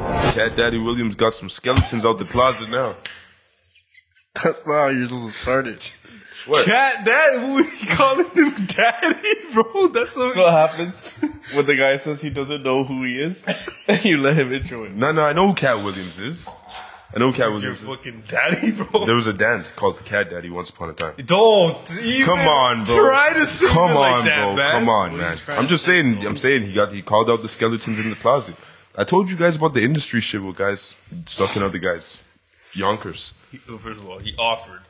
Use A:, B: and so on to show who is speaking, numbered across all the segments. A: Cat Daddy Williams got some skeletons out the closet now.
B: That's not how you're supposed to start it.
A: What?
C: Cat, that we calling him daddy, bro. That's so.
B: That's what happens when the guy says he doesn't know who he is, and you let him intro him.
A: No, no, I know who Cat Williams is. I know who Cat
C: your
A: Williams is.
C: fucking daddy, bro.
A: There was a dance called the Cat Daddy once upon a time.
C: Don't even
A: Come on, bro.
C: Try to sing
A: Come
C: it
A: on,
C: like that,
A: bro.
C: man.
A: Come on,
B: What are you
A: man.
B: trying
A: I'm
B: to
A: just
B: say,
A: saying.
B: bro?
A: I'm saying he got he called out the skeletons in the closet. I told you guys about the industry shit with guys sucking other guys. Yonkers.
C: He- well, First of all, he offered.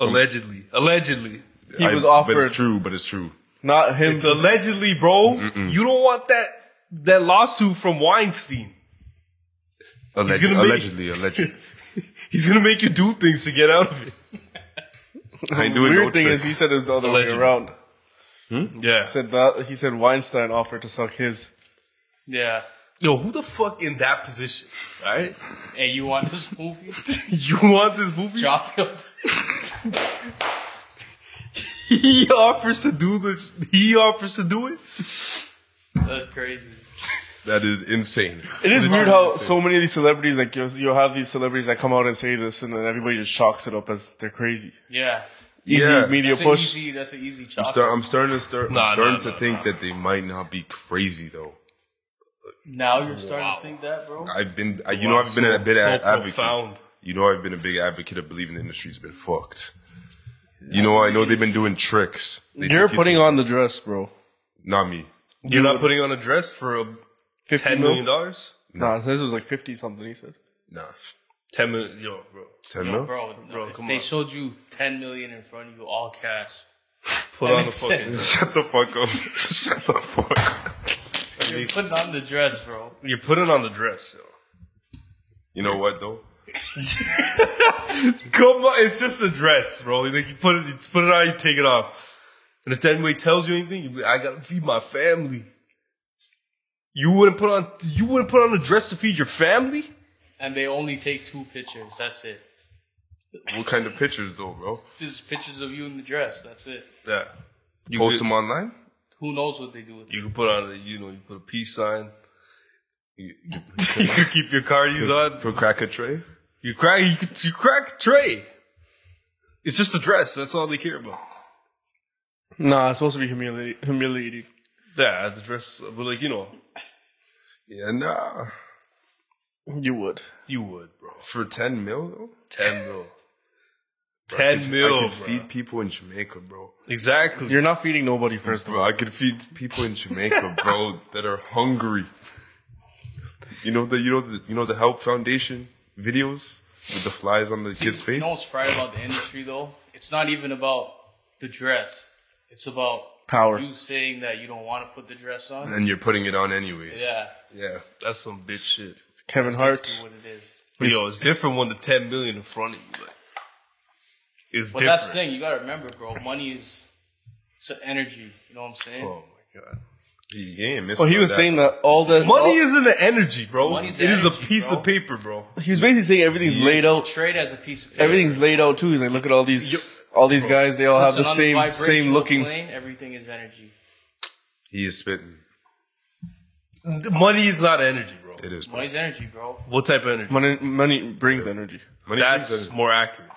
C: Allegedly, allegedly,
B: He was
A: But it's
B: offered,
A: true. But it's true.
B: not him.
C: it's allegedly, bro. You don't want that that lawsuit from Weinstein.
A: Alleg-
C: gonna make-
A: allegedly, allegedly.
C: He's gonna make you do things to get out of it.
A: I ain't
B: the
A: doing
B: weird
A: no
B: thing
A: tricks.
B: is, he said it was the other
C: Allegedly.
B: way around.
C: Yeah.
B: Said that he said Weinstein offered to suck his.
D: Yeah.
C: Yo, who the fuck in that position? All right,
D: Hey, you want this movie?
C: you want this movie?
D: Drop him.
C: He offers to do this. He offers to do it.
D: That's crazy.
A: that is insane.
B: It is weird how so many of these celebrities, like you'll, you'll have these celebrities that come out and say this, and then everybody just chalks it up as they're crazy.
D: Yeah.
B: Easy
A: Yeah.
B: media
D: That's an
B: push.
D: easy. That's an easy
A: I'm,
D: chop.
A: star- I'm starting to start.
C: Nah,
A: I'm starting
C: nah,
A: to
C: nah,
A: think
C: nah.
A: that they might not be crazy though.
D: now you're starting to think that, bro.
A: I've been, I, you know, I've been
C: so-
A: a bit
C: so
A: a- advocate.
C: profound.
A: You know, I've been a big advocate of believing the industry's been fucked. You know, I know they've been doing tricks. They
B: You're
A: took you
B: putting
A: to-
B: on the dress, bro.
A: not me.
C: You're not putting on a dress for a
B: Fifty
C: ten
B: mil?
C: million dollars.
B: Nah, this was like fifty something. He said.
A: Nah,
C: Ten million, yo, bro.
A: ten
D: Yo,
A: mil.
D: bro,
C: Bro,
D: if
C: come
D: they
C: on.
D: showed you 10 million in front of you, all cash.
C: Put
D: That
C: on the
D: makes
C: fucking.
A: Shut the fuck up. Shut the fuck. up.
D: You're putting on the dress, bro.
C: You're putting on the dress. Yo.
A: You know what though?
C: Come on, it's just a dress, bro. Like you put it, you put it on, you take it off. And if that anybody tells you anything, you be, I gotta feed my family. You wouldn't put on, you wouldn't put on a dress to feed your family.
D: And they only take two pictures. That's it.
A: What kind of pictures though, bro?
D: Just pictures of you in the dress. That's it.
C: Yeah. You
A: Post
C: could-
A: them online.
D: Who knows what they do with it?
C: You can put on, a, you know, you put a peace sign. You, you could keep your cardies on.
A: Put crack a tray.
C: You crack, you, could- you crack Trey. It's just a dress. That's all they care about.
B: Nah, it's supposed to be humiliating. Humiliating.
C: Yeah, the dress. But like you know,
A: Yeah, nah.
B: You would.
C: you would, bro.
A: For ten mil though.
C: Ten mil. Ten mil.
A: I could
C: bro.
A: feed people in Jamaica, bro.
C: exactly.
B: You're not feeding nobody first of all.
A: Bro, I could feed people in Jamaica, bro, that are hungry. You know the you know the you know the Help Foundation videos with the flies on the kid's
D: You
A: face.
D: know what's fried about the industry, though? It's not even about the dress. It's about
B: Power.
D: you saying that you don't want to put the dress on.
A: And you're putting it on anyways.
D: Yeah,
C: yeah, that's some bitch shit.
B: Kevin
D: that's
B: Hart.
D: what it is.
C: But yo, it's different when the ten million in front of you. Like, it's
D: But
C: different.
D: that's the thing. You gotta remember, bro. Money is it's a energy. You know what I'm saying?
C: Oh my god.
A: He, he ain't missing.
B: Well, Oh, he
A: on
B: was
A: that.
B: saying that all the
C: Money
B: all-
C: isn't an energy, bro. It
D: Money's
C: is
D: the
C: a
D: energy,
C: piece
D: bro.
C: of paper, bro.
B: He was basically saying everything's laid out.
D: Trade as a piece of paper.
B: Everything's laid out too. He's like, look at all these, all these guys. They all have
D: Listen,
B: the same,
D: on
B: same
D: vibrational
B: looking.
D: Plane, everything is energy.
A: he is spitting.
C: Money is not energy, bro.
A: It is. Bro.
D: Money's energy, bro.
C: What type of energy?
B: Money, money brings energy.
A: Money
C: That's
A: brings
C: more accurate.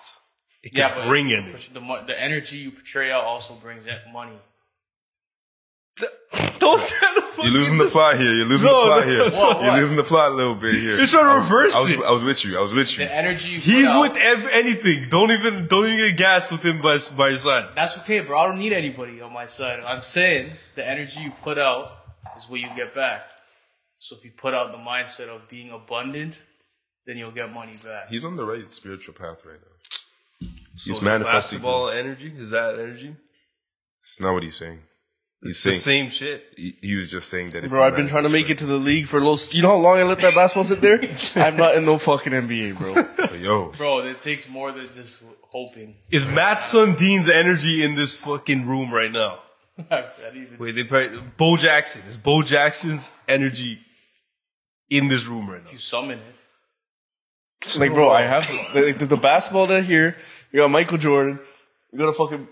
C: It can
D: Yeah, but-
C: bring energy.
D: The, mo- the energy you portray out also brings that money.
C: Don't tell the fuck
A: in- You're losing the plot here. You're losing
C: No,
A: the plot
C: no.
A: here.
D: What,
A: You're
D: what?
A: losing the plot a little bit here.
C: You're trying to
A: I was-
C: reverse
A: I was,
C: it.
A: I was with you. I was with you.
D: The energy you
C: He's
D: put out-
C: with ev- anything. Don't even don't even get gas with him by, s- by your side.
D: That's okay, bro. I don't need anybody on my side. I'm saying the energy you put out is what you get back. So if you put out the mindset of being abundant, then you'll get money back.
A: He's on the right spiritual path right now.
C: So
A: He's
C: is
A: manifesting.
C: basketball energy. Is that energy?
A: It's not what he's saying. He's
C: It's the
A: saying
C: same shit.
A: he, he was just saying that. if
B: Bro,
A: you
B: I've been
A: manage
B: trying to make it to the league for a little. You know how long I let that basketball sit there? I'm not in no fucking NBA, bro.
A: But yo,
D: Bro, it takes more than just hoping.
C: Is Matt Sundin's energy in this fucking room right now?
D: That even-
C: Wait, they probably Bo Jackson. Is Bo Jackson's energy in this room right now?
D: you summon it.
B: Like, bro, I have like, the, the basketball net here. You got Michael Jordan. You got a fucking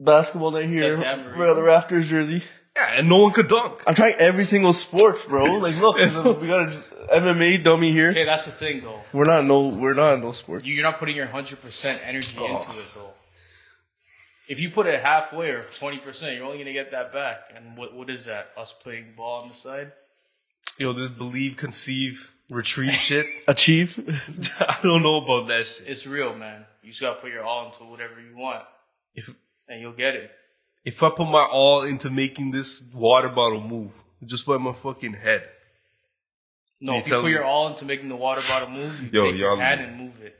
B: basketball net here.
D: Damn
B: We got the Raptors jersey.
C: Yeah, and no one could dunk.
B: I'm trying every single sport, bro. Like, look, we got a MMA dummy here.
D: Okay, that's the thing though.
B: We're not no. We're not no sports.
D: You're not putting your 100% energy into it though. If you put it halfway or 20%, you're only going to get that back. And what what is that? Us playing ball on the side?
C: Yo, this believe, conceive, retrieve shit.
B: achieve.
C: I don't know about that shit.
D: It's real, man. You just got to put your all into whatever you want.
C: If-
D: and you'll get it.
C: If I put my all into making this water bottle move, just by my fucking head.
D: No,
C: You
D: if you
C: tell
D: put
C: me.
D: your all into making the water bottle move, you
A: Yo,
D: take your
A: y'all-
D: hand and move it.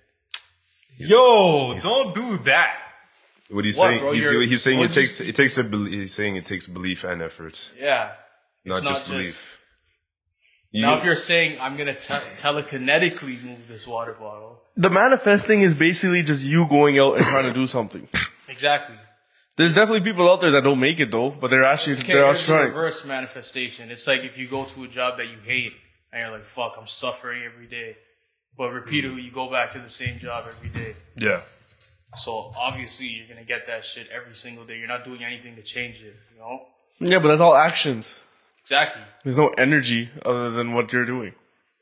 C: Yo, don't do that.
A: What he's
D: What,
A: saying,
D: bro?
A: he's,
D: You're-
A: he's saying it
D: what'd you
A: takes it takes a belie- he's saying it takes belief and effort,
D: Yeah.
A: not,
D: not
A: just
D: just-
A: belief. You-
D: Now, if you're saying I'm gonna te- telekinetically move this water bottle,
B: The manifesting is basically just you going out and trying to do something.
D: exactly.
B: There's definitely people out there that don't make it though, but they're actually
D: Okay,
B: they're out
D: here's the
B: trying.
D: reverse manifestation. It's like if you go to a job that you hate and you're like, "Fuck, I'm suffering every day," but repeatedly you go back to the same job every day.
C: Yeah.
D: So obviously you're gonna get that shit every single day. You're not doing anything to change it. You know
B: Yeah, but that's all actions.
D: exactly.
B: There's no energy other than what you're doing.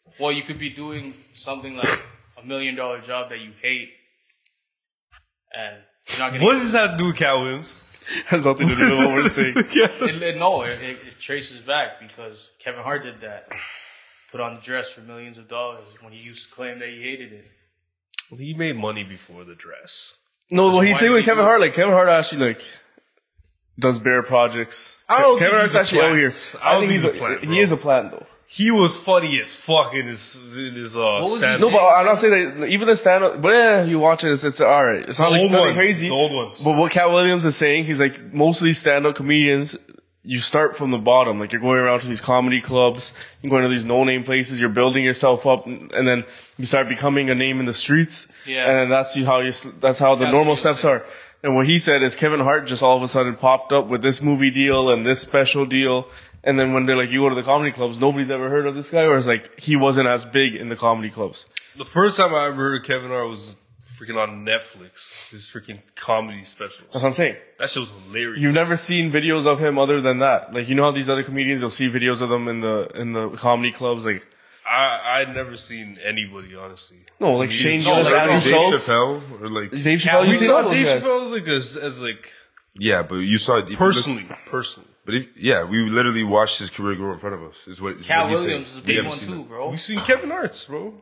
D: Well, you could be doing something like a million dollar job that you hate, and you're not gonna.
C: What does that do, Cat Williams?
B: Has nothing to do with what we're saying.
D: it, it- no, it, it, it traces back because Kevin Hart did that. Put on the dress for millions of dollars when he used to claim that he hated it.
C: Well, he made money before the dress.
B: No, what he's
D: why
B: saying
D: did
B: with
D: he
B: Kevin
D: do it?
B: Hart, like Kevin Hart actually like does bear projects.
C: I don't
B: Kevin Hart's
C: think he's a
B: actually out here.
C: plant. I don't think he's a plant,
B: he
C: bro.
B: is a plant though.
C: He was funny as fuck in his in his uh.
D: was
C: stand-
D: his
B: No, but I'm not saying that even the stand up. But yeah, you watch it, it's, it's all right. It's not
C: The
B: like
C: old
B: nothing
C: ones,
B: crazy.
C: the old ones.
B: But what Cat Williams is saying, he's like most of these stand up comedians. You start from the bottom, like you're going around to these comedy clubs, you're going to these no name places, you're building yourself up, and and then you start becoming a name in the streets.
D: Yeah.
B: And then that's you- how you s- that's how the
D: That's
B: normal
D: what he
B: steps are. And what he said is Kevin Hart just all of a sudden popped up with this movie deal and this special deal. And then when they're like, you go to the comedy clubs, nobody's ever heard of this guy, or it's like he wasn't as big in the comedy clubs.
C: The first time I ever heard of Kevin Hart was freaking on Netflix. His freaking comedy special.
B: That's what I'm saying.
C: That shit was hilarious.
B: You've never seen videos of him other than that. Like you know how these other comedians, you'll see videos of them in the in the comedy clubs. Like
C: I I'd never seen anybody honestly.
B: no, like Shane
A: No,
B: Gillis,
A: like
B: Adam
A: Dave
B: Schultz,
A: Chappelle, or like
B: Dave Chappelle. You
C: We
B: see
C: saw
B: all
C: Dave
B: those guys.
C: Chappelle as like as, as like
A: yeah, but you saw it if you look-
C: personally, personally.
A: But if, yeah, we literally watched his career grow in front of us. Is what is
D: Cat
A: what he's saying.
D: Williams is a
A: We
D: big
A: haven't
D: one
A: seen
D: too,
A: that.
D: bro.
C: We've seen Kevin Hart's, bro.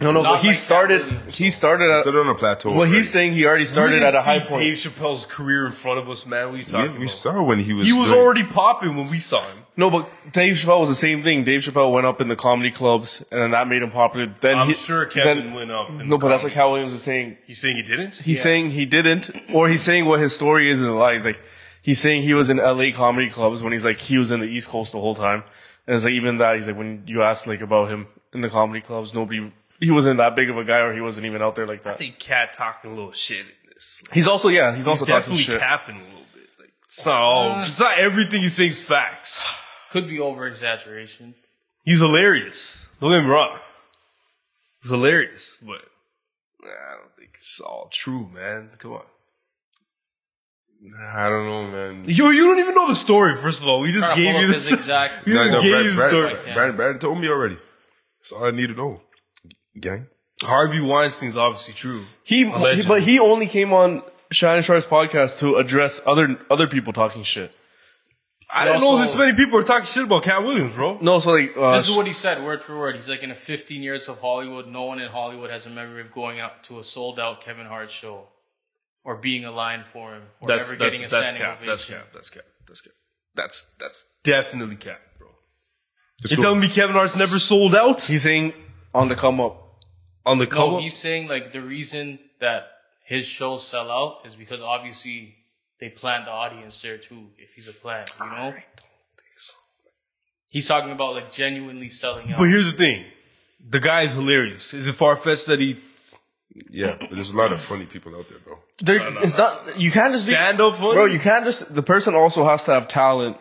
B: No, no,
D: Not
B: but he
D: like Cat
B: started.
D: Williams.
B: He started at.
A: Started on a plateau.
B: Well,
A: already.
B: he's saying he already
C: We
B: started
C: didn't
B: at a high
C: see
B: point.
C: Dave Chappelle's career in front of us, man. What are you talking
A: yeah, we
C: about?
A: saw when he was.
C: he was
A: doing-
C: already popping when we saw him.
B: No, but Dave Chappelle was the same thing. Dave Chappelle went up in the comedy clubs, and then that made him popular. Then
C: I'm
B: he-
C: sure Kevin
B: then-
C: went up. in
B: No, but that's
C: comedy.
B: what Cal Williams was saying.
C: He's saying he didn't.
B: He's saying he didn't, or he's saying what his story is in a lie. He's like, he's saying he was in LA comedy clubs when he's like, he was in the East Coast the whole time. And it's like, even that, he's like, when you ask like about him in the comedy clubs, nobody, he wasn't that big of a guy or he wasn't even out there like
C: I
B: that.
C: think Cat talking a little shit in this.
B: He's also, yeah, he's also talking
C: Definitely
B: shit.
C: capping a little bit. Like it's not all.
D: Uh.
C: it's not everything he says facts.
D: Could be over exaggeration.
C: He's hilarious. Don't get me wrong. He's hilarious, but nah, I don't think it's all true, man. Come on.
A: I don't know, man.
C: You you don't even know the story. First of all, we just
D: Trying to
C: gave
D: pull
C: you
D: up
C: this.
D: his exact-
C: we
A: No,
C: just
A: no,
C: gave
A: Brad,
C: you the
A: Brad,
C: story.
A: Brad, Brad, told me already. That's all I need to know. Gang.
C: Harvey Weinstein's obviously true.
B: He,
C: Allegedly.
B: but he only came on Shannon Sharp's podcast to address other, other people talking shit.
C: I
D: He
C: don't know
D: also-
C: this many people are talking shit about Cat Williams, bro.
B: No, so like, uh,
D: This is what he said, word for word. He's like, in the 15 years of Hollywood, no one in Hollywood has a memory of going out to a sold out Kevin Hart show, or being a line for him, or
C: That's
D: ever
C: that's
D: getting a
C: that's
D: standing
C: Cat. That's
D: ovation.
C: Cat. That's Cat. That's Cat. That's that's definitely Cat, bro.
A: Let's
C: You're
A: go.
C: telling me Kevin Hart's never sold out
B: he's saying on the come up.
C: on the come?
D: No, he's saying like the reason that his shows sell out is because obviously they plant the audience there too. If he's a plant, you know. He's talking about like genuinely selling out.
C: But here's the thing. The guy is hilarious. Is it far fetched that he
A: Yeah, but there's a lot of funny people out there, bro.
B: There, it's not, you can't just be-
C: stand up funny?
B: Bro, you can't just. The person also has to have talent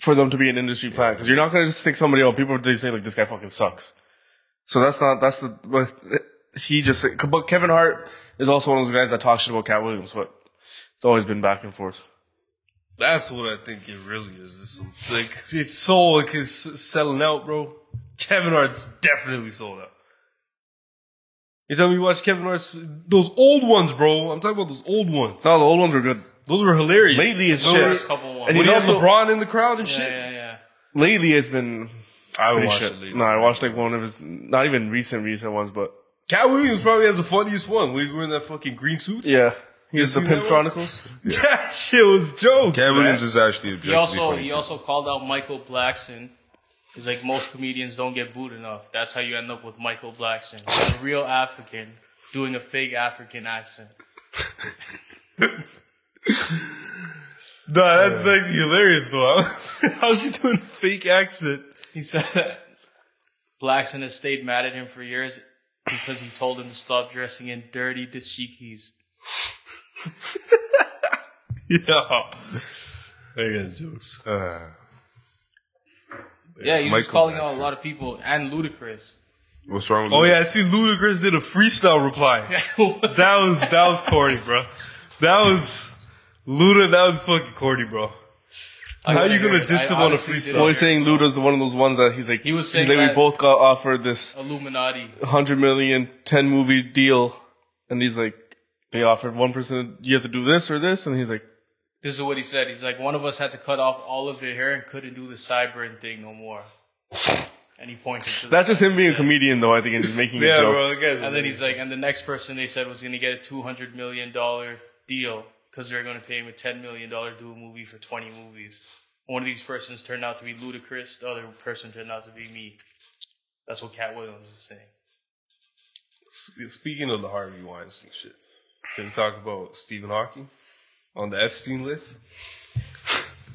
B: for them to be an industry plant because you're not gonna just stick somebody on. People they say like this guy fucking sucks. So that's not that's the. But he just. But Kevin Hart is also one of those guys that talks shit about Cat Williams, but it's always been back and forth.
C: That's what I think it really is. It's some- like it's so like it's selling out, bro. Kevin Hart's definitely sold out. You tell me you watch Kevin Hart's those old ones, bro. I'm talking about those old ones.
B: No, the old ones were good.
C: Those were hilarious.
B: Lately it's
C: Those
B: shit.
C: were-
D: First couple ones.
B: And he's
C: When he had
B: also-
C: LeBron in the crowd and shit.
D: yeah, yeah, yeah.
B: Lately, it's been
C: I
B: pretty
C: watched
B: shit.
C: it.
B: No, I watched like one of his, not even recent, recent ones, but
C: Cat Williams probably has the funniest one when he's wearing that fucking green suit.
B: yeah. He was the
C: seen that
B: Pimp
C: one?
B: Chronicles.
C: that shit was jokes.
A: Cat
C: man.
A: Williams is actually
D: He
A: objectively
D: also
A: funny,
D: he
A: too.
D: also called out Michael Blackson. He's like most comedians don't get booed enough. That's how you end up with Michael Blackson, a real African doing a fake African accent.
C: Nah, that's actually hilarious though. How's he doing a fake accent?
D: He said that Blackson has stayed mad at him for years because he told him to stop dressing in dirty dashikis.
C: Yeah. There you guys jokes.
A: Uh,
D: Yeah, he's just
A: Michael
D: calling out a
A: Blackson.
D: lot of people and ludicrous.
A: what's wrong with
C: Oh
A: that?
C: yeah, I see Ludacris did a freestyle reply.
D: What?
C: That was that was corny, bro. That was Luda, that was fucking corny, bro.
D: I
C: How you
D: heard
C: gonna
D: it.
C: diss
D: I
C: him on a
D: honestly
C: freestyle?
D: didn't
B: Well, he's
D: hear
B: saying Luda's one of those ones that he's like,
D: He was
B: he's like,
D: saying
B: we
D: that-
B: both got offered this
D: Illuminati.
B: 100 million, 10 movie deal. And he's like, they offered one person, you have to do this or this. And he's like,
D: This is what he said. He's like, one of us had to cut off all of their hair and couldn't do the sideburn thing no more. And he pointed to
B: that's just him being a comedian though, I think, and just making a
C: Yeah,
B: joke.
C: bro. that guy's
D: And then he's like, and the next person they said was going to get a two hundred million dollar deal because they're going to pay him a ten million dollar do a movie for twenty movies. One of these persons turned out to be ludicrous. The other person turned out to be me. That's what Cat Williams is saying.
C: S- Speaking of the Harvey Weinstein shit, can we talk about Stephen Hawking on the Epstein list?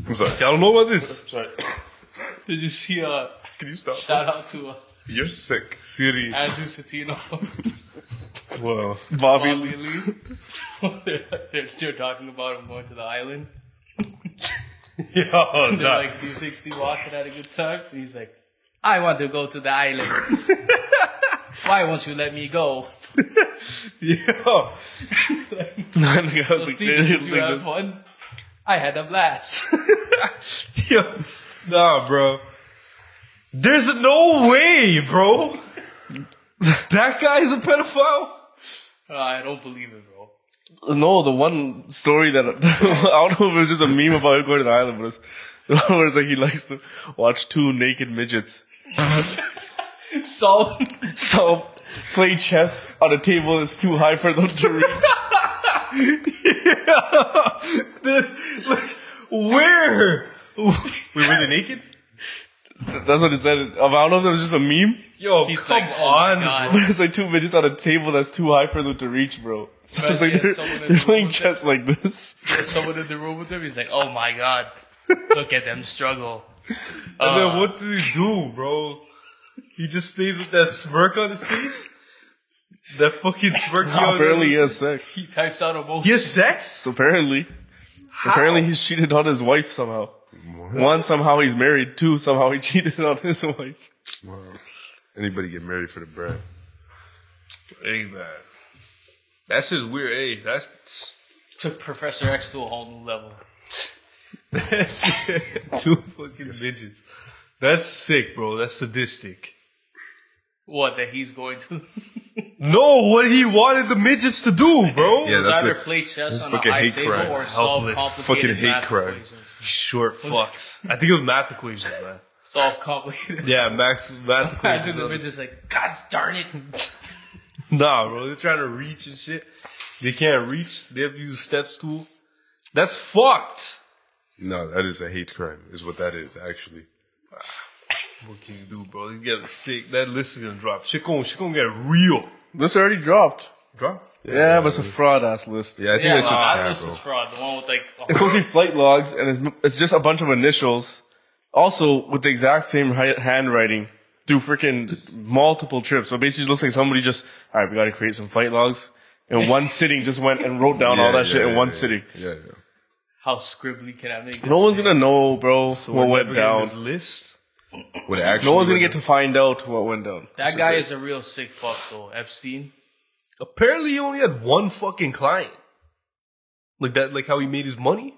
A: I'm sorry.
C: Y'all don't know about this.
D: Did you see? Uh,
A: Can you stop?
D: shout out to uh,
A: You're sick.
C: Siri.
D: Andrew Satino,
C: Well,
B: Bobby,
D: Bobby Lee. they're, they're, they're talking about him going to the island.
C: yeah,
D: They're like, "Do you think Steve Austin had a good time?" And he's like, "I want to go to the island. Why won't you let me go?"
C: yeah.
B: I was
D: So
B: like,
D: Steve,
B: dude,
D: did you
B: like
D: have
B: this-
D: fun? I had a blast.
C: Yo, nah, bro. There's no way, bro. that guy's a pedophile.
D: Uh, I don't believe it, bro.
B: No, the one story that I don't know if it was just a meme about him going to the island, but it's the one where it's like he likes to watch two naked midgets
D: So
B: so play chess on a table that's too high for them to reach.
C: This, like, where? Wait, were they naked?
B: That's what it said. I don't know if it was just a meme,
C: Yo, come
D: like, oh my
C: on.
D: God.
C: bro.
B: but it's like two midgets on a table that's too high for them to reach, bro. So it's like
D: Imagine
B: they're,
D: someone in
B: they're
D: the
B: playing
D: room
B: chess like this.
D: there's someone in the room with him. He's like, "Oh my god, look at them struggle."
C: And then what does he do, bro? He just stays with that smirk on his face. That fucking smirk. he always
B: Apparently, he
C: has.
B: has sex.
D: He types out a most.
C: He has sex.
B: Apparently, apparently he's cheated on his wife somehow. One, somehow he's married. Two, somehow he cheated on his wife.
A: Wow. Anybody get married for the bread?
C: Hey man, that's just weird. Hey, that's
D: took Professor X to a whole new level.
C: Two fucking midgets. That's sick, bro. That's sadistic.
D: What that he's going to
C: No, what he wanted the midgets to do, bro.
A: Yeah, that's
D: either
A: the-
D: play chess on a
A: fucking
D: high
A: hate
D: table
A: crime.
D: or solve
C: Helpless.
D: complicated
A: Fucking hate
D: math
A: crime.
D: equations.
C: short fucks. I think it was math equations, man.
D: Solve complicated.
C: Yeah, max math equations.
D: Imagine the midget's like, "God darn it!"
C: nah, bro. They're trying to reach and shit. They can't reach. They have to use step stool. That's fucked.
A: No, that is a hate crime, is what that is, actually.
C: What can you do, bro? He's getting sick. That list is gonna drop. Shit gonna, shit gonna get real.
B: This already dropped.
C: Drop.
B: Yeah, but it's a fraud ass list.
A: Yeah, I think
D: Yeah,
A: that's
D: no,
A: just
D: that
A: bad,
D: list
A: bro.
D: Ah, is fraud. The one with like, oh,
B: It's supposed to be flight logs, and it's, it's just a bunch of initials, also with the exact same hi- handwriting through freaking multiple trips. So basically, it looks like somebody just, all right, we got to create some flight logs. In one sitting, just went and wrote down all
A: Yeah,
B: that
A: yeah,
B: shit in
A: yeah,
B: one
A: yeah.
B: sitting.
A: Yeah, yeah.
D: how scribbly can I make this?
B: No one's gonna know, bro, what
C: We're
B: went
C: never getting
B: down.
C: This list.
A: What actually
B: No one's gonna get to find out what went down.
D: That guy is a real sick fuck though, Epstein.
C: Apparently, he only had one fucking client. Like that, like how he made his money.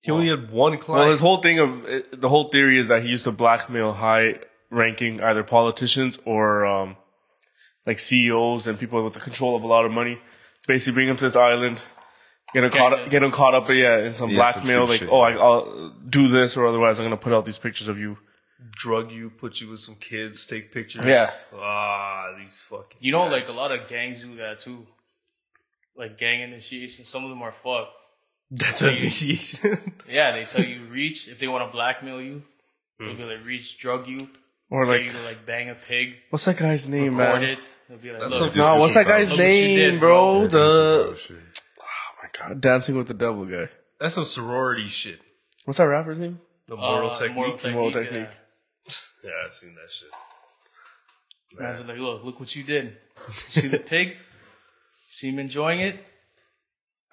C: He only had one client.
B: Well, his whole thing of it- the whole theory is that he used to blackmail high-ranking either politicians or um, like CEOs and people with the control of a lot of money. Basically, bring them to this island, get them caught,
D: yeah.
B: up, get them caught up, yeah, in some
A: Yeah, some
B: blackmail.
A: stupid
B: Like,
A: shit,
B: oh, I,
A: yeah.
B: I'll do this, or otherwise, I'm gonna put out these pictures of you.
C: drug you, put you with some kids, take pictures.
B: Yeah.
C: Ah, these fucking.
D: You know,
C: guys.
D: like a lot of gangs do that too. Like gang initiation, some of them are fucked.
C: That's an initiation.
D: Yeah, they tell you reach if they want to blackmail you. They'll
A: Hmm.
D: be like reach, drug you,
B: Or
D: like, you
B: like,
D: to like bang a pig,
B: what's that guy's name,
D: record
B: man?
D: it. They'll be like,
A: That's
D: look,
A: some-
B: No, what's that
A: Look what
B: guy's
D: you
B: name,
D: did,
B: bro?
D: bro.
B: The
A: shit.
B: oh my god, Dancing with the Devil guy.
C: That's some sorority shit.
B: What's that rapper's name?
C: The
D: uh,
C: moral technique.
B: Moral
D: yeah.
B: technique.
C: yeah, I've seen that shit.
D: Guys are like, look, look what you did. See the pig? See him enjoying it?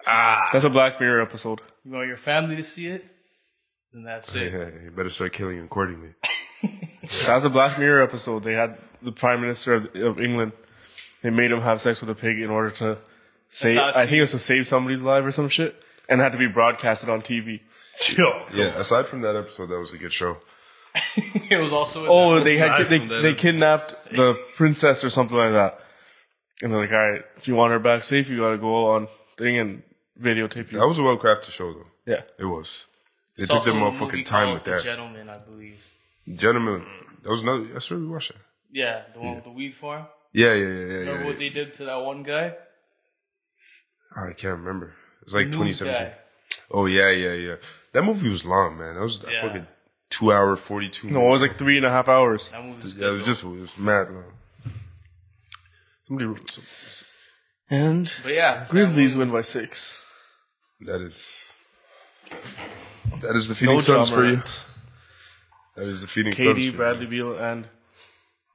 C: Ah,
B: That's a Black Mirror episode.
D: You want your family to see it? Then that's it.
A: Yeah, you better start killing accordingly.
B: That's a Black Mirror episode. They had the Prime Minister of, of England. They made him have sex with a pig in order to save.
D: how
B: I
D: she-
B: think it was to save somebody's life or some shit, and it had to be broadcasted on TV.
C: yo.
A: Yeah, aside from that episode, that was a good show.
D: it was also in
B: Oh,
D: the-
B: they had
C: Aside
B: they,
C: from that,
B: they
C: it's-
B: kidnapped the princess or something like that, and they're like, "All right, if you want her back safe, you gotta go on thing and videotape
A: That
B: you."
A: was a well crafted show, though.
B: Yeah,
A: It was. They
D: it's
A: took
D: also
A: their
D: in a movie
A: motherfucking time
D: called
A: with
D: The
A: that.
D: Gentleman, I believe.
A: Gentlemen, that was another. That's really we watched that.
D: Yeah, the one with the weed farm.
A: Yeah, yeah, yeah, yeah.
D: Remember
A: yeah,
D: what they did to that one guy?
A: yeah. I can't remember. It was like
D: News
A: 2017.
D: guy.
A: Oh yeah, yeah, yeah. That movie was long, man. That was a
D: Yeah.
A: fucking two hour forty two.
B: no, it was like three and a half hours.
D: That movie was
A: yeah, it was
D: good.
A: just it was mad long. Somebody, some-
B: And
D: But yeah,
B: Grizzlies win by six.
A: that is that is the
B: No
A: Phoenix Suns
B: Ja
A: for you.
B: Morant.
A: That is the Phoenix Suns. for
B: KD,
A: you.
B: Bradley Beal, and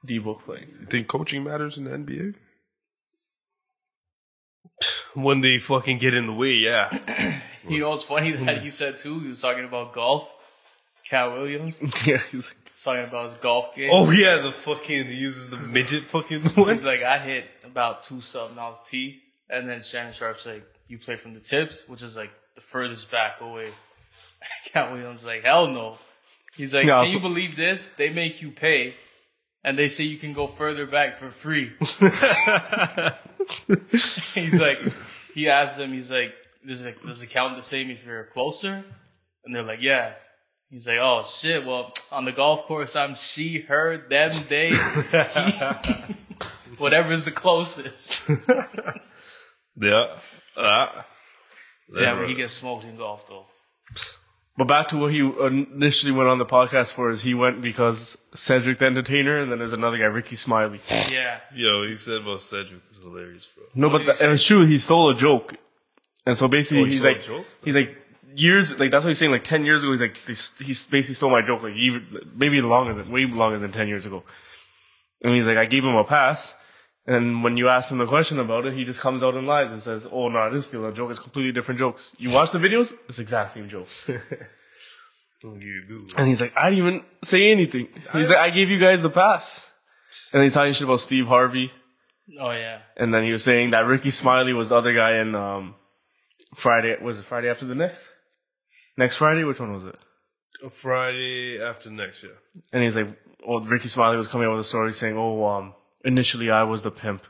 B: Debo playing.
A: You think coaching matters in the NBA?
C: When they fucking get in the way, yeah.
D: You know what's funny that he said too? He was talking about golf. Cat Williams was
B: yeah, he's like,
D: talking about his golf game.
C: Oh yeah, the fucking he uses the midget fucking one.
D: He's like, I hit about two something off the tee, and then Shannon Sharp's like, you play from the tips, which is like the furthest back away. Cat Williams like, hell no. He's like,
B: No,
D: can you
B: f-
D: believe this? They make you pay, and they say you can go further back for free. he's like, he asks them, he's like, does it, does it count the same if you're closer? And they're like, yeah. He's like, oh shit, well, on the golf course, I'm she, her, them, they, whatever's the closest.
C: yeah. Ah.
D: yeah, but he gets smoked in golf though.
B: But back to what he initially went on the podcast for is he went because Cedric the Entertainer, and then there's another guy, Ricky Smiley.
D: Yeah.
C: Yo, he said about Cedric was hilarious, bro.
B: No,
D: did
B: but
D: he
B: the, it was true. He stole a joke, and so basically
C: Oh, he
B: he's
C: stole a
B: like,
C: joke?
B: he's like years, like that's what he's saying. Like ten years ago, he's like they, s- he s- basically stole my joke, like even, maybe longer than way longer than ten years ago. And he's like, I gave him a pass, and when you ask him the question about it, he just comes out and lies and says, "Oh no, this is still a joke. It's completely different jokes. You watch the videos, it's the exact same joke."
C: Don't give you good.
B: And he's like, I didn't even say anything. He's like, I gave you guys the pass. And he's talking shit about Steve Harvey.
D: Oh yeah.
B: And then he was saying that Ricky Smiley was the other guy in um, Friday. Was it Friday after the next? Next Friday? Which one was it?
C: Uh, Friday after next, yeah.
B: And he's like, well, Ricky Smiley was coming up with a story saying, oh, um, initially I was the pimp.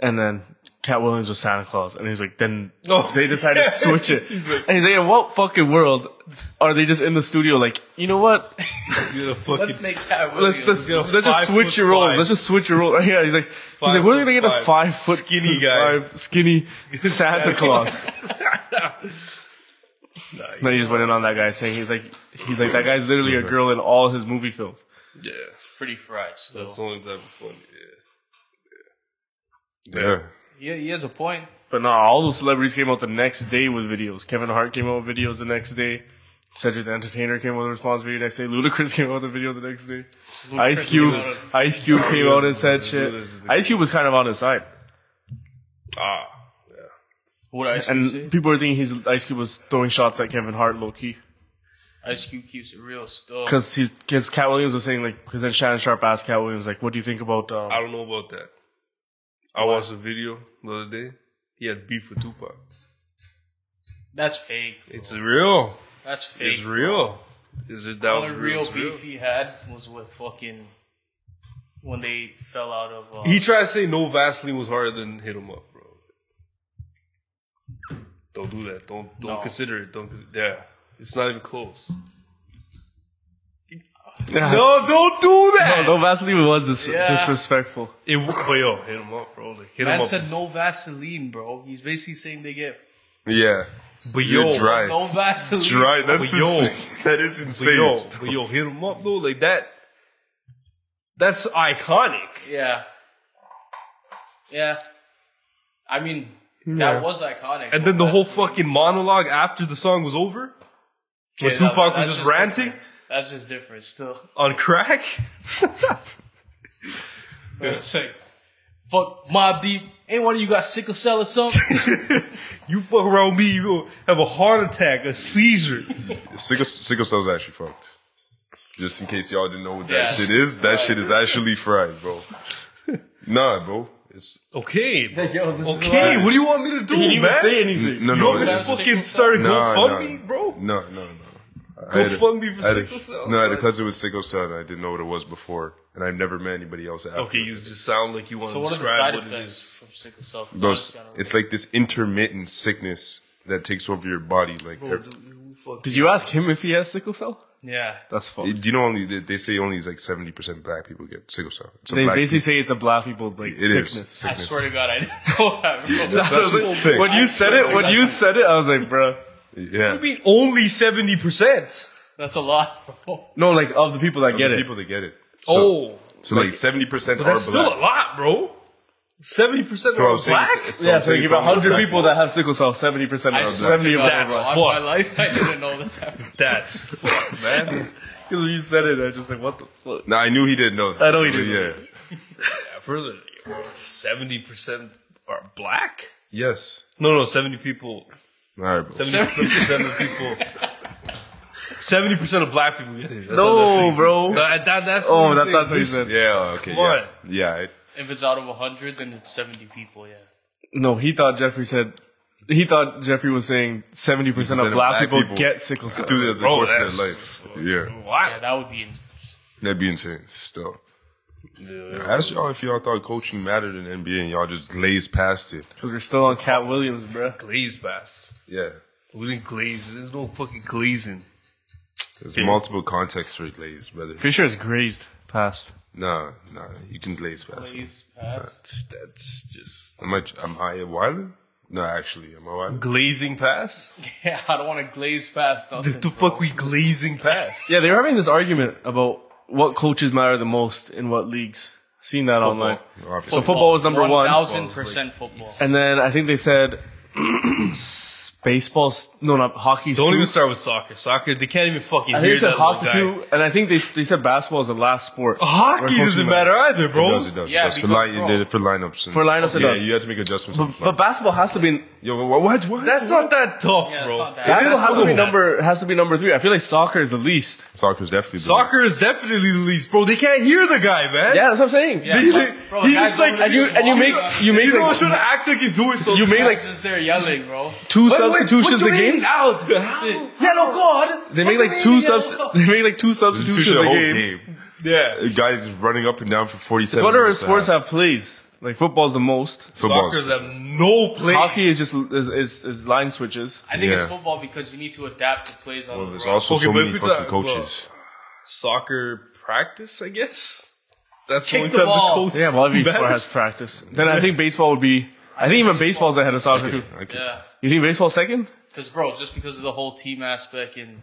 B: And then Cat Williams was Santa Claus. And he's like, then
C: Oh.
B: they decided to switch it. and he's like, in what fucking world are they just in the studio like, you know what?
C: You're the fucking
D: Let's make Cat
B: Let's
D: Williams.
B: let's,
C: Yo,
B: let's just
C: five
B: switch
C: foot
B: your roles.
C: five.
B: Let's just switch your role. Right here, he's like, he's like, we're gonna get a
C: foot
B: five foot
C: Skinny guy.
B: five skinny Santa Claus. then he just went in on that guy saying he's like, he's like that guy's literally a girl in all his movie films.
C: Yeah.
D: pretty fried still.
C: That's the only time it's funny. Yeah.
A: Yeah.
D: Yeah, he has a point.
B: But no, all those celebrities came out the next day with videos. Kevin Hart came out with videos the next day. Cedric the Entertainer came out with a response video the next day. Ludacris came out with a video the next day. Ice Cube, Ice Cube came out and said shit. Ice Cube was kind of on his side.
C: Ah. Yeah.
D: What Ice Cube
B: And
D: say?
B: people are thinking he's Ice Cube was throwing shots at Kevin Hart low key
D: Ice Cube keeps it real still.
B: because he because Cat Williams was saying like because then Shannon Sharp asked Cat Williams like what do you think about um,
C: I don't know about that. I watched a video the other day. He had beef with Tupac.
D: That's fake.
C: It's real.
D: That's fake.
C: It's real. Is it that
D: The
C: was
D: only real
C: It's
D: beef he had was with fucking when they fell out of. Uh,
C: He tried to say no Vaseline was harder than hit him up, bro. Don't do that. Don't don't
D: No.
C: consider it. Don't consi- yeah. It's not even close.
B: Yeah.
C: No, don't do
B: No,
C: that.
B: no, Vaseline was dis-
D: Yeah.
B: disrespectful.
C: It, but yo, hit him up, bro. Like, hit him
D: man
C: up.
D: said
C: is-
D: no Vaseline, bro. He's basically saying they get
A: Yeah.
C: But
A: You're
C: yo,
A: dry.
D: no Vaseline.
A: Dry. That's
C: But yo.
A: insane. That is
C: But
A: insane.
C: yo, but yo, hit him up, though. Like that. That's iconic.
D: Yeah. Yeah. I mean, that was iconic.
C: And then the whole fucking monologue after the song was over, when
D: Yeah, no,
C: Tupac was
D: that's
C: just ranting
D: different. That's just different still.
C: on crack.
D: It's like, fuck Mob Deep. Ain't one of you got sickle cell or something?
C: You fuck around with me, you gonna have a heart attack, a seizure.
A: Sickle, sickle cell's actually fucked. Just in case y'all didn't know what that
D: Yeah.
A: shit is, that shit is actually fried, bro. nah, bro. It's
C: Okay, bro.
B: Yo, this
C: Okay, what do you want me to do, man?
B: anything.
A: no,
C: you
A: no.
C: want me to
A: it's-
C: fucking start a
A: Nah,
C: GoFundMe,
A: nah.
C: bro?
A: No, no, no. I had a-
C: GoFundMe for
A: I had a-
C: sickle cell.
A: No, I had a
C: son.
A: cousin with sickle cell, and I didn't know what it was before, and I've never met anybody else after.
C: Okay, you just sound like you want
D: so
C: to
D: what are the
C: describe
D: side
C: what it
D: effects
C: is.
D: from sickle cell?
A: Bro,
D: That's
A: it's,
D: kinda-
A: it's like this intermittent sickness that takes over your body. Like, every-
B: Did you ask him if he has sickle cell?
D: yeah.
B: That's fucked.
A: do you know only they, they say only like seventy percent black people get sickle cell. It's a
B: They
A: black
B: basically say it's a black people like
A: people- it is
B: sickness.
D: I
A: sickness.
D: swear to God, I didn't know that. Bro.
B: That's what I was
A: That's
B: like-
A: sick.
B: when you
D: I
B: said
D: swear
B: it,
D: to
B: when
D: God.
B: you said it, I was like, bro.
A: Yeah,
C: I mean, only 70%.
D: That's a lot, bro.
B: No, like of the people that
A: Of
B: get
A: the
B: it.
A: people that get it.
C: oh,
A: So like seventy percent are
C: but that's still
A: black.
C: a lot, bro. 70%
A: So I'm
C: are
A: saying
C: black?
A: it's-
B: Yeah, so
A: I'm
B: you give
A: saying it's
B: hundred
A: only
B: people that have sickle cell, seventy percent
D: I
B: of
D: swear
B: seventy
D: to
B: of
D: God,
B: them.
C: that's
D: bro,
B: are
D: on my
C: fucked.
D: life, I didn't know that.
C: That's fucked, man.
B: black. When you said it, I was just like, what the fuck?
A: No, I knew he didn't know.
B: I know he didn't.
A: Yeah.
C: Further, seventy percent are black.
A: Yes.
C: No, no, seventy people.
A: All right, bro.
C: Seventy percent of people. Seventy percent of black people get it. I
B: No,
C: thought that's what you said.
B: bro.
C: No, I- that- that's
B: Oh,
C: you
B: that,
C: said.
B: that's what you said.
A: Yeah. Okay. Yeah.
C: What?
A: Yeah. I-
D: If it's out of 100, then it's 70 people, yeah.
B: No, he thought Jeffrey said. He thought Jeffrey was saying seventy percent of black people, get sickle cell.
A: through the, the
C: Bro,
A: course of
C: that's-
A: their life. Yeah,
D: Yeah,
C: Why?
D: that would be. Ins-
A: that'd be insane. Still, ask y'all if y'all thought coaching mattered in NBA and y'all just glazed past it.
B: We're still on Cat Williams, bro.
C: Glaze fast.
A: Yeah,
C: We didn't glaze. There's no fucking glazing.
A: there's multiple contexts for glaze, brother.
B: Pretty sure it's grazed past.
A: Nah, nah, you can glaze past it.
D: Please pass.
C: That's, that's just
A: Am I? Am I wilding? No, actually, am I wilding?
C: glazing pass.
D: Yeah, I don't want to glaze past nothing.
C: What the fuck we glazing pass?
B: Yeah, they were having this argument about what coaches matter the most in what leagues. Seen that online. So
A: Obviously.
B: football was number one.
D: Thousand percent football.
B: And then I think they said s- baseball, s- no, not hockey.
C: Don't
B: too.
C: even start with soccer. Soccer, they can't even fucking
B: I think
C: hear
B: they said
C: that little
B: hockey
C: guy.
B: too, and I think they, they said basketball is the last sport.
C: Hockey
B: Or
C: doesn't
B: coaching
C: matter either, bro.
A: It does, it does.
D: Yeah,
A: it does. For,
D: because,
A: line,
D: bro-
A: for lineups. and-
B: For lineups, it
A: yeah,
B: does.
A: you have to make adjustments.
B: But,
A: on the fly.
B: but basketball has to be
A: Yo, what? What? what?
C: That's not that tough,
D: Yeah, it's
C: bro.
D: not that
B: basketball
C: It is
B: has to be
C: tough.
B: number has to be number three. I feel like soccer is the least.
A: soccer's definitely the-
C: Soccer is definitely the least, bro. They can't hear the guy, man.
B: Yeah, that's what I'm saying.
D: Yeah,
C: He's
D: bro-
C: like-
D: bro, the
C: he's
D: guys
C: just like-
D: over
B: And you
D: there
B: and you
D: just
B: make
D: walking
B: you make
C: He's always
B: like,
C: trying to act like he's doing something.
B: you make
D: around,
B: like
D: just there yelling, bro.
B: two
C: Wait, wait,
B: substitutions
C: what
B: a
C: you mean
B: game.
C: Out. How? Yellow card.
B: They make like two subs. They make like two substitutions
A: Substitution
B: a
A: the whole
B: game.
A: game.
C: Yeah.
A: The Guys running up and down for forty-seven.
B: So what other
A: minutes and a
B: sports
A: half.
B: have plays? Like football's the most.
A: Football's-
C: Soccer's have no place.
B: Hockey is just is, is, is line switches.
D: I think
A: Yeah.
D: it's football because you need to adapt to plays on
A: Well,
D: the
A: there's
D: run.
A: also
C: Okay,
A: so
C: but
A: many
C: if it's
A: fucking
C: a-
A: coaches.
C: soccer practice, I guess. That's the
D: Kick
C: only
D: the
C: time
D: ball.
C: the coach.
B: Yeah, well, every sport
C: matters.
B: has practice. Then I think baseball would be. I think even baseball's ahead of soccer too.
A: Okay.
D: Yeah,
B: You think baseball's second?
D: because bro, just because of the whole team aspect and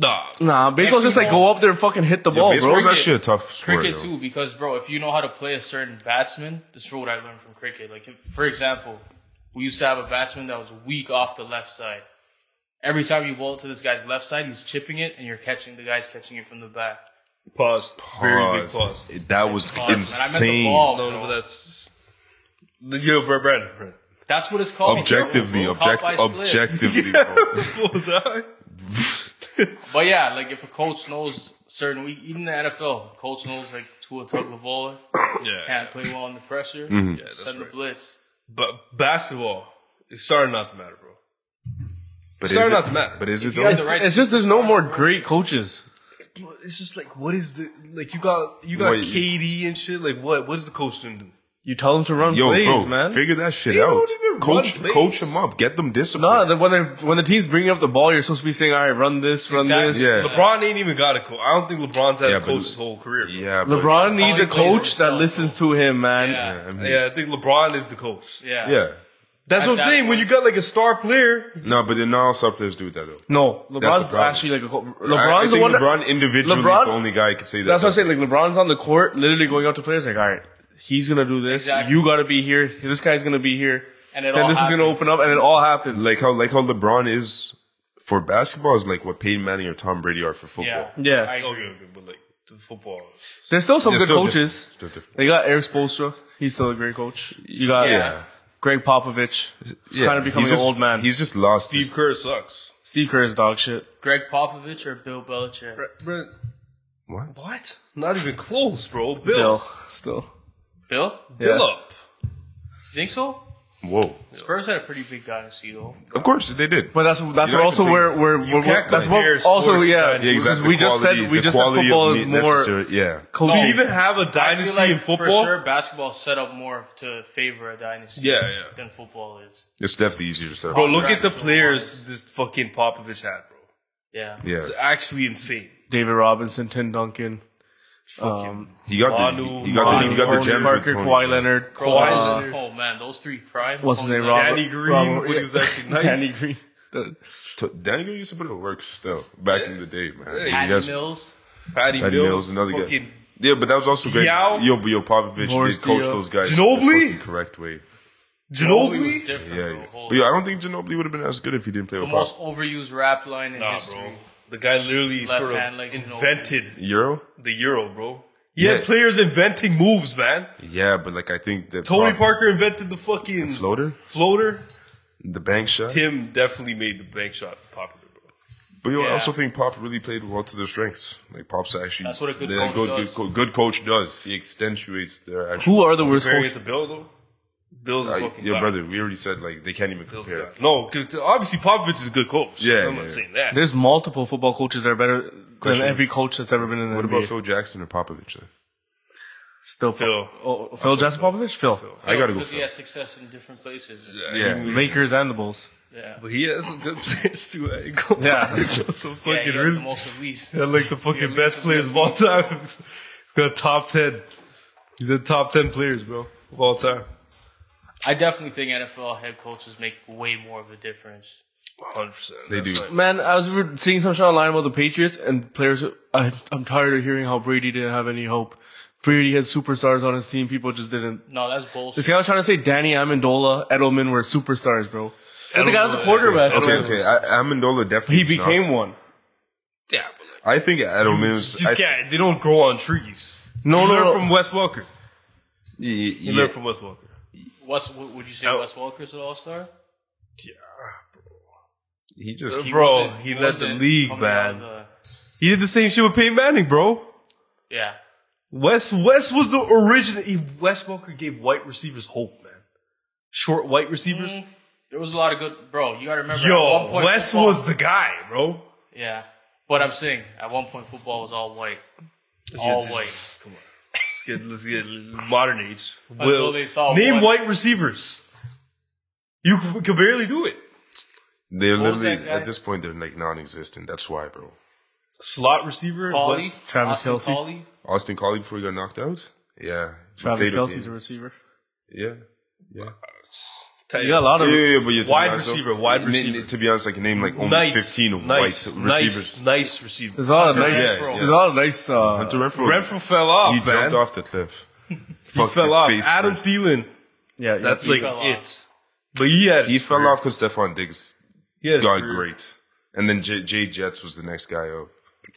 C: Nah.
B: Nah, baseball's just like go up there and fucking hit the ball, bro.
A: Baseball's actually a tough sport.
D: cricket
A: though.
D: too, because bro, if you know how to play a certain batsman, this is what I learned from cricket. Like, if, for example, we used to have a batsman that was weak off the left side. Every time you bowl it to this guy's left side, he's chipping it, and you're catching the guy's catching it from the back.
C: Pause. Very big
A: Pause.
C: pause.
A: It- That was
D: Pause, man. I meant the
A: insane.
D: ball.
C: No, no, but that's. Just, yo, Brad, Brad, Brad.
D: That's what it's called.
A: Objectively,
D: Caught
A: object,
D: by slip.
A: objectively, bro.
C: Well, dog.
D: But yeah, like if a coach knows certain week, even the NFL, coach knows like Tua Tagovailoa
C: yeah.
D: can't play well under pressure.
C: Yeah, that's
D: Send the
C: right.
D: blitz.
C: But basketball is starting not to matter, bro.
A: But
C: Started
A: is it,
C: out to matter.
A: But is it
D: you got
A: though?
D: the right
B: It's just there's no more great coaches.
C: It's just like what is the like you got you got
A: Wait.
C: KD and shit. Like what what is the coach gonna do?
B: You tell them to run
A: Yo,
B: plays,
A: bro,
B: man.
A: figure that shit
C: They
A: out.
C: don't even
A: Coach,
C: run plays.
A: coach them up. Get them
B: No,
A: disciplined.
B: the, when they when the team's bringing up the ball, you're supposed to be saying, "All right, run this, run
D: Exactly.
B: this."
A: Yeah.
C: LeBron ain't even got a coach. I don't think LeBron's had
A: Yeah,
C: a
A: but-
C: coach his whole career. bro.
A: yeah, but-
B: LeBron needs
D: Only
B: a
D: plays
B: coach that
D: himself.
B: listens to him, man.
D: Yeah.
A: I mean,
C: Yeah, I think LeBron is the coach.
D: Yeah.
A: yeah.
C: That's
D: At
C: what
D: that
C: I'm saying. When you
D: point.
C: got like a star player,
A: No, but then not all star players do that though.
B: No,
A: That's
B: LeBron's
A: the problem.
B: actually like a co- LeBron's
A: I- I,
B: the
A: think
B: one. that-
A: LeBron individually
B: LeBron-
A: is the only guy who can say that.
B: that's what I'm saying. Like LeBron's on the court, literally going out to players like, "All right, he's gonna do this.
D: Exactly.
B: You got to be here. This guy's gonna be here."
D: And it
B: then
D: all
B: this is gonna
D: happens.
B: open up, and it all happens.
A: Like how like how LeBron is for basketball is like what Peyton Manning or Tom Brady are for football.
D: Yeah.
B: Yeah.
D: I agree.
C: okay, okay, but like the football.
B: There's still some
A: They're
B: good
A: still
B: coaches.
A: different. Still different.
B: They got Eric Spoelstra. He's still a great coach. You got
A: Yeah.
B: Greg Popovich. He's
A: Yeah.
B: kind of becoming
A: He's just-
B: an old man.
A: He's just lost.
C: Steve
A: his-
C: Kerr sucks.
B: Steve Kerr is dog shit.
D: Greg Popovich or Bill Belichick?
A: what?
C: What? Not even close, bro. Bill,
B: Bill, still.
D: Bill? You
C: Bill
B: Yeah.
C: up.
D: think so?
A: Whoa!
D: Spurs had a pretty big dynasty though.
A: Of course they did.
B: But that's that's
A: You're not
B: also where
A: complaining.
B: where
C: You
B: where
C: can't
B: that's
C: compare
B: what also
C: sports
B: yeah,
C: dynasty.
A: Yeah, exactly.
B: we
A: The
B: just
A: quality-
B: said we
A: the
B: just said
A: quality of
B: football is
A: meat
B: more
A: necessary- Yeah,
C: Do you
B: coaching.
C: even have a
D: Oh. I
C: dynasty
D: feel like
C: in football?
D: for sure basketball set up more to favor a dynasty
C: Yeah, yeah.
D: than football is.
A: it's definitely easier to say.
C: Bro, look at
D: Right.
C: the players this fucking Popovich had, bro.
D: Yeah.
A: Yeah,
C: It's actually insane.
B: David Robinson, Tim Duncan, um,
A: he got the
C: Manu,
A: he got the he got the
B: Tony
A: gems with
B: Parker,
A: Tony.
B: Kawhi Leonard,
D: Bro,
C: Kawhi
D: those-
C: Leonard.
D: oh man, those three primes.
B: What's his
D: Oh,
B: name?
D: man.
B: Robert-
C: Danny Green,
B: Robert-
C: which was actually nice.
B: Danny Green. The-
A: T- Danny Green used to put in work still back in the day, man. He
D: Patty
A: has-
D: Mills.
C: Patty,
A: Patty
C: Mills,
A: Mills, another guy.
C: fucking-
A: Yeah, but that was also great.
C: Diaw.
A: Yo, but yo, Popovich
B: Boris
A: did coach
B: Diaw.
A: those guys
C: Ginobili?
A: the fucking correct way.
D: Kobe was
C: Ginobili?
D: different.
A: Yeah,
D: bro. Holy-
A: but yo, I don't think Ginobili would have been as good if he didn't play
D: the
A: with
D: most
A: Pop.
D: overused rap line in
C: Nah,
D: history.
C: bro. The guy literally
D: Left
C: sort of
D: hand, like, Ginobili.
C: invented
A: Euro.
C: the Euro, bro. He
A: Yeah.
C: had players inventing moves, man.
A: Yeah, but like I think that
C: Tony
A: Pop-
C: Parker invented the fucking
A: floater,
C: floater.
A: the bank shot.
C: Tim definitely made the bank shot popular, bro.
A: But yo, I
D: Yeah.
A: also think Pop really played well to their strengths. Like Pop's actually
D: That's what a good
A: they're
D: coach
A: good,
D: does.
A: Good, co- good coach does. He accentuates their actual.
B: Who are the worst
C: Comparing
B: coaches?
C: it to Bill, though. Bill's a
A: Uh,
C: fucking
A: your
C: god.
A: brother, we already said like they can't even
C: Bill's a
A: compare.
C: god. No, 'cause obviously Popovich is a good coach.
A: Yeah,
C: I'm
A: yeah,
C: not
A: yeah.
C: saying that.
B: There's multiple football coaches that are better
A: Question.
B: than every coach that's ever been in the
A: What
B: NBA.
A: about Phil Jackson or Popovich? Then?
B: Still
C: Phil.
B: Oh, Phil Jackson Popovich? Phil.
A: I gotta go.
D: Because he
A: Phil.
D: had success in different places.
A: Yeah,
B: Lakers and the Bulls.
D: Yeah.
C: But he has some good players too. eh? Go
B: Yeah.
C: on. some fucking
D: Yeah, he had the
C: really,
D: most of these.
C: had like the fucking best players of all time. Got top ten. He's the top ten players, bro, of all time.
D: I definitely think NFL head coaches make way more of a difference.
C: Hundred percent.
A: they do.
B: Man, I was re- seeing some shit online about the Patriots and players. I, I'm tired of hearing how Brady didn't have any hope. Brady had superstars on his team. People just didn't.
D: No, that's bullshit.
B: This guy was trying to say Danny Amendola, Edelman were superstars, bro. But the guy was a
C: Edelman,
B: quarterback.
A: Okay, okay. I, Amendola
B: He
A: definitely. is
B: became
A: not.
B: one.
C: Yeah, but like,
A: I think Edelman's.
C: just
A: I,
C: can't. They don't grow on trees.
B: No,
C: you
B: no,
C: learn
B: no.
C: from Wes Welker.
A: yeah,
C: You
A: yeah.
C: learn from Wes Welker.
D: Wes, w- would you say
C: Oh.
D: Wes Walker's an all star?
A: he just.
C: Uh, Bro, he led the league, man. He did the same shit with Peyton Manning, bro.
D: yeah.
C: Wes Wes was the original. He, Wes Welker gave white receivers hope, man. Short white receivers.
D: There was a lot of good. Bro, you got to remember. at one
C: Yo,
D: point
C: Wes
D: football-
C: was the guy, bro.
D: Yeah. But I'm saying, at one point, football was all white. All white.
C: Come on. Let's get, let's get modern age.
D: Until they saw
C: name
D: one-
C: white receivers. You c- can barely do it.
A: They're
D: What was
A: literally
D: that guy?
A: at this point they're like non-existent. That's why, bro.
C: Slot receiver.
D: Pauley,
C: Wes-
B: Travis
D: Austin
B: Kelce.
D: Pauley.
A: Austin Collie before he got knocked out. Yeah. He
B: Travis
A: played with
B: Kelsey's a
A: him.
B: receiver.
C: Uh,
A: Yeah. Yeah.
C: Tell
B: You got a lot
A: Yeah,
B: of.
A: yeah, yeah, but you're
C: Wide receiver, wide receiver.
A: To be honest, I can name like only
C: nice,
A: 15
C: nice, Uh,
A: white
C: nice,
A: receivers.
C: nice receiver.
B: There's a lot of
D: Hunter
B: nice.
A: Renfro.
B: There's a lot of nice. Uh,
A: Hunter Renfro,
C: Renfro fell off,
A: he
C: man.
A: jumped off the cliff.
C: He fell off. Adam Thielen.
B: yeah, yeah.
C: That's like
D: fell off.
C: it. But he had
A: He fell off because Stephon Diggs
C: He had his
A: got
C: career.
A: great, and then J- Jay Jets was the next guy up.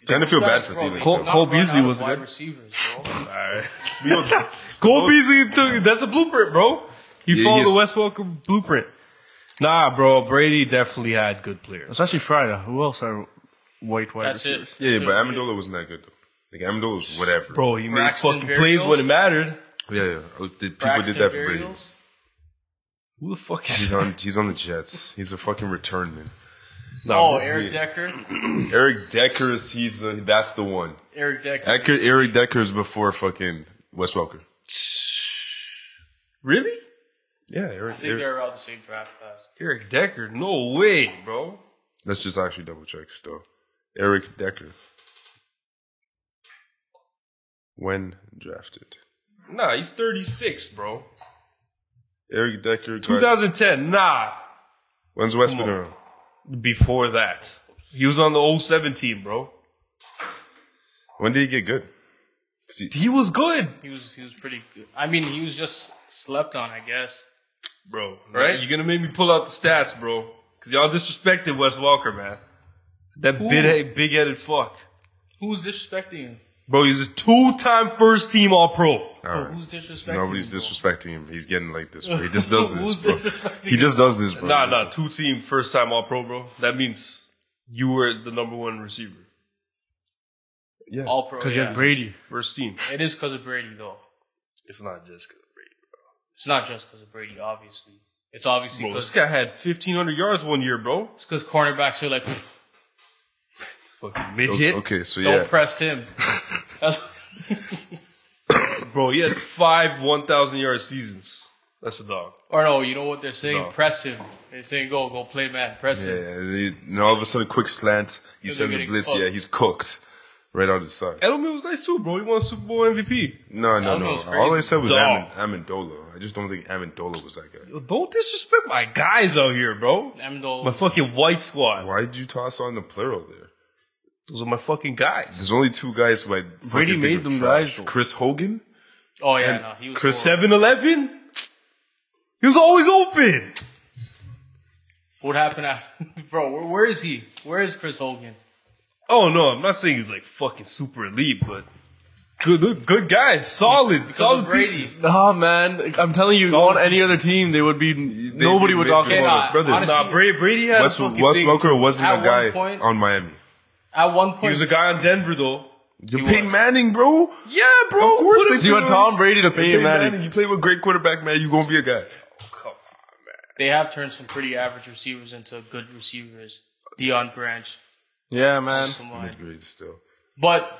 A: Kind of feel bad for
D: Bro,
A: Thielen.
D: they
B: Cole-
D: did not
B: Cole
D: run
B: Beasley
D: out of
B: was
D: wide
B: good.
D: receivers, bro.
A: Yo,
C: Cole Beasley, took, that's a blueprint, bro. He
A: Yeah,
C: followed
A: he
C: the
A: is-
C: West Welker blueprint. Nah, bro. Brady definitely had good players.
B: It's actually Friday. Who else are white wide
D: That's
B: receivers?
D: it.
A: yeah, but
D: So,
A: Amendola wasn't that good though. Like Amendola was whatever.
C: Bro, he made
D: Braxton
C: fucking
D: Berrios?
C: plays when it mattered.
A: Yeah, yeah. Oh, the people
D: Braxton
A: did that for Brady.
D: Berrios?
C: Who the fuck
A: He's
C: is
A: on. He's on the Jets. He's a fucking return man.
D: Oh,
A: he-
D: Eric Decker.
A: Eric Decker is he's the, that's the one.
D: Eric Decker.
A: Eric, Eric Decker is before fucking Wes Welker.
C: Really?
A: Yeah, Eric.
D: I think
A: Eric
D: they're around the same draft class.
C: Eric Decker? No way, bro.
A: let's just actually double check still. Eric Decker. When drafted,
C: Nah, he's 36, bro.
A: Eric Decker. got-
C: 2010. Nah.
A: When's Wes
C: Come
A: been
C: on.
A: around?
C: Before that, he was on the 07 team, bro.
A: When did he get good? 'Cause he-
C: He was good,
D: He was he was pretty. good. I mean, he was just slept on, I guess.
C: bro.
D: Right?
C: You're gonna make me pull out the stats, bro. Cause y'all disrespected Wes Walker, man. That big big headed fuck.
D: Who's disrespecting him?
C: Bro, he's a two time first team all pro.
A: All right.
D: Who's disrespecting?
A: Nobody's
D: him, bro?
A: disrespecting him. He's getting like this. Bro. He just does this,
D: Who's
A: bro.
D: disrespecting
A: He just does this, bro.
C: Nah, nah, two team first time all pro, bro. That means you were the number one receiver.
A: Yeah.
D: All pro.
C: Because
D: yeah.
C: Brady. First team.
D: It is because of Brady, though.
C: It's not just 'cause of Brady.
D: It's not just because of Brady, obviously. It's obviously
C: Bro, this
D: because
C: guy had 1,500 yards one year, bro.
D: cornerbacks are like, "Pff,
C: Fucking
A: O-
C: midget.
A: Okay, so
D: don't
A: yeah,
D: press him. That's,
C: Bro, he had five 1,000 yard seasons. That's a dog.
D: or no, you know what they're saying?
C: No.
D: Press him. They're saying, go, go play man, press
A: yeah.
D: him.
A: they- And all of a sudden, quick slant. You
D: They're
A: send the
D: getting
A: blitz.
D: cooked.
A: Yeah, he's cooked right out of the side.
C: Edelman was nice too, bro. He won Super Bowl MVP.
A: No, no, no.
D: Almost
A: All I
D: crazy.
A: said was
C: Dog.
A: Amand- Amendola. I just don't think Amendola was that guy.
C: Yo, don't disrespect my guys out here, bro.
D: Amendola.
C: My fucking white squad.
A: Why did you toss on the plural there?
C: Those are my fucking guys.
A: There's only two guys who I
C: Brady
A: fucking
C: made
A: think were
C: them
A: trash.
C: guys, though.
A: Chris Hogan.
D: oh, yeah, no. He was
C: Chris
D: horrible.
C: 7 11? He was always open.
D: What happened after? Bro, where, where is he? Where is Chris Hogan?
C: Oh no, I'm not saying he's like fucking super elite, but good, good guys, solid,
D: Because
C: solid
D: of Brady.
C: pieces.
B: Nah, man. I'm telling you, on
C: Solid
B: any other team, they would be. nobody
A: be
B: would talk
A: mid-
B: about it.
D: Brother,
A: Nah,
D: honestly,
C: Nah, Brady, Brady had
A: Wes,
C: a fucking
A: Wes
C: thing.
A: Welker wasn't
D: At
A: a
D: one
A: guy
D: point-
A: on Miami.
D: At one
C: He
D: point,
C: was a guy on Denver though.
A: Peyton Manning, bro.
C: Yeah, bro. Of course
A: What if
B: Do you want Tom Brady to pay him,
A: Peyton
B: Manning?
A: Manning, you play with a great quarterback, man. You gonna be a guy.
D: they have turned some pretty average receivers into good receivers. Deion Branch,
B: Yeah, man.
D: come on.
A: Mid grade still.
D: But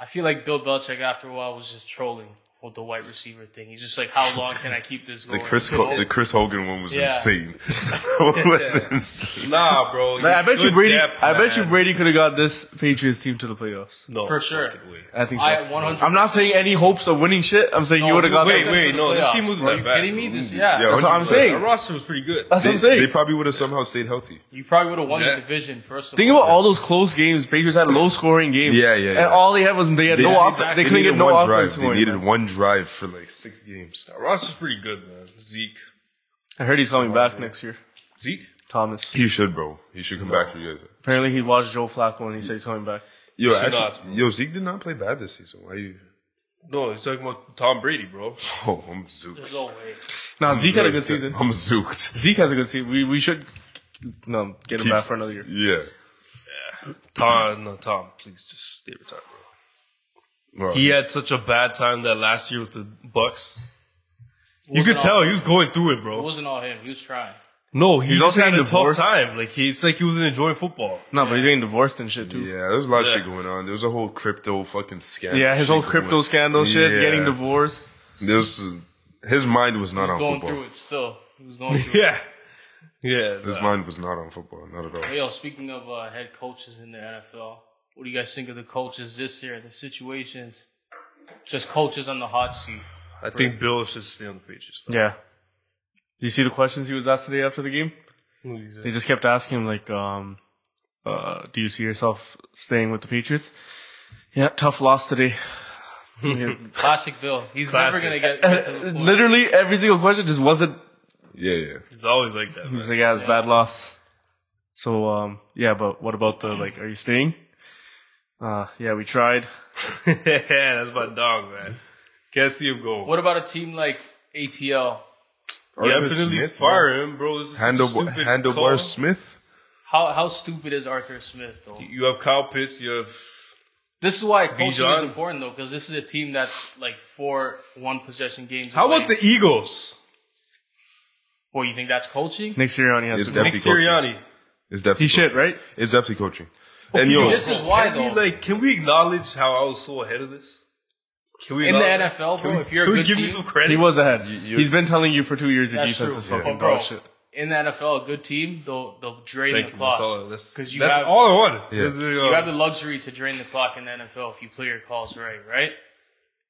D: I feel like Bill Belichick after a while was just trolling with the white receiver thing. He's just like, how long can I keep this
A: The
D: going?
A: Chris
D: So-
A: Ho- the Chris Hogan one was
D: Yeah.
A: insane. It was insane.
C: Nah, bro.
B: I bet you
C: Good
B: Brady.
C: depth,
B: I bet you
C: man.
B: Brady could have got this Patriots team to the playoffs.
C: No,
D: For sure.
C: fucking way.
B: I think so.
D: I
B: I'm
D: 100.
B: not saying any hopes of winning shit. I'm saying
D: No,
B: you would have got.
C: Wait,
B: that-
C: wait, no, this
D: Playoffs,
C: team was
D: bro.
C: that
D: you
C: bad.
D: kidding me? This, yeah.
A: Yeah,
B: That's what I'm
A: 100%.
B: saying.
C: Our roster was pretty good.
B: That's what I'm
A: They,
B: saying.
A: they probably would have somehow stayed healthy.
D: You probably would have won
C: Yeah.
D: the division first. Of
B: Think
D: all.
B: about all those close games. Patriots had low scoring games.
A: Yeah, yeah, yeah.
B: And all they had was they had
A: They
B: no
A: just
B: offense.
A: needed-
B: They couldn't
A: needed
B: get no
A: one
B: offense
A: Drive. They
B: going.
A: needed one drive for like six games.
C: Our roster's pretty good, man. Zeke,
B: I heard he's coming back next year.
C: Zeke.
B: Thomas.
A: He should, bro. He should come back for you guys.
B: Apparently he watched Joe Flacco and he said he's coming back.
A: Yo,
C: should
A: actually,
C: not, bro.
A: yo, Zeke did not play bad this season. Why you?
C: No, he's talking about Tom Brady, bro.
A: Oh, I'm zooked.
D: There's no way.
B: Nah, Zeke had a
A: Zooked.
B: good season.
A: I'm zooked.
B: Zeke has a good season. We we should no get him
A: Keeps-
B: back for another year.
A: Yeah.
C: Tom, no, Tom, please just stay retired, bro.
A: Bro,
C: He had such a bad time that last year with the Bucks. You
D: Wasn't
C: could
D: all-
C: tell he was going through it,
D: It
C: bro.
D: wasn't all him. He was trying.
C: No, he just
B: also
C: had a
B: getting divorced.
C: tough time. Like he's like he wasn't enjoying football.
B: No, but he's getting divorced and shit too. Yeah,
A: yeah, there was a lot of
C: Yeah.
A: shit going on. There was a whole crypto fucking scam.
B: his
A: shit
B: whole
A: going
B: crypto
A: on.
B: scandal shit,
A: Yeah.
B: getting divorced.
A: There was, his mind was not on
D: Going
A: football.
D: through it still. He was going through
C: Yeah, yeah.
A: His mind was not on football, not at all.
D: it. Yo, speaking of uh, head coaches in the NFL, what do you guys think of the coaches this year? The situations, just coaches on the hot seat.
C: I think Bill should stay on the Patriots.
B: Yeah. Do you see the questions he was asked today after the game? They just kept asking him like, um, uh, "Do you see yourself staying with the Patriots?" Yeah, tough loss today.
D: Classic Bill. He's
C: Classic.
D: never gonna get, get to the point.
B: Literally every single question just wasn't.
A: Yeah, yeah.
C: He's always like that. man.
B: He's like, "Yeah, it's a bad loss." So um, yeah, but what about the like? Are you staying? Uh, yeah, we tried.
C: yeah, that's my dog, man. Can't see him go.
D: What about a team like ATL?
A: Arthur
C: Definitely
A: Smith,
C: fire him, bro. This is such a
A: Handlebar,
C: stupid
A: handlebar
C: call.
A: Smith.
D: How how stupid is Arthur Smith though?
C: You have Kyle Pitts. You have
D: This is why coaching is
C: Bijan.
D: important though, because this is a team that's like four one possession games.
C: how about
D: away.
C: the Eagles?
D: Well, you think that's coaching?
B: Nick Sirianni has
A: It's
B: to go.
A: def-
C: Nick
A: Definitely coaching.
C: Sirianni.
A: It's definitely
B: He should,
A: coaching.
B: right?
A: It's definitely coaching. and yo,
D: This is why
C: Can we,
D: though.
C: like, can we acknowledge how I was so ahead of this? Can we
D: in the
C: acknowledge-
D: NFL, bro,
C: Can we-
D: if you're
C: can
D: a
C: we
D: good
C: give
D: team,
C: me some credit?
B: He was ahead.
A: you-
B: He's been telling you for two years your
D: that's
B: defense
D: true.
B: is
D: But,
B: fucking
D: bro,
B: dog shit.
D: in the NFL, a good team, they'll they'll drain
C: Thank
D: the
C: you,
D: clock.
C: that's all- that's,
D: 'Cause you
C: that's
D: have-
C: all I wanted.
A: Yeah.
C: That's, uh,
D: You have the luxury to drain the clock in the NFL if you play your calls right, right?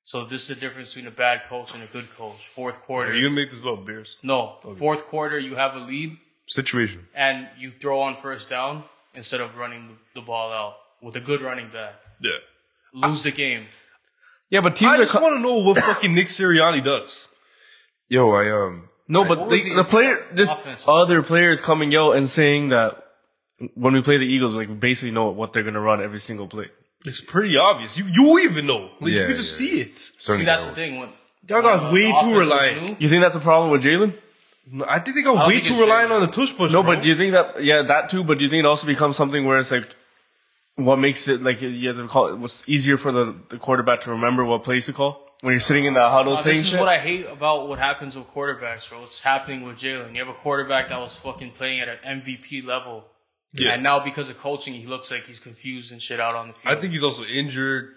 D: So this is the difference between a bad coach and a good coach. Fourth quarter,
C: Are you gonna make this about beers?
D: no, fourth quarter you have a lead
A: situation.
D: and you throw on first down instead of running the ball out with a good running back.
C: Yeah.
D: Lose the game.
B: Yeah, but teams
C: I
B: are
C: just
B: co-
C: want to know what fucking Nick Sirianni does.
A: Yo, I um,
B: no, but
D: What
B: the,
D: was he-
B: the player, just
D: Offense.
B: other players coming out and saying that when we play the Eagles, like we basically know what they're gonna run every single play.
C: It's pretty obvious. You you even know. Like,
A: Yeah,
C: you can just
A: yeah,
C: see it.
A: starting
D: See,
A: to
D: that's
A: get
D: the
A: old.
D: thing. When
C: Y'all got
D: when
C: way
D: Uh, the
C: too
D: offense was
C: reliant.
D: new,
B: You think that's a problem with Jalen?
C: No, I think they
D: I
C: got
D: don't
C: way
D: think
C: too
D: it's
C: reliant
D: Jalen.
C: on the tush push.
B: No,
C: bro.
B: but do you think that yeah, that too? But do you think it also becomes something where it's like, what makes it like you have to call it what's easier for the, the quarterback to remember what plays to call when you're sitting in the huddle
D: Uh,
B: saying
D: this is
B: shit?
D: what I hate about what happens with quarterbacks, bro. What's happening with Jalen? You have a quarterback that was fucking playing at an MVP level,
C: Yeah.
D: and now because of coaching, he looks like he's confused and shit out on the
C: I
D: field.
C: think he's also injured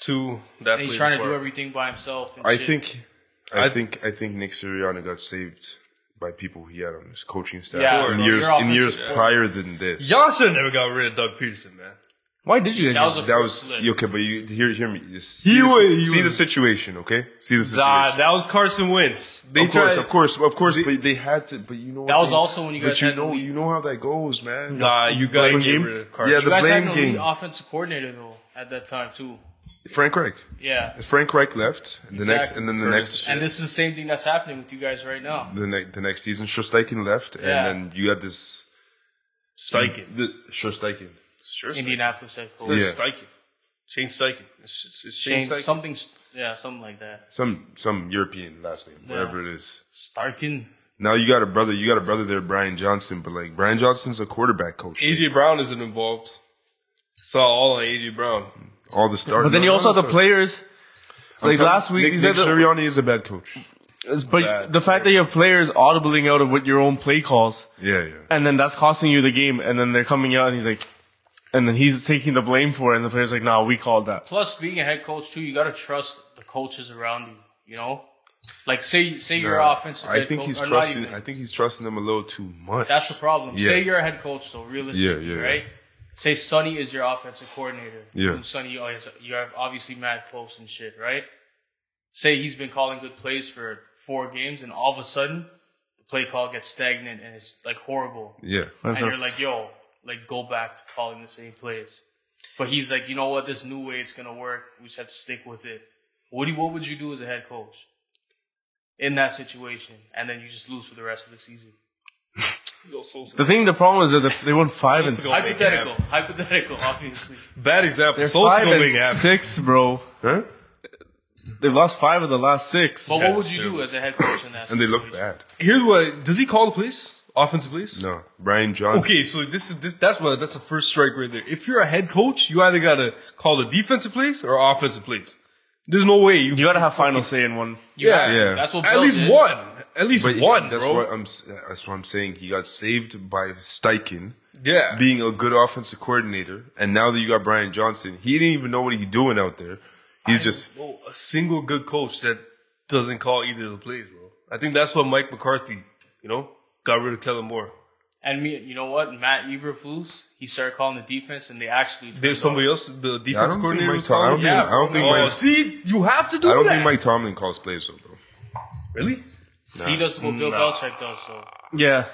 C: too. That
D: and he's
C: plays
D: trying
C: a
D: to do
C: part.
D: everything by himself. And
A: I
D: shit.
A: think, I,
C: I-
A: think, I think Nick Sirianni got saved by people he had on his coaching staff
D: Yeah,
A: in
D: bro,
A: years
D: your
A: in
D: offensive
A: years
D: support.
A: prior than this.
C: Y'all should have never got rid of Doug Peterson, man.
B: Why did you guys?
D: that was a
A: That
D: first
A: was
D: slip.
A: you okay, but you hear hear me. You See, the,
C: was- he
A: see the
C: was-
A: situation, okay? See the situation.
C: Nah, that was Carson Wentz. They
A: of course,
C: tried-
A: of course, of course. but they had to. But you know
D: That
A: what
D: was
A: they-
D: also when you guys
A: But you
D: had the
A: know,
D: lead.
A: you know how that goes, man.
C: Nah, you got to get
B: game?
C: rid of Carson.
A: Yeah,
D: you
A: the
D: guys had
A: blame
D: an
A: game.
D: elite offensive coordinator though at that time too.
A: Frank Reich.
D: Yeah,
A: Frank Reich left. And the next,
D: uh, Exactly.
A: and then the next,
D: and this is the same thing that's happening with you guys right now.
A: the next, the next season, Shosteichen left, and
D: Yeah.
A: then you had this
C: Steichen.
A: the Shosteichen.
C: Sure,
D: Indianapolis head coach.
A: Yeah.
C: Steichen. Steichen. Shane Steichen. It's, it's, it's Shane
D: Change
C: Steichen.
D: something, yeah, something like that.
A: Some some European last name, whatever it is.
D: Starkin.
A: Now you got a brother. You got a brother there, Brian Johnson. But like Brian Johnson's a quarterback coach.
C: AJ Brown isn't involved. Saw all on AJ Brown.
A: All the stars.
B: but then you also have the players. Like last week,
A: Nick,
B: these
A: Nick
B: are the-
A: Sirianni is a bad coach.
B: but
C: bad
B: the fact that you have players audibling out of what your own play calls,
A: Yeah, yeah.
B: and then that's costing you the game, and then they're coming out and he's like, and then he's taking the blame for it, and the player's like, nah, we called that.
D: Plus, being a head coach too, you gotta trust the coaches around you. You know, like say say you're
A: Nah,
D: an offensive.
A: Uh, I
D: head
A: think
D: coach,
A: he's
D: or not
A: trusting.
D: even-
A: I think he's trusting them a little too much.
D: that's the problem.
A: Yeah.
D: Say you're a head coach though, realistically,
A: Yeah, yeah.
D: right? Say Sonny is your offensive coordinator.
A: Yeah.
D: And Sonny, oh, he's- you have obviously Matt Close and shit, right? Say he's been calling good plays for four games, and all of a sudden the play call gets stagnant and it's like horrible,
A: Yeah,
B: That's
D: and
B: a
D: you're like, yo, like go back to calling the same plays. But he's like, you know what? This new way it's gonna work. We just have to stick with it. What do you, what would you do as a head coach in that situation? And then you just lose for the rest of the season.
B: The thing, the problem is that the- they won five and
C: Gonna make it
D: Hypothetical, hypothetical, obviously.
C: Bad example.
B: they're
C: Sol's
B: five
C: gonna
B: and
C: make it happen.
B: six, bro.
A: huh?
B: They've lost five of the last six.
D: But
C: Yeah,
D: what would you
C: terrible.
D: do as a head coach in that?
A: And they look
D: situation?
A: bad.
C: Here's what does he call the police? Offensive police?
A: No, Brian Johnson.
C: Okay, so this is this. That's what that's the first strike right there. If you're a head coach, you either gotta call the defensive plays or offensive plays. There's no way you.
B: you gotta have final say in one.
C: yeah,
A: Yeah.
D: That's what
C: At
D: Bill
C: least
D: did.
C: one. At least
A: But
C: one,
A: that's
C: bro.
A: what I'm. s- That's what I'm saying. He got saved by Steichen
C: yeah.
A: being a good offensive coordinator, and now that you got Brian Johnson, he didn't even know what he's doing out there. He's just
C: Bro, a single good coach that doesn't call either of the plays, bro. I think that's what Mike McCarthy, you know, got rid of Kellen Moore.
D: And me, you know what? Matt Eberflus, he started calling the defense, and they actually.
C: There's somebody else, the defense
A: I don't think
C: coordinator.
A: Mike
C: was
A: Tom- I don't
C: calling?
A: think- I don't think
C: oh,
A: Mike-
C: see, you have to do
A: I don't
C: that.
A: think Mike Tomlin calls plays though, bro.
C: really.
D: He does what Bill Belichick does, though.
B: Yeah.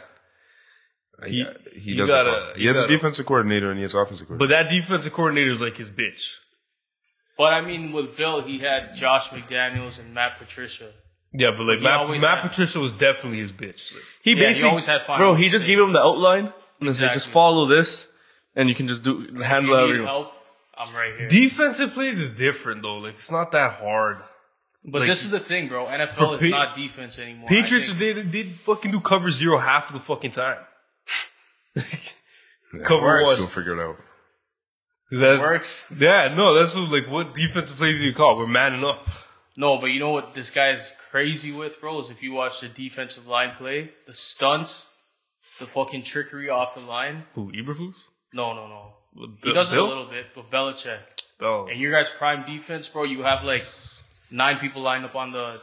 A: He, he
C: you
A: doesn't.
C: gotta-
A: call. He
C: you
A: has a
C: gotta-
A: defensive coordinator and he has offensive
C: But
A: coordinator.
C: that defensive coordinator is like his bitch.
D: But I mean, with Bill, he had Josh McDaniels and Matt Patricia.
C: Yeah, but like
D: He
C: Matt,
D: always
C: Matt
D: had-
C: Patricia was definitely his bitch. Like,
B: He
D: Yeah, he
B: basically
D: always had final
B: Bro, he just
D: say.
B: gave him the outline and it's like just
D: Exactly.
B: follow this and you can just do handle
D: If you need
B: everyone.
D: help, I'm right here.
C: defensive plays is different though. Like it's not that hard.
D: but
C: like-
D: this is the thing, bro. NFL is
C: Pa-
D: not defense anymore. I
C: Patriots
D: think.
C: did did fucking do cover zero half of the fucking time.
A: Yeah,
C: cover
A: Warren's
C: one.
A: gonna figure it out.
C: That-
D: works.
C: Yeah, no, that's what, like what defensive plays do you call? We're manning up.
D: No, but you know what this guy is crazy with, bro? Is if you watch the defensive line play, the stunts the fucking trickery off the line.
C: Who Eberflus?
D: No, no, no. He
C: Bill-
D: does it a
C: Bill?
D: little bit, but Belichick.
C: Oh,
D: And your guys' prime defense, bro, you have like nine people lined up on the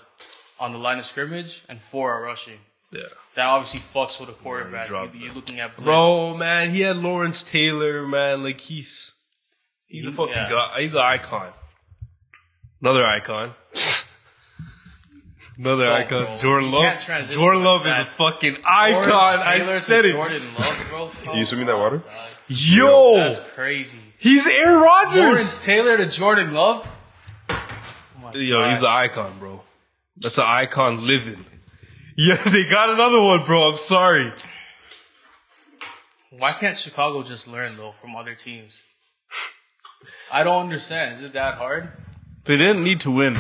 D: on the line of scrimmage, and four are rushing.
C: yeah.
D: That obviously fucks with a quarterback.
C: dropped
D: you,
C: it.
D: you're looking at Blitz.
C: Bro, man, he had Lawrence Taylor, man. Like he's he's a
D: He-
C: fucking
D: yeah.
C: god. He's an icon. Another icon. Another
D: Don't,
C: icon.
D: bro.
C: Jordan
D: You can't
C: Love.
D: transition
C: Jordan
D: like
C: Love is a
D: that.
C: fucking
D: Lawrence
C: icon. I
D: Taylor to
C: said it.
D: Jordan Love, bro. Can
A: you send me that water?
C: Yo,
D: That's crazy.
C: he's Aaron Rodgers.
D: Lawrence Taylor to Jordan Love? Oh my
C: Yo,
D: God.
C: he's an icon, bro. That's an icon living. Yeah, they got another one, bro. I'm sorry.
D: Why can't Chicago just learn though from other teams? I don't understand. Is it that hard?
B: They didn't need to win.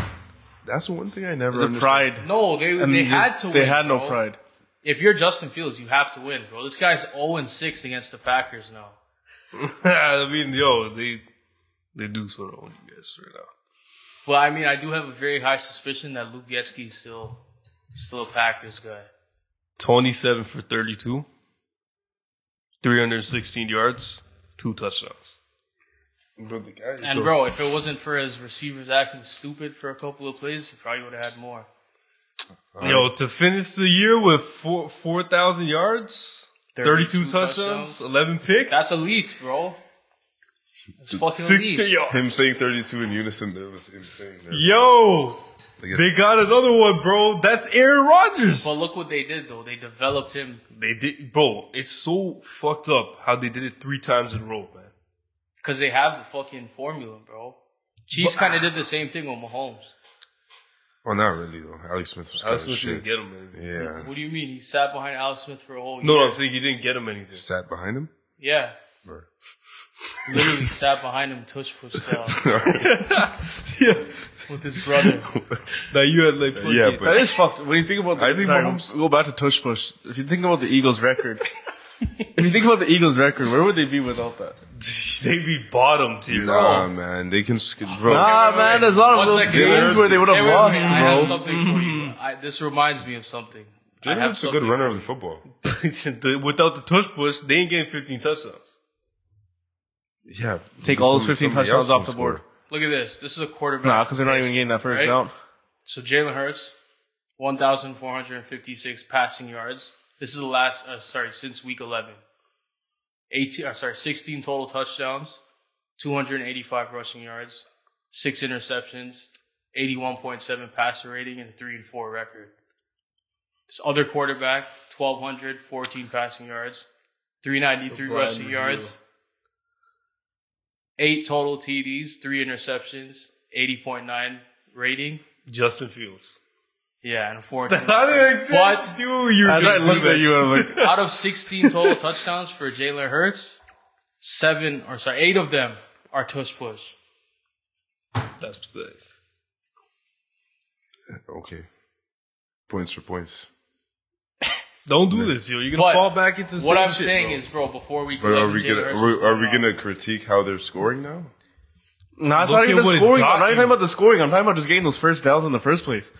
A: That's one thing I never
B: It's a
A: understood.
B: pride.
D: No, they
B: And
D: they
B: just-
D: had to.
B: They
D: win,
B: had no
D: bro.
B: pride.
D: If you're Justin Fields, you have to win, bro. This guy's 0 and 6 against the Packers now.
C: I mean, yo, they they do sort of own you guys right now.
D: But I mean, I do have a very high suspicion that Luke Getzky is still still a Packers guy.
C: 27 for 32, 316 yards, two touchdowns.
A: But the guy,
D: And bro, if it wasn't for his receivers acting stupid for a couple of plays, he probably would have had more.
C: Yo, to finish the year with four 4,000 yards, 32,
D: 32
C: touchdowns,
D: touchdowns.
C: 11 picks.
D: That's elite, bro. That's fucking
C: six.
D: elite.
C: Yo,
A: him saying 32 in unison there was insane. man.
C: yo,
A: Like it's-
C: they got another one, bro. That's Aaron Rodgers.
D: But look what they did though. They developed him.
C: They did, bro. It's so fucked up how they did it three times in a row, man.
D: Because they have the fucking formula, bro. Chiefs kind of did the same thing with Mahomes.
A: well, not really though. Alex Smith was kind of shit.
C: him anything.
A: Yeah,
D: What do you mean? He sat behind Alex Smith for a whole year.
C: No, no, I'm saying he didn't get him anything.
A: sat behind him.
D: Yeah.
A: Or-
D: Literally sat behind him, tush pushed out
C: yeah,
D: with his brother.
C: that you had like,
A: yeah,
C: fucking-
A: but
B: That is fucked. When you think about, the,
A: I think
B: sorry,
A: Mahomes-
B: we'll go back to Tush Push. If you think about the Eagles' record, if you think about the Eagles' record, where would they be without that?
C: they be bottom tier.
A: nah, man, they can. sk- Bro,
B: Ah, man, there's a lot
D: One
B: of those
D: second.
B: games where they would
D: Hey,
B: have
D: wait, wait,
B: lost,
D: I have
B: bro.
D: something for you. I, this reminds me of something. I have
A: Jacob's a good
D: something.
A: runner of the football.
C: The- Without the tush push, they ain't getting 15 touchdowns.
A: Yeah,
B: Take all those
A: somebody-
B: 15
A: somebody
B: touchdowns
A: else
B: off
A: can
B: the board.
A: score.
D: Look at this. This is a quarterback.
B: Nah, because they're not even getting that first
D: Right?
B: down.
D: So Jalen Hurts, 1,456 passing yards. This is the last, uh, sorry, since week 11. 18, or sorry, 16 total touchdowns, 285 rushing yards, six interceptions, 81.7 passer rating, and a 3 and 4 record. This other quarterback, 1,200, 14 passing yards, 393
C: Brian
D: rushing yards,
C: Hill.
D: eight total TDs, three interceptions, 80.9 rating,
C: Justin Fields.
D: yeah, and four.
C: How did I
D: but
C: do you?
B: As I looked at you, I was like,
D: out of 16 total touchdowns for Jalen Hurts, seven or sorry, eight of them are tush push.
C: That's pathetic.
A: Okay, points for points.
C: Don't do this, yo. You're gonna
D: But
C: fall back into
D: What
C: same
D: I'm
C: shit,
D: saying
C: bro.
D: is, bro, before we
A: But are
D: collect
A: we
D: Jalen
A: gonna
D: Hurts
A: are we, are we
D: was
A: gonna critique how they're scoring now?
B: nah, it's
C: Look
B: not
C: at
B: even
C: what
B: the
C: he's
B: scoring.
C: got
B: I'm not even
C: you.
B: talking about the scoring. I'm talking about just getting those first downs in the first place.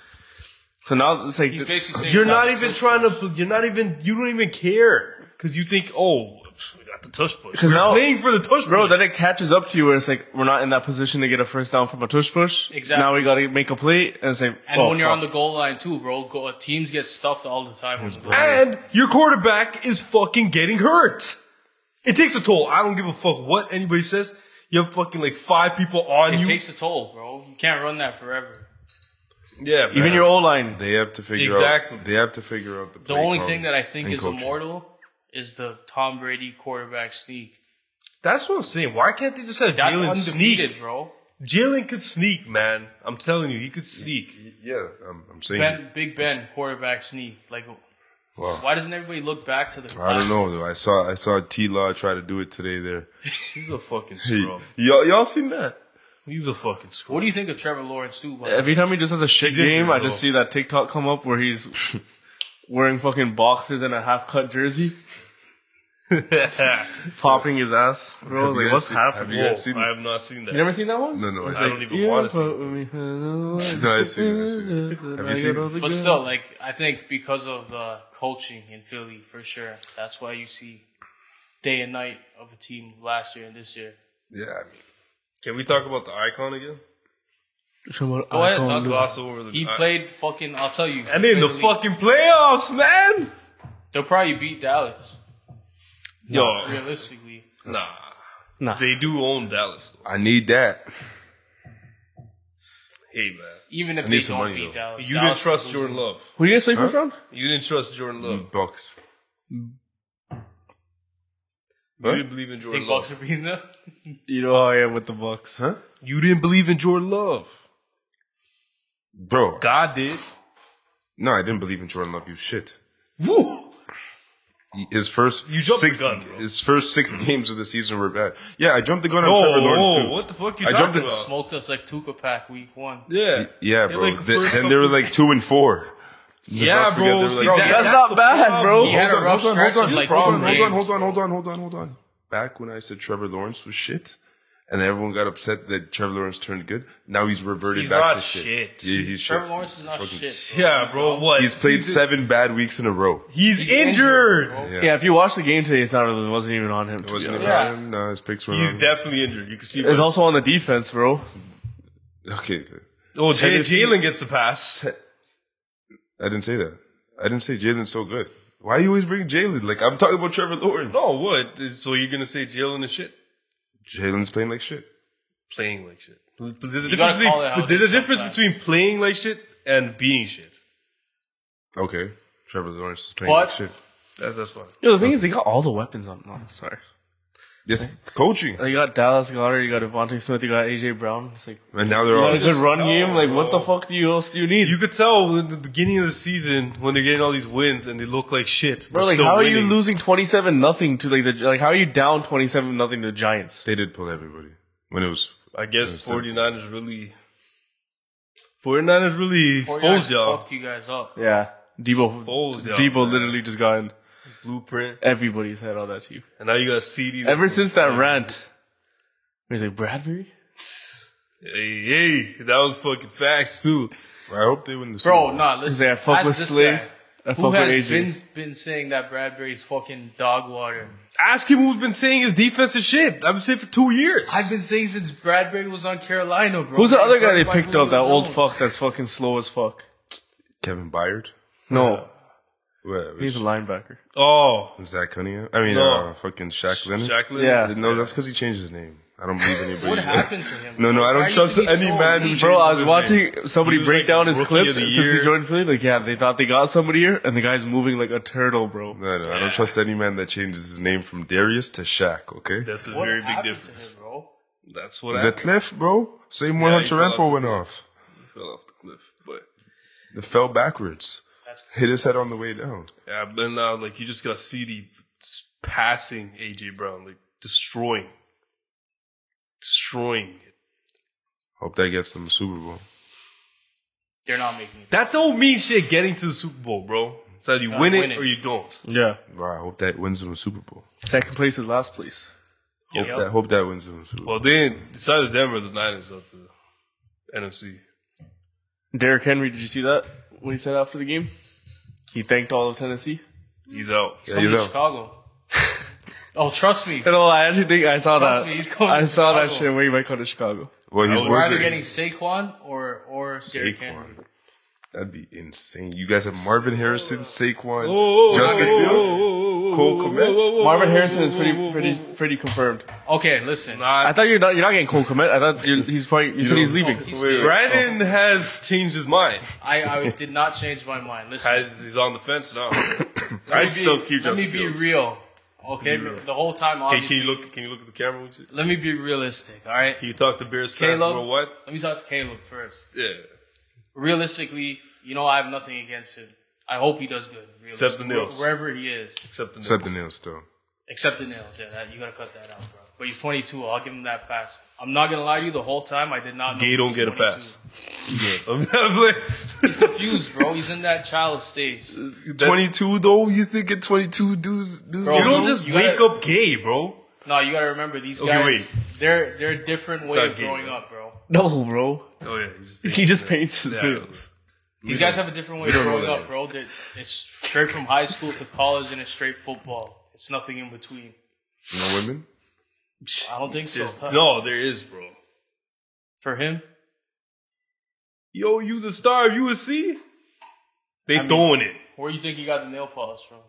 B: So now it's like,
D: He's basically saying
C: You're
D: that
C: not
D: it's
C: even
D: tush
C: trying
D: push.
C: to. You're not even. You don't even care because you think, oh, we got the touch push.
B: 'Cause
C: We're
B: now-
C: playing for the touch
B: Bro,
C: push.
B: then it catches up to you where it's like we're not in that position to get a first down from a tush push.
D: Exactly.
B: Now we gotta make a play and it's like,
D: And
B: oh,
D: when you're
B: fuck.
D: on the goal line too, bro, go, teams get stuffed all the time. on the goal line.
C: and your quarterback is fucking getting hurt. It takes a toll. I don't give a fuck what anybody says. You have fucking like five people on
D: It
C: you.
D: takes a toll, bro. You can't run that forever.
C: yeah,
B: even your O line,
A: They have to figure
C: Exactly.
A: out. They have to figure out the.
D: The
A: play
D: only
A: calling
D: thing that I think
A: and
D: is
A: coaching.
D: immortal is the Tom Brady quarterback sneak.
C: That's what I'm saying. Why can't they just have
D: That's
C: Jalen
D: undefeated,
C: sneak?
D: bro.
C: Jalen could sneak, man. I'm telling you, he could sneak.
A: Yeah, I'm, I'm saying.
D: Ben, Big Ben quarterback sneak. Like,
A: Wow.
D: why doesn't everybody look back to the?
A: I don't know though. I saw I saw T Law try to do it today. There,
C: He's a fucking
A: Hey,
C: scrub.
A: y'all y'all seen that?
C: He's a fucking scrub.
D: What do you think of Trevor Lawrence too? By the way?
B: every time he just has a shit
C: He's in
B: game,
C: here,
B: I just see that TikTok come up where he's wearing fucking boxers and a half cut jersey. popping his ass, bro.
A: Have you
B: Like,
A: guys
B: what's
A: seen-
B: happening?
A: Have you guys
C: Whoa,
A: seen-
C: I have not seen that.
B: You never seen that one?
A: No, no, I
C: I don't
A: see.
C: even want to see. it.
A: No, I see it, I see it. Have you seen it?
D: But still, like I think because of the coaching in Philly, for sure, that's why you see day and night of a team last year and this year.
A: Yeah, I mean,
C: Can we talk about the icon again?
D: Go ahead, talk about.
C: Gloss over the.
D: He
C: I-
D: played fucking. I'll tell you.
C: and in the
D: literally,
C: fucking playoffs, man.
D: they'll probably beat Dallas.
C: Yo,
D: Realistically,
C: nah,
B: Nah.
C: They do own Dallas. Though.
A: I need that.
C: Hey, man,
D: even if
A: I
D: they
A: need
D: don't
A: some money,
D: beat
A: though.
D: Dallas,
C: you
D: Dallas
C: didn't
D: is
C: trust
D: losing.
C: Jordan Love.
B: Who do you guys play first round?
C: You didn't trust Jordan
A: Hmm.
C: Love.
A: Bucks.
C: You didn't believe in Jordan
D: Think
C: Love.
D: Bucks are beating them.
B: You know how I am with the Bucks. Huh?
C: You didn't believe in Jordan Love.
A: Bro,
C: God did.
A: no, I didn't believe in Jordan Love. You shit.
C: Woo.
A: His first
C: You jumped the
A: six,
C: gun, bro.
A: his first six games of the season were bad. Yeah, I jumped the gun on Trevor Lawrence
C: Oh,
A: too.
C: what the fuck you
A: I jumped
C: talking
A: in
C: about?
D: Smoked us like Tuka Pack week one.
C: Yeah,
A: Yeah,
C: They
A: bro.
C: like
A: Th-
C: first
A: and they were
C: couple-
A: like two and four. Let's
C: Yeah,
A: not forget
C: bro,
A: they were
C: see,
A: like-
C: that-
B: that's
C: that's
B: not
C: the
B: bad,
C: problem.
B: bro.
D: He had a rough
A: Hold on,
D: stretch
A: hold
D: of
A: on,
D: like
A: hold on,
D: two
A: hold on,
D: games.
A: hold on, hold on, hold on, hold on. Back when I said Trevor Lawrence was shit, and everyone got upset that Trevor Lawrence turned good, now he's reverted
C: He's
A: back
C: not
A: to shit.
C: shit.
A: Yeah, he's shit.
D: Trevor Lawrence is not
A: Fucking-
D: shit. bro.
C: yeah, bro. What?
A: He's played
C: He's-
A: seven bad weeks in a row.
C: He's, injured.
D: bro.
A: Yeah.
B: Yeah, if you watch the game today, it's not really, it wasn't even on him. to be
A: Wasn't it?
B: honest.
D: Yeah.
A: Ryan? No, his picks were
C: He's
A: wrong.
C: definitely injured. You can see.
B: It's
C: by-
B: also on the defense, bro.
A: Okay, th-
C: Oh, Jay
A: Tennessee-
C: Jalen gets the pass.
A: I didn't say that. I didn't say Jalen's so good. Why you always bring Jalen? Like I'm talking about Trevor Lawrence.
C: No, what? So you're gonna say Jalen is shit?
A: Jalen's playing like shit.
C: Playing like shit. There's a
D: gotta
C: difference,
D: call it how
C: between,
D: it
C: there's a
D: is
C: difference
D: sometimes.
C: between playing like shit and being shit.
A: Okay, Trevor Lawrence is playing
D: But-
A: like shit.
C: That, that's fine.
B: Yo, the thing is, they got all the weapons on. No, sorry.
A: Yes, coaching,
B: They got Dallas Goddard, you got Devontae Smith, you got AJ Brown. It's like
A: and now they're
B: you got a
A: all.
B: good run
C: no,
B: game. Like, what the
C: bro.
B: fuck do you else do you need?
C: You could tell in the beginning of the season when they're getting all these wins and they look like shit.
B: bro,
C: but
B: like,
C: still
B: how are you
C: winning.
B: losing twenty seven nothing to like the like? How are you down twenty seven nothing to the Giants?
A: They did pull everybody when it was
C: I guess
A: Yeah,
C: 49ers really. 49ers really exposed
D: 49ers
C: y'all.
D: Fucked you guys up.
B: Yeah, Debo.
C: Exposed y'all.
B: Debo
C: man.
B: literally just got in
C: Blueprint.
B: everybody's head on that team.
C: And now you got CD. that's
B: Ever
C: gonna-
B: since that rant, where he's like Bradbury.
C: Hey, hey, that was fucking facts too.
A: I hope they win the Super
D: Bro,
A: Bowl.
D: nah, listen.
B: Say, I fuck
D: ask
B: with
D: this
B: Slay.
D: guy.
B: I fuck
D: Who
B: with AJ.
D: has been, been saying that Bradbury's fucking dog water?
C: Ask him who's been saying his defense is shit. I've been saying for two years.
D: I've been saying since Bradbury was on Carolina, bro.
B: Who's the
D: They
B: other guy
D: got
B: they
D: by
B: picked
D: Julio
B: up? That old
D: Jones.
B: fuck that's fucking slow as fuck.
A: Kevin Byard.
B: No,
A: Where, which-
B: he's a linebacker.
C: Oh,
A: Zach Cunningham. I mean,
C: No.
A: uh, fucking Shaq Leonard.
C: Shacklin.
B: Yeah.
A: No, that's because he changed his name. I don't believe anybody.
D: What happened to him?
A: No, no, I don't
D: Why used to
A: trust
D: be
A: any man who
D: mean?
B: Bro, I was
A: His
B: watching somebody
C: He was,
B: break
C: like,
B: down his
C: rookie
B: clips
C: of the
B: since
C: year.
B: he joined Philly. Like, yeah, they thought they got somebody here, and the guy's moving like a turtle, bro.
A: No, no, I don't trust any man that changes his name from Darius to Shaq. Okay,
C: That's a
D: What
C: very big
D: happened to
C: difference.
D: him, bro?
C: That's what
A: the
C: happened.
A: cliff, bro. Same one
C: Yeah,
A: on
C: he fell off
A: Taranfo
C: the
A: went
C: cliff.
A: off.
C: fell off the cliff. But
A: It fell backwards. Hit his head on the way down.
C: yeah, but now like you just got CD just passing AJ Brown, like destroying, destroying it.
A: Hope that gets them a Super Bowl.
D: They're not making it.
C: That don't mean shit getting to the Super Bowl, bro. It's either you
D: Gotta
C: win,
D: win
C: it
D: it.
C: or you don't.
B: Yeah,
A: Wow, I hope that wins them a Super Bowl.
B: second place is last place.
A: Hope
D: Yep.
A: that hope that wins them a Super Bowl.
C: Well, then it's either them or the Niners up to NFC.
B: Derrick Henry, did you see that? What he said after the game? He thanked all of Tennessee.
C: He's out.
A: yeah,
D: Coming
A: you
D: to
A: know.
D: Chicago. oh, trust me.
B: You know, I actually think I saw
D: Trust
B: that.
D: me, he's going
B: I
D: to
B: saw that
D: Chicago.
B: shit where he might come to Chicago.
A: Well, he's
C: I would
D: We're
A: worth
D: either
A: it.
D: getting Saquon or or Derrick Henry.
A: Saquon. That'd be insane. You guys have Marvin Harrison, Saquon,
C: Oh,
A: Justin
C: oh,
A: Fields, Cole
C: whoa,
A: Komet.
C: whoa,
B: Marvin Harrison is pretty, pretty, pretty confirmed.
D: Okay, listen.
B: I thought you're not, you're not getting Cole Komet. I thought you're, he's probably. You, said he's leaving.
D: Oh, he's
C: Wait,
D: staying.
C: Brandon has changed his mind.
D: I, I did not change my mind. Listen,
C: Has he's on the fence now.
D: let me
C: I'd
D: be-
C: still keep
D: Let
C: Justin
D: me be
C: Fields.
D: real. Okay, the whole
C: Hey,
D: time,
C: can
D: obviously.
C: you look? Can you look at the camera? with you?
D: let me be realistic. All right,
C: Can you talk to Bears fans
D: Caleb?
C: for what?
D: let me talk to Caleb first.
C: Yeah,
D: Realistically, you know I have nothing against him. I hope he does good.
C: Except the
D: realistically,
C: nails.
D: wherever he is,
C: except the
A: Except the
C: Knicks.
A: nails, though.
D: except the nails. Yeah, that, you gotta cut that out, bro. But he's 22. I'll give him that pass. I'm not gonna lie to you. The whole time I did not. know
C: Gay
D: he
C: don't
D: was
C: get a
D: 22.
C: pass. I'm not playing.
D: He's confused, bro. He's in that child stage. You
A: 22 though? You think at 22 dudes, dudes
D: Bro,
C: You don't just
D: you
C: wake
D: gotta-
C: up gay, bro.
D: No, you gotta remember these
C: Okay,
D: guys.
C: wait.
D: They're they're a different way
C: not
D: of
C: gay,
D: growing
C: bro.
D: up, bro.
B: No, bro.
C: Oh yeah, he's
B: He just paints his
C: Yeah.
B: nails.
D: These guys have a different way of
A: know
D: growing
A: that.
D: up, bro. They're- It's straight from high school to college and it's straight football. It's nothing in between.
A: No women?
D: I don't think so.
C: no, there is, bro.
D: For him,
C: Yo, you the star of USC? They
D: mean-
C: throwing it.
D: where do you think he got the nail polish from?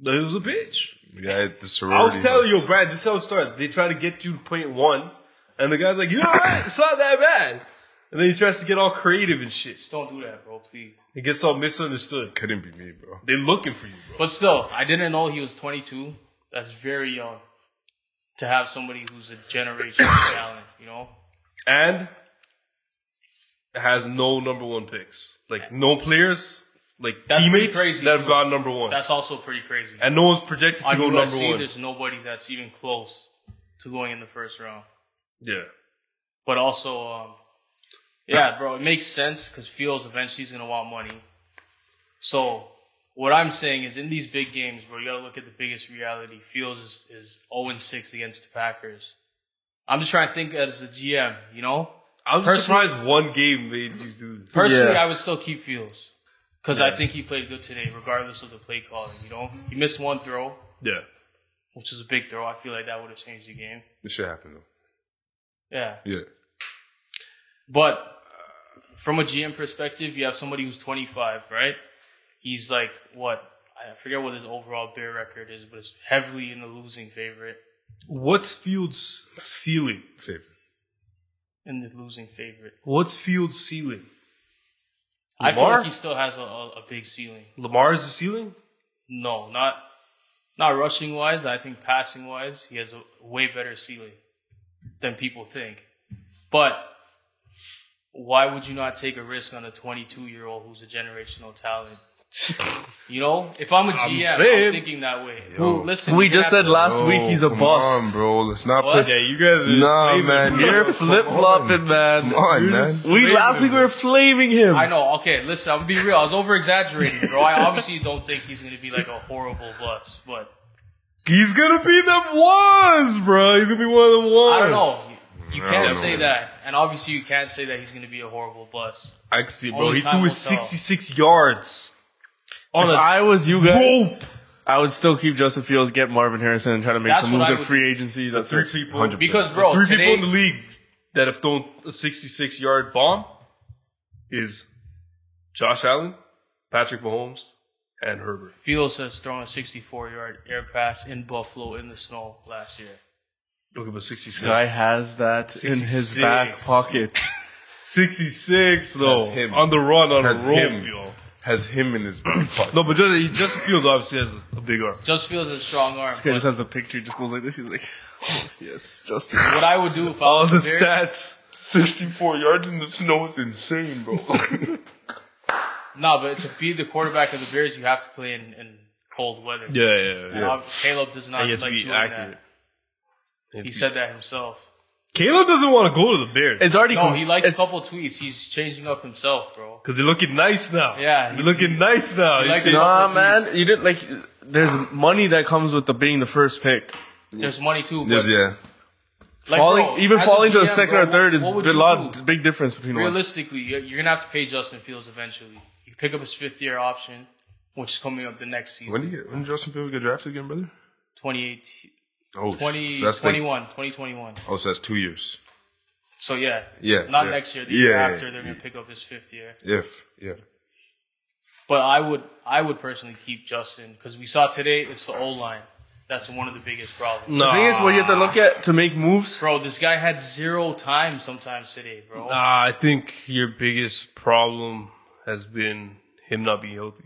C: No, It was a bitch.
A: Yeah, at the
C: I
A: sorority.
C: was telling you,
A: house.
C: Brad, this is how it starts. They try to get you to point one, and the guy's like, you know what? It's not that bad. And then he tries to get all creative and shit.
D: Just don't do that, bro. Please.
C: It gets all misunderstood.
A: Couldn't be me, bro.
C: They're looking for you, bro.
D: But still, I didn't know he was 22. That's very young to have somebody who's a generation talent. You know,
C: And it has no number one picks. Like, no players, like
D: That's pretty
C: teammates
D: crazy,
C: that have
D: too.
C: gone number one.
D: that's also pretty crazy.
C: and no one's projected to
D: On
C: go number
D: USC,
C: one.
D: there's nobody that's even close to going in the first round.
C: Yeah.
D: But also, um, yeah, bro, it makes sense because Fields eventually is going to want money. So, what I'm saying is in these big games, bro, you got to look at the biggest reality. Fields is, is 0 6 against the Packers. I'm just trying to think as a GM, you know?
C: I'm
D: Personally-
C: surprised one game made you do this.
D: Personally,
B: Yeah.
D: I would still keep Fields because I think he played good today, regardless of the play calling, you know? He missed one throw,
C: Yeah.
D: which was a big throw. I feel like that would have changed the game.
A: This shit happened though.
D: Yeah.
A: Yeah.
D: But uh, from a GM perspective, you have somebody who's 25, right? He's like what? I forget what his overall bear record is, but it's heavily in the losing favorite.
C: What's Fields' ceiling?
A: Favorite.
D: In the losing favorite,
C: What's Fields' ceiling?
D: I feel
C: Lamar?
D: like he still has a, a, a big ceiling.
C: Lamar's the ceiling?
D: No, not not rushing wise. I think passing wise, he has a way better ceiling than people think. But why would you not take a risk on a 22 year old who's a generational talent? You know, if I'm a GM, I'm,
C: saying.
D: thinking that way.
A: Yo.
D: Listen,
B: We
D: you can
B: just
D: have
B: said
D: to-
B: last week he's
C: Oh,
B: a
A: Oh, come
B: bust.
A: on, bro. Let's not
D: What?
A: put.
C: Yeah, you guys are
A: Nah,
C: just
A: man.
C: flaming.
A: You're
B: You're flip flopping, man.
A: Come on, man.
B: We last week we were flaming him.
D: I know. Okay, listen, I'm gonna be real. I was over exaggerating, bro. I obviously don't think he's gonna be like a horrible bust, but
C: He's gonna be the ones, bro. He's gonna be one of the ones.
D: I don't know. You, you
A: I
D: can't
A: don't
D: say
A: know.
D: that, and obviously you can't say that he's gonna be a horrible bust.
C: I can see, it, bro.
D: Only
C: He
D: time
C: threw
D: will
C: his
D: tell.
C: 66 yards on
B: If
C: a
B: I was you guys,
C: rope.
B: I would still keep Justin Fields, get Marvin Harrison, and try to make
D: That's
B: some
D: what
B: moves
D: I
B: at
D: would
B: free agency. That's
C: Three
B: it.
C: people,
A: 100%.
D: Because, bro,
C: three
D: today,
C: people in the league that have thrown a 66 yard bomb is Josh Allen, Patrick Mahomes, and Herbert.
D: Fields has thrown a 64 yard air pass in Buffalo in the snow last year.
C: Look at the 66.
B: Guy has that in his
C: 66.
B: back pocket.
C: 66 though.
A: That's him.
C: On the run, on
A: That's
C: the rope,
A: him.
C: yo.
A: Has him in his back pocket.
C: No, but Justin, Justin Fields obviously has a, a big arm.
D: Just Fields has a strong arm.
B: This guy
D: But
B: just has the picture. He just goes like this. He's like, oh, yes, Justin.
D: what I would do if I
C: All
D: was
C: the stats.
D: Bears-
A: 64 yards in the snow is insane, bro.
D: No, but to be the quarterback of the Bears, you have to play in, in cold weather.
C: Yeah, yeah, yeah.
D: And ob- Caleb does not
C: And you
D: like
C: have to
D: doing
C: be accurate.
D: that. He said that himself.
C: Caleb doesn't want to go to the Bears
B: It's already
D: No,
B: com-
D: he liked a
B: it's-
D: couple tweets. He's changing up himself, bro.
C: because they're looking nice now.
D: Yeah,
C: they're
D: he-
C: looking nice now.
D: likes
C: He-
D: it.
B: Nah,
D: Couple
B: man,
D: tweets.
B: you didn't like. There's money that comes with the being the first pick.
D: There's money too. But
A: There's, yeah.
D: like,
B: falling,
D: bro,
B: even
D: as
B: falling to a
D: GM,
B: second
D: bro,
B: or third is
D: what would
B: a
D: you
B: lot,
D: do?
B: big difference between one.
D: Realistically, you're, you're gonna have to pay Justin Fields eventually. You pick up his fifth year option, which is coming up the next season.
A: When did, you, when did Justin Fields get drafted again, brother?
D: 2018,
A: Oh, sh-
D: 20,
A: so that's like-
D: 21, 2021.
A: oh, so that's two years.
D: So yeah,
A: Yeah,
D: not
A: yeah.
D: next year. The
A: Yeah,
D: year
A: yeah,
D: after,
A: yeah.
D: they're gonna pick up his fifth year.
A: If, yeah.
D: But I would, I would personally keep Justin because we saw today it's the O line. That's one of the biggest problems.
B: The
C: Nah.
B: thing is, what you have to look at to make moves.
D: Bro, this guy had zero time sometimes today, bro.
C: Nah, I think your biggest problem has been him not being healthy.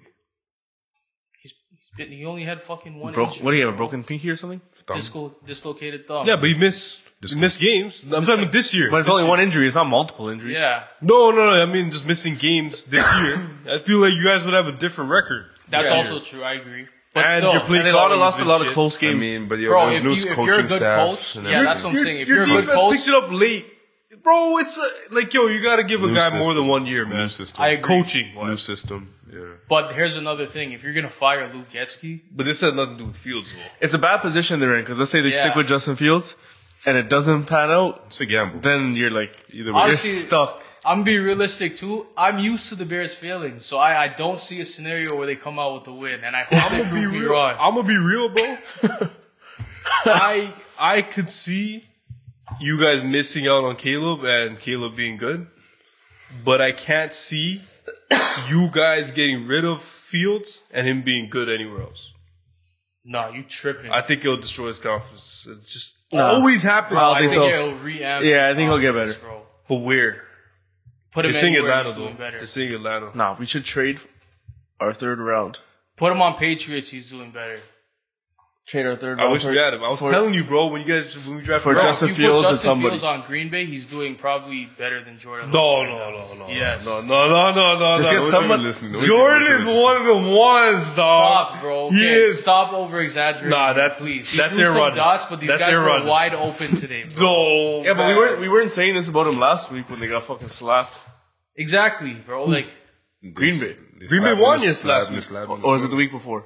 D: He's, he's been, he only had fucking one
B: Broke,
D: injury,
B: what do you have? A
D: bro.
B: broken pinky or something?
A: Thumb.
D: Disco, dislocated thumb.
C: Yeah, but he missed
A: This
C: he missed games. I'm talking about this year.
B: But it's only one injury. It's not multiple injuries.
D: yeah.
C: no, no, no. I mean, just missing games this year. I feel like you guys would have a different record.
D: That's
C: Yeah.
D: also true. I agree. But
C: And
D: still,
C: your play
B: And they lost,
C: calling
B: lost a
C: is
B: lot of
C: shit.
B: close
A: I
B: games.
A: mean, but yo,
D: Bro,
A: there's
D: if
A: new
D: you- if you're a
A: coaching
D: good
A: staffs
D: coach,
A: and
D: yeah,
A: everything.
D: that's what I'm
C: Your-
D: saying. If
C: your
D: you're a good
C: defense
D: coach-
C: picked it up late, bro. It's uh, like yo, you gotta give a
A: New
C: guy more
A: system.
C: than one year, man.
A: New system.
D: I agree.
C: Coaching,
A: New
C: wise.
A: system. Yeah.
D: But here's another thing: if you're gonna fire Luke Getzky,
C: but this has nothing to do with Fields. Though.
B: it's a bad position they're in because let's say they
D: Yeah.
B: stick with Justin Fields and it doesn't pan out,
A: It's a gamble.
B: then you're like
A: Either
B: you're
A: way.
D: Honestly-
B: stuck.
D: I'm gonna be realistic too. I'm used to the Bears failing, so I, I don't see a scenario where they come out with a win, and I
C: I'm
D: hope they
C: gonna be
D: prove me
C: real.
D: wrong.
C: I'm gonna be real, bro. I I could see you guys missing out on Caleb and Caleb being good, but I can't see you guys getting rid of Fields and him being good anywhere else.
D: Nah, you tripping?
C: I
D: I,
C: think it'll destroy his confidence. It just
B: Nah.
C: always happens.
B: Well, I
D: think
B: think so.
D: he'll re-amp
B: Yeah,
D: his
B: I think he'll get
D: confidence,
B: better.
D: Bro.
C: but where?
D: Put him
C: They're seeing
D: anywhere
C: Atlanta
D: he's
C: though.
D: doing better.
C: They're seeing Atlanta.
B: Nah, we should trade our third round.
D: Put him on Patriots. He's doing better.
B: Trade our third
C: I wish we had him. I was
B: for-
C: telling you, bro. When you guys when we drafted
B: For
C: Ross.
B: Justin
D: if you
B: Fields
D: put
B: or
D: Justin
B: somebody.
D: Fields on Green Bay, he's doing probably better than Jordan. Love.
C: No, no, no, no.
D: Yes.
C: No, no, no, no, no.
B: Just
C: no.
B: get
C: Don't
B: someone-
C: even
A: listen. Don't
C: Jordan
A: even
C: is
A: listen.
C: one of the ones, dog.
D: Stop, bro.
C: He
D: Okay,
C: is.
D: Stop over exaggerating.
C: Nah, that's-
D: please.
C: that's
D: he threw
C: Aaron
D: some
C: Rodgers.
D: dots, but these
C: That's
D: guys
C: Aaron
D: were
C: Rodgers.
D: wide open today. Bro.
C: No.
B: Yeah, but we
C: man.
B: weren't we weren't saying this about him last week when they got fucking slapped.
D: Exactly, bro. Like
B: Green Bay.
A: They
C: Green Bay
A: slapping
C: won
A: us,
C: yes last
A: slapping us,
C: week.
A: slapping us.
B: Or is it the week before?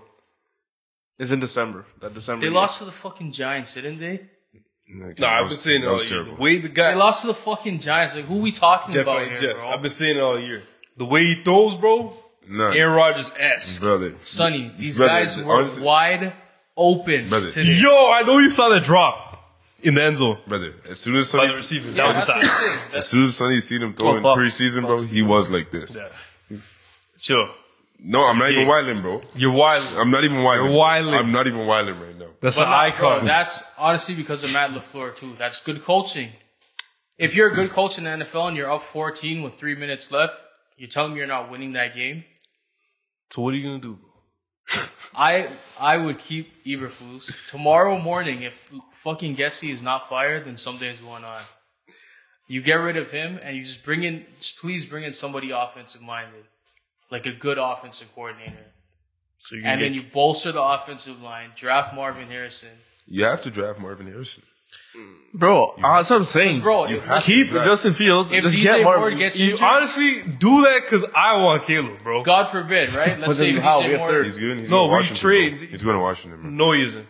B: It's in December. That December.
D: they
B: game.
D: lost to the fucking Giants, didn't they?
A: Like,
C: Nah,
A: that
C: I've
A: was-
C: been saying it
A: that
C: all
A: was
C: year. The
A: terrible.
C: way the guy
D: They lost to the fucking Giants. Like who we talking
C: definitely
D: about here,
C: Jeff.
D: bro?
C: I've been saying it all year. The way he throws, bro.
A: Nah,
C: Aaron Rodgers ass.
A: brother.
D: Sonny, these
A: Brother,
D: guys were
A: honestly-
D: wide open
A: Brother.
D: today.
C: Yo, I know you saw that drop in the end zone
A: Brother, as soon as
C: by
A: Sonny,
C: the receiver. That
D: Yeah,
C: was a
D: that's what I'm
C: time.
D: saying.
A: as
D: That's-
A: soon as Sonny seen him throw in
C: Fox,
A: preseason, bro, he was like this.
C: Yeah. Sure.
A: No, I'm not even
C: Yeah.
A: wilding, bro.
C: You're wild.
A: I'm not even wilding.
C: You're wilding.
A: I'm not even wilding right now.
C: That's
D: But
C: an
D: nah,
C: icon.
D: Bro, that's honestly because of Matt LaFleur, too. That's good coaching. If you're a good coach in the NFL and you're up 14 with three minutes left, you're telling me you're not winning that game?
C: so what are you gonna do?
D: I I would keep Eberflus. Tomorrow morning, if fucking Gessie is not fired, then something's going on. You get rid of him and you just bring in, just please bring in somebody offensive minded, like a good offensive coordinator.
C: So you're
D: And
C: gonna
D: then
C: get,
D: you bolster the offensive line, draft Marvin Harrison.
A: You have to draft Marvin Harrison.
B: bro. Uh, that's what I'm saying.
D: Bro,
A: You
D: it-
A: have
B: keep
A: Exactly.
B: Justin Fields.
D: If
B: just
D: DJ
B: get Marvin.
D: Ward gets
B: You-
D: injured-
C: honestly do that because I want Caleb, bro.
D: God forbid, right? Let's say
B: then how? We
D: DJ
B: have
D: Moore.
B: third.
A: He's good. He's
C: No,
A: going to
C: we
A: Washington,
C: trade-
A: bro. He's going to Washington. Man.
C: No, he isn't.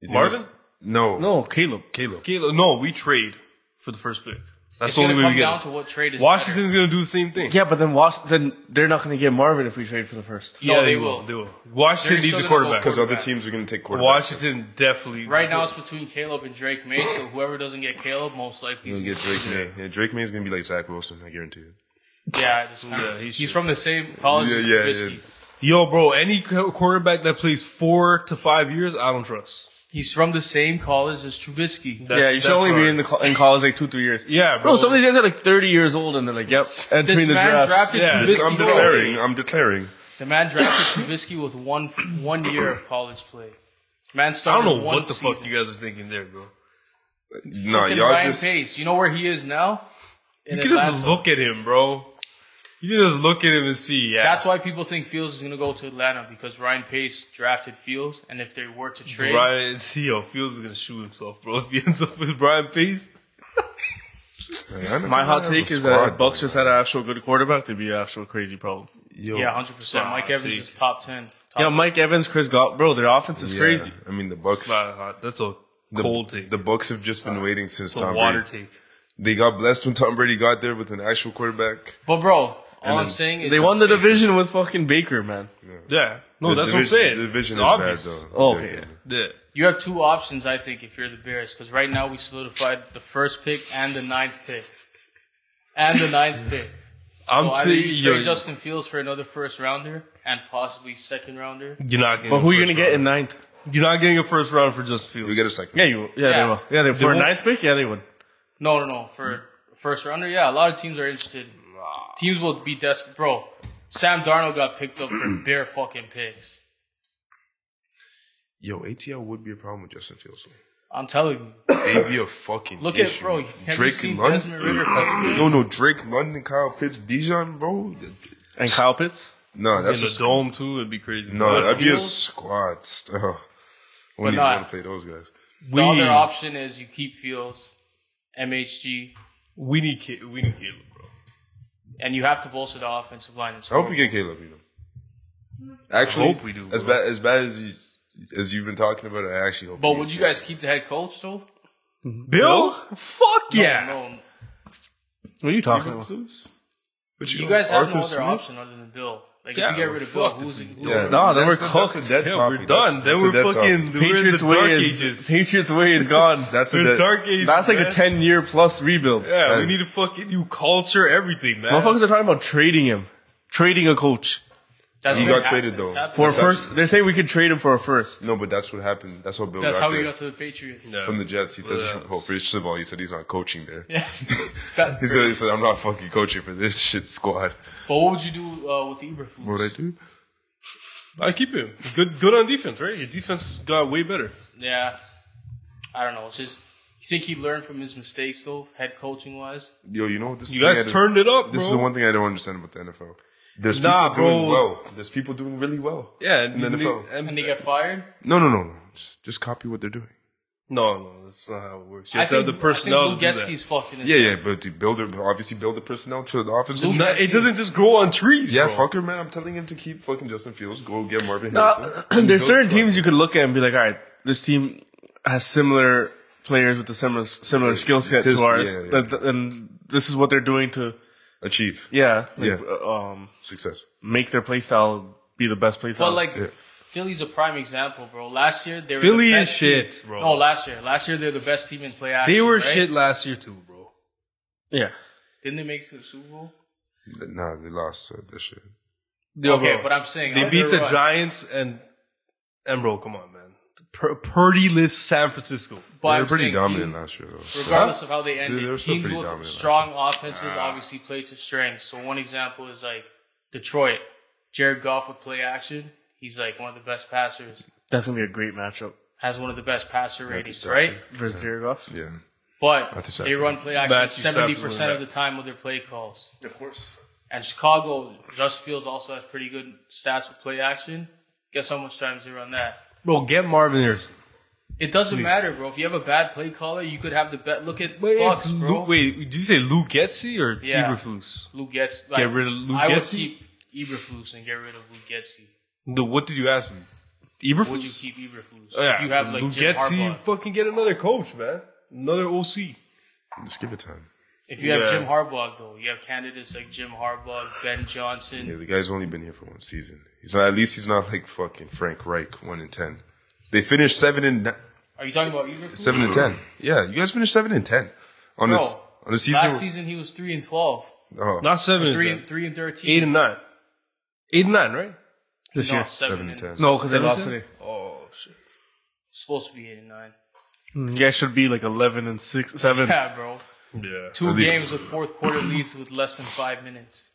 A: You think
C: Marvin?
A: it's- No,
B: no, Caleb.
A: Caleb.
C: Caleb, no, we trade for the first pick. That's
D: It's
C: the only
D: going to
C: way we
D: come
C: get.
D: down
C: him.
D: to what trade is
C: Washington's going to do the same thing.
B: Yeah, but then Wash, then they're not going to get Marvin if we trade for the first.
D: No, they will.
C: They will. Washington
D: They're
C: needs
D: still
C: a
D: gonna
C: quarterback.
D: go
A: Because other teams are going to take quarterbacks.
C: Washington definitely.
D: better. Right now, it's between Caleb and Drake May. So whoever doesn't get Caleb, most likely
A: You're
D: is
A: going to get Drake May. Yeah, Drake May is going to be like Zach Wilson. I guarantee it.
D: Yeah, that's kinda-
C: Yeah, he
D: he's,
C: should.
D: from the same college
A: Yeah,
D: as
A: yeah,
D: Trubisky.
A: yeah.
C: yo, bro. Any qu- quarterback that plays four to five years, I don't trust.
D: He's from the same college as Trubisky.
C: That's-
B: yeah, you should
C: that's
B: only
C: our-
B: be in the co- in college like two, three years.
C: Yeah, bro.
B: Bro, some of these guys are like 30 years old and they're like, yep, entering
D: this
B: the
D: man
B: draft.
D: drafted
C: Yeah,
D: Trubisky.
A: I'm
D: bro.
A: declaring. I'm declaring.
D: The man drafted Trubisky with one one year of college play. Man
C: I
D: started
C: don't know
D: one
C: what the
D: season.
C: fuck you guys are thinking there, bro.
A: No,
D: Look at
A: y'all
D: Ryan
A: just.
D: Pace. You know where he is now? In
C: You can just
D: Atlanta.
C: look at him, bro. You can just look at him and see. Yeah,
D: That's why people think Fields is going to go to Atlanta because Ryan Pace drafted Fields, and if they were to trade,
C: Brian. See, yo, Fields is gonna shoot himself, bro. If he ends up with Brian Pace,
B: My hot take is that if Bucks just had an actual good quarterback, they'd be an actual crazy problem.
A: Yo,
D: yeah, hundred percent. Mike
C: Wow,
D: Evans
C: see.
D: is top ten. Top
B: Yeah, Mike Evans, Chris Gott, bro, their offense is
A: yeah.
B: crazy.
A: I mean, the Bucks.
C: nah, nah, that's a
A: The,
C: cold take.
A: The Bucks have just been waiting since
C: it's a
A: Tom
C: water
A: Brady.
C: take.
A: They got blessed when Tom Brady got there with an actual quarterback.
D: But bro, all
A: And
D: I'm
A: then
D: saying is
B: They won the
D: that-
B: division with fucking Baker, man.
C: Yeah, no,
A: The
C: Oh, that's
A: division,
C: what I'm saying.
A: The division
C: It's
A: is
C: obvious.
A: bad though.
B: Oh,
A: Yeah,
B: okay.
A: yeah.
C: Yeah.
D: You have two options, I think, if you're the Bears, because right now we solidified the first pick and the ninth pick, and the ninth pick.
C: I'm
D: Well, either
C: saying
D: you trade Justin Fields for another first rounder and possibly second rounder.
C: You're not getting.
B: But who are you
C: going
B: going
C: to
B: to get in ninth?
C: You're not getting a first round for Justin Fields.
A: We get a second.
B: Yeah, you. will. Yeah,
D: Yeah.
B: they will. Yeah, they, for a
C: won't-
B: ninth pick, yeah, they would.
D: No, no, no. For first rounder, yeah, a lot of teams are interested. Teams will be desperate, bro. Sam Darnold got picked up for bare fucking pigs.
A: Yo, ATL would be a problem with Justin Fields. though.
D: I'm telling you.
A: They'd be a fucking
D: Look at
A: issue.
D: bro. Have you
A: Drake
D: seen
A: and London.
D: Desmond Ritter? play?
A: No, no, Drake London, Kyle Pitts, Dijon, bro.
B: And Kyle Pitts?
A: No, that's
C: in
A: a
C: the dome too. It'd be crazy.
A: No,
C: But
A: that'd be a
D: feels-
A: squad still. Wouldn't even
D: not-
A: want to play those guys.
D: The
C: we,
D: other option is you keep Fields, MHG,
C: we need Ca- we need Caleb, bro.
D: and you have to bolster the offensive line. And
A: I hope we get Caleb Needham. Actually,
C: hope we do,
A: As
C: bro.
A: bad as bad as you as you've been talking about, it, I actually hope.
D: But
A: we
D: would
A: get
D: you guys keep the head coach though?
C: Bill? Fuck yeah.
D: No, no.
B: What are you talking about?
A: But
D: You guys have no
A: Arthur
D: other
A: Smith?
D: option other than Bill. Like
C: Yeah,
D: if you get rid of Bill,
C: fuck the
D: who's it? who-
A: Yeah,
B: No, then
A: that's-
B: we're
A: that's a
B: cooked.
A: dead
C: Yeah,
A: topic.
C: we're
A: That's-
C: done.
A: that's
C: Then
A: a
C: we're
A: dead
C: fucking
A: topic.
C: we're in
B: Patriots
C: the
B: way
C: dark
B: is
C: ages.
B: Patriots way is gone.
A: That's a
C: We're
A: dead.
C: dark ages.
B: That's like a
C: man.
B: ten year plus rebuild.
C: Yeah, we
A: Yeah.
C: need a fucking new culture, everything, man.
B: Motherfuckers are talking about trading him, trading a coach
D: That's
A: He
D: what
A: got
D: happened.
A: traded, though.
D: It's happened.
B: for a
A: That's
B: first. They say we could trade him for a first.
A: No, but that's what happened. That's how Bill
D: That's
A: got
D: how we
A: there.
D: got to the Patriots.
C: Yeah.
A: from the Jets. He says,
C: Yeah.
A: well, first of all, he said he's not coaching there.
D: That-
A: He said, he said, I'm not fucking coaching for this shit squad.
D: but what would you do uh, with Eberflus?
A: What would I do?
C: I keep him. Good, good on defense, right? Your defense got way better.
D: Yeah, I don't know. It's just you think he learned from his mistakes though, head coaching wise.
A: Yo, you know what? This
C: You
A: thing I
C: guys
A: don't-
C: turned it up, bro.
A: This is the one thing I don't understand about the NFL. There's
C: Nah,
A: people doing
C: bro.
A: well. There's people doing really well.
C: Yeah,
A: the
C: and-
A: NFL.
C: and-
D: And they got fired.
A: No, no, no, no. Just, just copy what they're doing.
C: no, no, that's not how it works. You have to have the
D: I
C: personnel.
D: think
C: to do that.
D: Lugetski's fucking. his-
A: Yeah, yeah, but to build it, obviously build the personnel to the offense.
D: Lou-
C: No, it doesn't just grow on trees.
A: Yeah,
C: bro.
A: fucker, man. I'm telling him to keep fucking Justin Fields. Go get Marvin
B: Uh,
A: Harrison.
B: there's
A: Build-
B: certain teams you could look at and be like, all right, this team has similar players with a similar similar skill set to
A: Just-
B: ours,
A: yeah, yeah.
B: that- and this is what they're doing to
A: achieve
B: yeah, like,
A: Yeah.
B: uh, um,
A: success.
B: make their play style be the best play style.
D: But like
A: Yeah.
D: Philly's a prime example, bro. Last year they were
C: Philly
D: the
C: is
D: best team-
C: shit, bro.
D: No, last year, last year they're the best team in play action.
C: they were
D: right?
C: shit last year too, bro.
B: yeah,
D: Didn't they make it to the Super Bowl?
A: Nah, they lost uh, that shit.
D: okay,
C: bro.
D: but I'm saying
C: They
D: under
C: beat the
D: what?
C: Giants and and bro, come on, man. Pur- Purdy-less San Francisco.
D: But
A: They
D: I'm
A: were pretty
D: saying
A: dominant
D: team-
A: last year, though.
D: regardless of how they ended,
A: They- they were still
D: teams
A: pretty
D: with
A: dominant,
D: strong offenses obviously play to strengths. So one example is like Detroit. Jared Goff would play action. He's like one of the best passers.
B: that's gonna be a great matchup
D: Has one of the best passer ratings,
A: Stafford.
D: right?
B: versus Jared Goff.
A: Yeah.
D: But
A: Matthew Stafford.
D: they run play
C: Matthew
D: action
C: Stafford's
D: seventy
C: one
D: percent
C: of
D: of
C: the
D: the time with their play calls.
B: Of course,
D: And Chicago, Just Fields also has pretty good stats with play action. Guess how much times they run that?
C: Bro, get Marvin Harrison.
D: It doesn't matter, bro. If you have a bad play caller, you could have the bet. Look at
C: Wait,
D: Bucks,
C: it's
D: bro.
C: Lou- wait, did you say Lou Getsy or
D: Yeah.
C: Eberflus?
D: Lou Getz.
C: Get rid of Lou
D: I would
C: Getsy?
D: keep Eberflus and get rid of Lou Getsy.
C: No, what did you ask me? Eberflus.
D: Would you keep Eberflus?
C: Oh, yeah.
D: If you have like
C: Lou
D: Jim
C: Getsy,
D: Harbaugh.
C: fucking get another coach, man. Another OC.
A: Just give it time.
D: If you have
C: Yeah.
D: Jim Harbaugh though, you have candidates like Jim Harbaugh, Ben Johnson.
A: Yeah, the guy's only been here for one season. He's not, at least he's not like fucking Frank Reich, one in ten. They finished seven and ni-
D: Are you talking about Eberflus?
A: seven and ten. Yeah, you guys finished seven and ten on
D: Bro,
A: this on the season.
D: Last season he was three and twelve.
A: oh,
C: Not seven and
D: Three
C: ten.
D: and three and thirteen.
C: Eight and nine. Eight and nine, right?
B: this
D: no,
B: year.
D: seven,
A: seven and ten.
B: No, because they
C: Seven
B: lost
C: ten?
B: today.
C: Oh shit.
D: Supposed to be eight and nine.
B: You guys Mm-hmm. should be like eleven and six, seven.
D: Yeah, bro.
C: Yeah.
D: Two
A: At least-
D: games with fourth quarter leads with less than five minutes.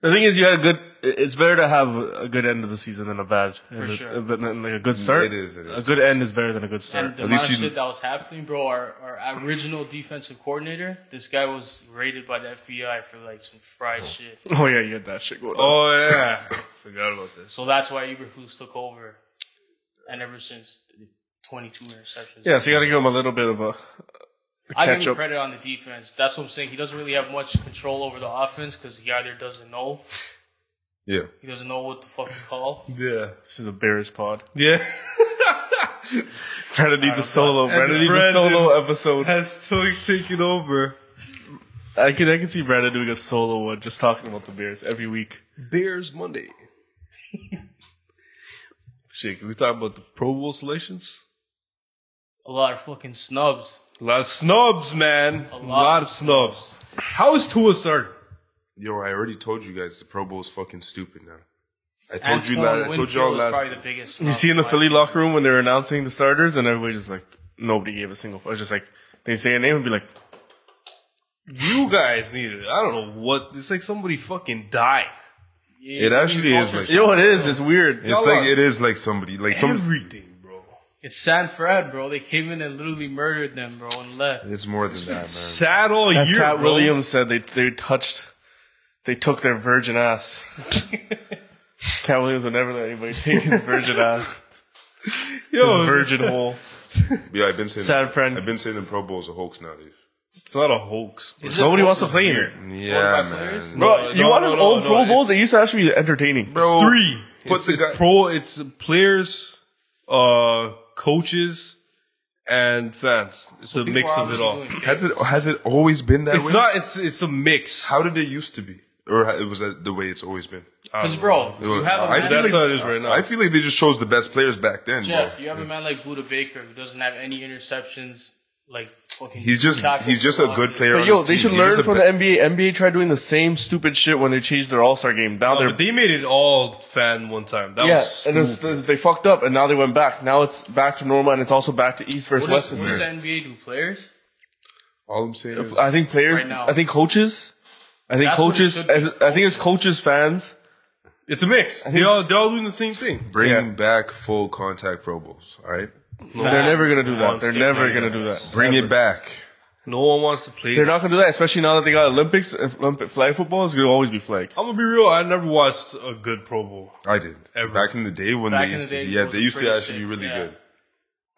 B: The thing is, you had a good. It's better to have a good end of the season than a bad. For
D: sure.
B: but then, like a good start.
A: It is, it is.
B: A good end is better than a good
D: And
B: start.
D: the
A: At
D: amount
A: least
D: of
A: you-
D: shit that was happening, bro, our, our original defensive coordinator, this guy was raided by the FBI for like some fried shit.
B: oh yeah, you had that shit going. on.
C: Oh yeah. Forgot about this.
D: So that's why Eberflus took over. And ever since, 22 interceptions.
B: Yeah, so you got to give him a little bit of a.
D: I give
B: catch
D: him
B: up.
D: credit on the defense. That's what I'm saying. He doesn't really have much control over the offense because he either doesn't know,
A: yeah.
D: he doesn't know what the fuck to call.
C: Yeah.
B: This is a Bears pod.
C: Yeah.
B: Brandon needs a solo. Brandon needs a
C: Brandon-
B: solo episode.
C: Has totally taken over.
B: I can I can see Brandon doing a solo one, just talking about the Bears every week.
C: Bears Monday. Shit, can we talk about the Pro Bowl selections?
D: A lot of fucking snubs.
C: A lot of snubs, man. A lot, of snubs. How is Tua starting?
A: Yo, I already told you guys the Pro Bowl is fucking stupid now. I told
D: And
A: you last. I told
D: Winfield
A: you all
D: is
A: last.
D: probably the biggest snub.
B: You see in the
D: by-
B: Philly locker room when they were announcing the starters, and everybody just like nobody gave a single. It was just like they say a name and be like,
C: You guys need it. I don't know what. It's like somebody fucking died.
A: It actually is like
B: "Yo, it is. It's weird."
A: it's
C: Y'all
A: like
C: lost
A: it is like somebody like some.
C: Everything, bro.
D: It's San Fred, bro. They came in and literally murdered them, bro, and left.
A: It's more than that, man.
C: Sad all
B: As
C: year,
B: Cat
C: bro.
B: Williams said, they they touched, they took their virgin ass. Cat Williams would never let anybody take his virgin ass, his
C: Yo,
B: virgin hole.
A: Yeah, I've been saying.
B: Sad friend.
A: I've been saying the Pro Bowl is a hoax nowadays.
C: it's not a hoax.
D: Is it
B: Nobody wants to
D: also
B: play
D: weird?
B: here.
A: Yeah,
D: man. players?
B: Bro,
C: No,
B: you
C: no,
B: want
C: no,
B: those
C: no,
B: old
C: no,
B: Pro
C: it's-
B: Bowls? They used to actually be entertaining.
A: Bro,
C: Three.
A: Put
C: It's,
A: the
C: it's
A: guy-
C: pro. It's players, uh, coaches, and fans. It's a mix of it all.
A: Has it has it always been that
C: It's
A: way?
C: not. It's it's a mix.
A: How did it used to be, or ha- was that the way it's always been?
D: Because, bro, you have a
A: I
D: man
A: feel
C: That's
A: like-
C: how it is right now.
A: I feel like they just chose the best players back then,
D: Jeff,
A: bro.
D: you have a man like Buda Baker who doesn't have any interceptions. Like fucking.
A: He's just
D: tackles
A: he's just a
D: for
A: good
D: losses.
A: player.
B: But
A: on
B: yo,
A: his
B: they
A: team.
B: should
A: He's
B: learn
A: just a
B: from
A: be-
B: the NBA. NBA tried doing the same stupid shit when they changed their All Star game. Now
C: No,
B: they're
C: but they made it all fan one time. That
B: yeah,
C: was
B: and it's, they fucked up, and now they went back. Now it's back to normal, and it's also back to East versus
D: What does,
B: West.
D: what does the NBA do? Players?
A: All I'm saying is,
B: I think players.
D: Right now.
B: I think coaches. I think
D: That's what it
B: coaches.
D: should
B: I,
D: be.
B: I think it's coaches, fans.
C: it's a mix. They all they're all doing the same thing.
A: bring
B: yeah.
A: back full contact Pro Bowls. All right,
B: They're never gonna do that.
C: Fans.
B: They're never gonna do that.
A: bring it back.
C: No one wants to play.
B: They're not gonna do that, especially now that they got Olympics. If Olympic flag football is gonna always be flag.
C: I'm gonna be real. I never watched a good Pro Bowl.
A: I did
C: Ever.
A: back in the day when
D: Back
A: they
D: in
A: used
D: the
A: to.
D: day,
A: Yeah,
D: it was
A: they used to
D: pretty
A: actually be
D: sick,
A: really
D: yeah.
A: good.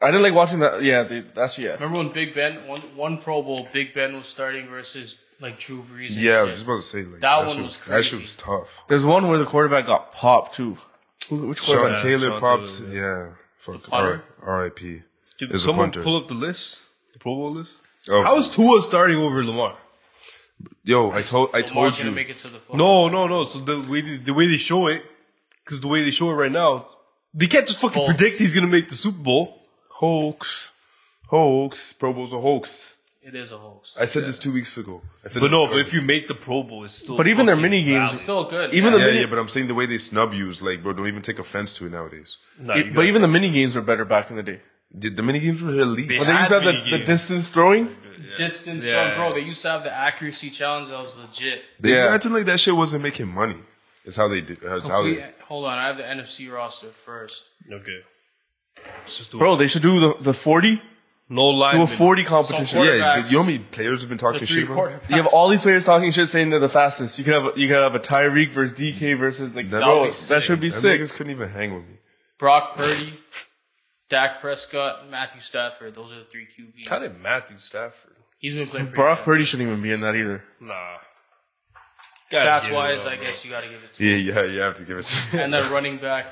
B: I didn't like watching that. Yeah, they, that's yeah.
D: Remember when Big Ben one one Pro Bowl Big Ben was starting versus like Drew Brees? And
A: Yeah, I
D: shit.
A: was just about to say like that,
D: That
A: shit
D: one
A: was,
D: was
A: that shit
D: crazy.
A: was tough.
B: There's one where the quarterback got popped too. Who- Which
A: Sean
B: quarterback?
A: Taylor
C: Sean
A: popped.
C: Taylor,
A: yeah, fuck.
D: punter?
A: R- R.I.P.
C: Can
A: Is a
C: someone
A: punter.
C: pull up the list? The Pro Bowl list?
A: Oh,
C: How is Tua starting over Lamar?
A: yo, I told I
D: Lamar
A: told
D: gonna
A: you.
D: make it to the fucking-
C: No, no, no. So the way they, the way they show it, because the way they show it right now, they can't just fucking
D: False.
C: predict he's gonna make the Super Bowl.
A: Hoax. Hoax. Pro Bowl's a hoax.
D: It is a hoax.
A: I said this two weeks ago. I said
C: But
A: this-
C: no, but if you make the Pro Bowl, it's still.
B: But even their
C: fucking
B: mini games-
C: valid.
D: It's still good.
B: Even
D: yeah.
B: the
A: Yeah,
B: mini-
A: yeah, but I'm saying the way they snub you is like, bro, don't even take offense to it nowadays.
C: Nah, you
B: But
C: gotta
B: even the
C: take-
B: mini games were better back in the day.
A: Did the mini games were elite?
C: They
B: But they
C: had
B: used to have
C: mini
B: the, the
C: games.
B: distance throwing.
D: distance
C: Yeah.
D: from bro, they used to have the accuracy challenge that was legit.
A: They
B: Yeah.
A: acting like that shit wasn't making money. It's how they did. It's how
D: We-
A: they.
D: hold on, I have the NFC roster first.
C: Okay. It's just the
B: Bro, they should do the, the 40.
C: no line.
B: Do a 40 competition.
D: So-
A: Yeah,
D: Quarterbacks.
A: you know how many players have been
D: The
A: talking
D: three
A: shit about?
D: quarterbacks.
B: You have all these players talking shit saying they're the fastest. You could have you could have a Tyreek versus DK versus like
A: That
B: bro,
A: would be
B: that
D: sick.
B: should be
A: Them
B: sick.
A: niggas couldn't even hang with me.
D: Brock Purdy, Dak Prescott, Matthew Stafford. Those are the three QBs.
C: How did Matthew Stafford?
D: He's been playing. pretty
B: Brock
D: good.
B: Purdy shouldn't even be in that either.
C: Nah. Gotta
D: Stats
C: give it
D: wise,
C: up,
D: I
C: bro.
D: guess you got to give it to.
A: Yeah, yeah, you have to give it. to
D: And then running back,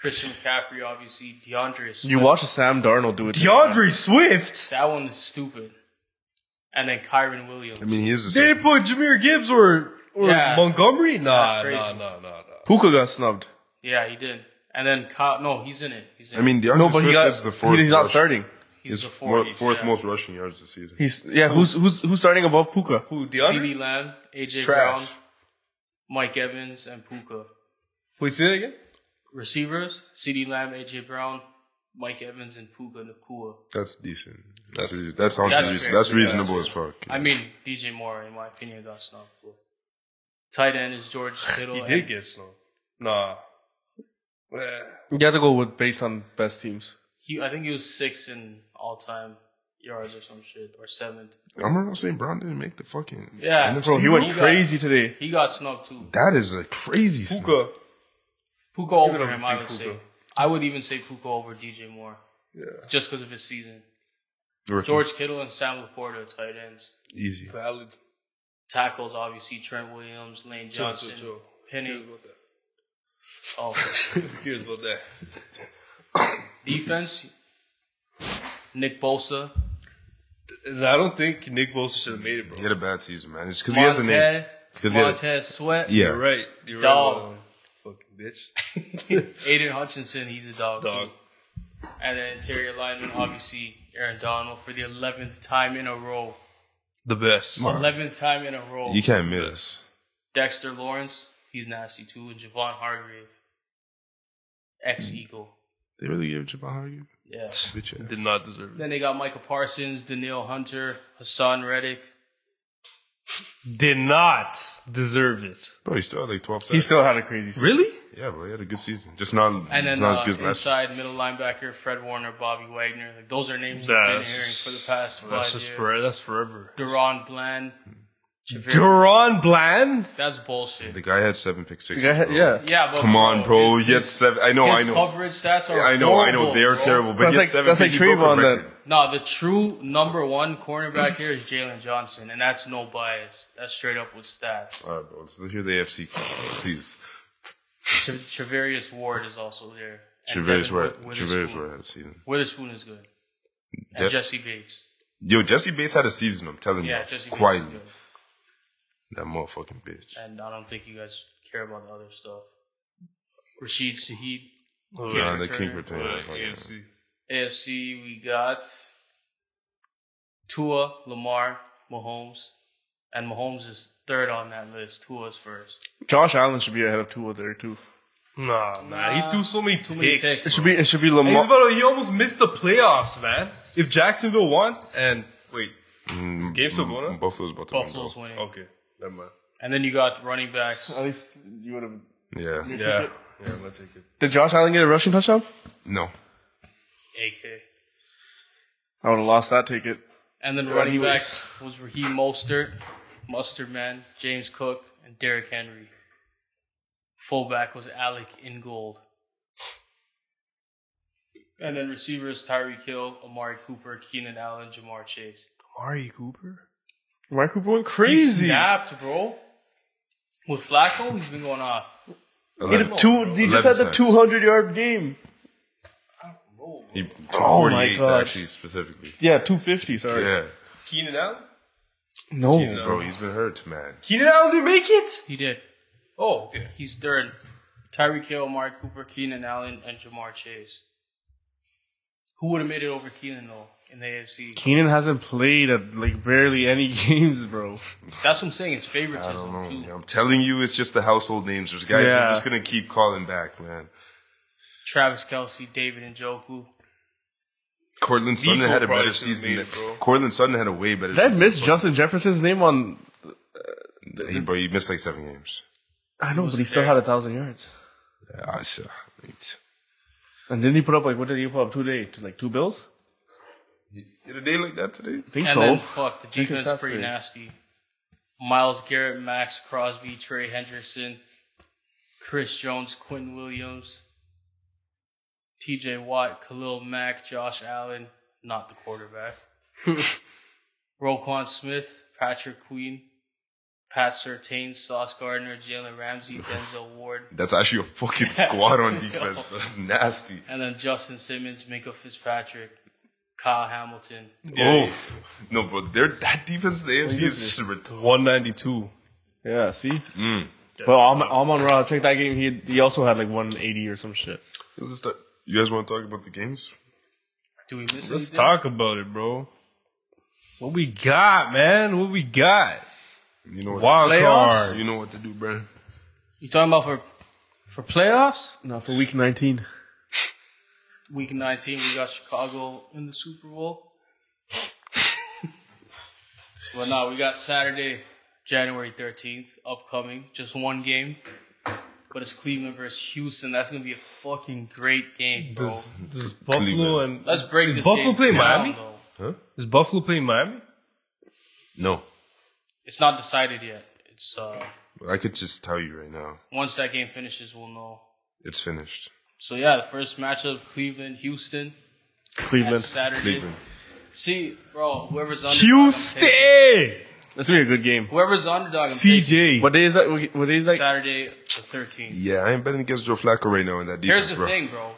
D: Christian McCaffrey, obviously DeAndre. Swift.
B: You watch Sam Darnold do it. to me,
C: DeAndre Swift.
D: that one is stupid. And then Kyron Williams.
A: I mean, he is a
C: They
A: sick-
C: didn't put Jameer Gibbs or or
D: Yeah.
C: Montgomery. Nah,
D: That's crazy.
C: nah, nah, nah, nah.
B: man. Puka got snubbed.
D: Yeah, he did. And then Kyle, no, he's in it. He's in
A: I mean, DeAndre
B: No, but he
A: Swift
B: got
A: is the fourth.
B: he's not
A: rush-
B: starting.
D: it. He's the
A: mo-
D: fourth.
A: fourth
D: yeah.
A: most rushing yards this season.
B: He's yeah. Who's who's who's starting above Puka?
C: Who DeAndre?
D: CeeDee Lamb, AJ
A: trash.
D: Brown, Mike Evans, and Puka.
C: Wait, say that again.
D: Receivers: CeeDee Lamb, AJ Brown, Mike Evans, and Puka Nakua.
A: That's decent. That's rea- that sounds
D: that's
A: reason-
D: fair.
A: that's
D: Yeah,
A: reasonable
D: that's
A: as fuck.
D: I mean, DJ Moore, in my opinion, got snubbed. but- Tight end is George Kittle.
C: He
D: and-
C: did get snow. Nah. Eh.
B: You have to go with based on best teams.
D: He, I think he was sixth in all time yards or some shit, or seventh.
A: I'm not saying Brown didn't make the fucking.
D: Yeah,
A: NFC.
B: Bro, he went
D: He got-
B: crazy today.
D: He got snubbed too.
A: That is a crazy. snub.
C: Puka.
D: Puka over
C: up
D: him, I
C: big
D: would say.
C: Puka.
D: I would even say Puka over DJ Moore. Yeah. Just because of his season.
A: Rookie.
D: George Kittle and Sam Laporta, are tight ends.
A: easy.
C: Valid.
D: Tackles, obviously, Trent Williams, Lane
C: Chill,
D: Johnson,
C: chill, chill.
D: Penny. Oh,
C: Here's about that.
D: defense, Nick Bosa,
C: And I don't think Nick Bosa should have made it,
A: He
C: bro.
A: had a bad season, man. It's because he has a name.
D: Montez,
A: 'cause he had a-
D: Montez Sweat,
A: Yeah,
C: You're right. You're
D: Dog.
C: right. Dog. Fucking bitch.
D: Aiden Hutchinson, he's a dog. too.
C: Dog.
D: And then interior lineman, obviously, Aaron Donald for the 11th time in a row.
C: The best.
D: 11th time in a row.
A: You can't miss.
D: Dexter Lawrence, he's nasty too. And Javon Hargrave, ex Eagle.
A: They really gave Javon Hargrave.
D: Yeah.
A: Bitch, ass.
C: Did not deserve it.
D: Then they got Micah Parsons, Daniil Hunter, Hassan Reddick.
C: Did not deserve it.
A: bro, he still had like 12 sacks.
B: He still had a crazy. Season.
C: Really?
A: yeah, bro, he had a good season. Just not,
D: And
A: it's
D: then
A: not
D: uh,
A: as good as last year.
D: inside middle linebacker, Fred Warner, Bobby Wagner. Like, those are names we've been
C: That's
D: hearing for the past five
C: That's just
D: years.
C: forever. That's forever.
D: Deron Bland,
C: Duron Bland?
D: That's bullshit.
A: The guy had seven pick sixes.
B: The guy had-
A: bro.
B: yeah.
D: yeah, but
A: Come on, bro.
D: his-
A: He had seven. I know. I
D: his
A: know.
D: coverage stats are.
A: I know. I know.
D: horrible,
A: They're
D: bro.
A: terrible. But
B: That's
A: he had
B: like-
A: seven
B: that's like
A: picks. He broke a
B: Trayvon then.
A: record.
D: No, the true number one cornerback here is Jalen Johnson, and that's no bias. That's straight up with stats.
A: All right, bro. Let's hear the AFC, please.
D: Tra- Travarius Ward is also there. And
A: Travis
D: Devin
A: Ware.
D: Wi-
A: Travis Ware had a season.
D: Witherspoon is good. And
A: Def-
D: Jesse Bates.
A: Yo, Jesse Bates had a season. I'm telling you.
D: Yeah, Jesse Bates. is
A: Quietly.
D: good.
A: That motherfucking bitch.
D: And I don't think you guys care about the other stuff. Rashid Shaheed.
A: Yeah, the
D: returner.
A: king retainer.
C: AFC.
D: AFC, we got Tua, Lamar, Mahomes. And Mahomes is third on that list. Tua's first.
B: Josh Allen should be ahead of Tua there too.
C: Nah, man. He threw so many too
D: many picks.
B: It should be. It should be
C: He's
B: Lamar.
C: about to, he almost missed the playoffs, man. If Jacksonville won, and wait, is game still going on?
A: Mm, Buffalo's about to
D: Buffalo's
A: win.
D: winning.
C: Okay, never mind.
D: And then you got running backs.
B: At least you would have.
A: bro. Yeah.
C: Yeah, yeah, I'm gonna take it.
B: Did Josh Allen get a rushing touchdown?
A: No.
D: AK.
B: I would have lost that ticket.
D: And then running
B: anyways.
D: backs was Raheem Mostert, Mustard Man, James Cook, and Derrick Henry. Fullback was Alec Ingold. And then receivers Tyreek Hill, Amari Cooper, Keenan Allen, Jamar Chase.
C: Amari Cooper?
B: Mark Cooper went
D: He
B: crazy.
D: snapped, bro. With Flacco, he's been going off.
B: He, had a two, he just had the 200 yard game.
A: He,
B: Oh my
A: 248
B: God.
A: actually specifically.
B: Yeah, 250. Sorry.
A: Yeah.
C: Keenan Allen?
B: No.
A: Bro, he's been hurt, man.
C: Keenan Allen didn't make it?
D: He did.
C: Oh, okay.
D: He's third. Tyreek Hill, Amari Cooper, Keenan Allen, and Jamar Chase. Who would have made it over Keenan though in the AFC?
B: Keenan hasn't played a, like barely any games, bro.
D: That's what I'm saying. It's
A: I
D: favoritism
A: don't know.
D: too.
A: man. I'm telling you, it's just the household names. There's guys that
B: Yeah.
A: are just gonna keep calling back, man.
D: Travis Kelsey, David and Joku.
A: Cortland Sutton
C: Nico
A: had a
C: probably
A: better
C: should've
A: season. than
C: made it, bro.
A: Cortland Sutton had a way better.
B: Did I
A: season.
B: miss Justin Jefferson's name on?
A: He, bro, he missed like seven games.
B: I know, but he
D: was
B: still
D: there.
B: had a thousand yards.
A: Yeah, uh, I s- wait.
B: And didn't he put up like what did he put up two day to like two bills?
A: Did a day like that today?
B: I think
D: And
B: so.
D: then fuck, the
B: think it's
D: defense is pretty
B: fascinating.
D: nasty. Miles Garrett, Max Crosby, Trey Henderson, Chris Jones, Quentin Williams, TJ Watt, Khalil Mack, Josh Allen, not the quarterback. Roquan Smith, Patrick Queen, Pat Sertain, Sauce Gardner, Jalen Ramsey, Denzel Ward,
A: That's actually a fucking squad on defense. bro. That's nasty.
D: and then Justin Simmons, Minka Fitzpatrick, Kyle Hamilton.
A: Oh no, bro. They're, that defense, in the AFC is retarded.
C: 192.
B: yeah, see. But Am- Amon Ra, check that game. He he also had like one eighty or some shit.
A: Let's start- You guys want to talk about the games?
D: Do we miss
C: Let's
D: anything?
C: talk about it, bro. What we got, man? What we got?
A: You know what?
C: Wild
D: Playoffs?
C: card.
A: You know what to do, bro.
D: You talking about for for playoffs?
B: Not for week nineteen.
D: Week 19, we got Chicago in the Super Bowl. well, no, we got Saturday, January 13th, upcoming. Just one game. But it's Cleveland versus Houston. That's going to be a fucking great game, bro.
C: Does, does Buffalo
A: Cleveland.
C: and
D: Let's break
C: Is
D: this
C: Buffalo
D: game
C: playing
D: down,
C: Miami?
D: though.
C: is Buffalo playing Miami?
A: No,
D: It's not decided yet. It's uh,
A: I could just tell you right now.
D: Once that game finishes, we'll know.
A: It's finished.
D: So, yeah, the first matchup, Cleveland-Houston.
B: Cleveland.
D: Saturday.
A: Cleveland.
D: See, bro, whoever's underdog. I'm taking-
C: Houston.
B: That's gonna be a good game.
D: Whoever's underdog. I'm
C: CJ.
D: taking.
B: What day is that? What day is that?
D: Saturday the 13th.
A: Yeah, I ain't betting against Joe Flacco right now in that defense,
D: Here's the
A: bro.
D: thing, bro.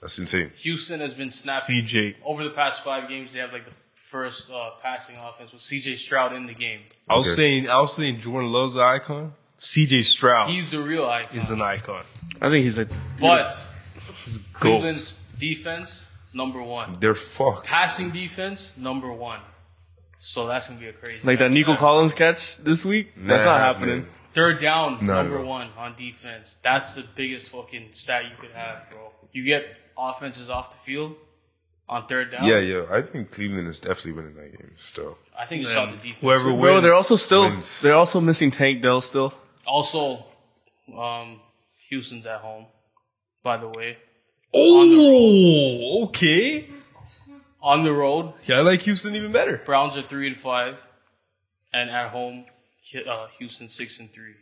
A: That's insane.
D: Houston has been snapping.
C: CJ.
D: Over the past five games, they have like the first uh, passing offense with CJ Stroud in the game.
C: I was
A: Okay.
C: saying, I was saying Jordan Love's an icon. CJ Stroud
D: He's the real icon.
C: is an icon.
B: I think he's like.
D: but
C: He's gold.
D: Cleveland's defense, number one.
A: They're fucked.
D: Passing defense, number one. So that's going to be a crazy.
B: Like that
D: match.
B: Nico Collins catch this week? That's
A: Nah,
B: not happening.
A: man.
D: Third down,
A: No,
D: number
A: no.
D: one on defense. That's the biggest fucking stat you could have, bro. You get offenses off the field on third down.
A: Yeah, yeah. I think Cleveland is definitely winning that game still.
D: I think it's off the
C: And
D: defense.
C: Whoever wins,
B: Bro, they're also still
A: Wins.
B: they're also missing Tank Dell still.
D: Also, um, Houston's at home, by the way.
C: Oh, okay.
D: On the road,
C: Yeah, I like Houston even better.
D: Browns are three and five, and at home, Hi- uh, Houston six and three.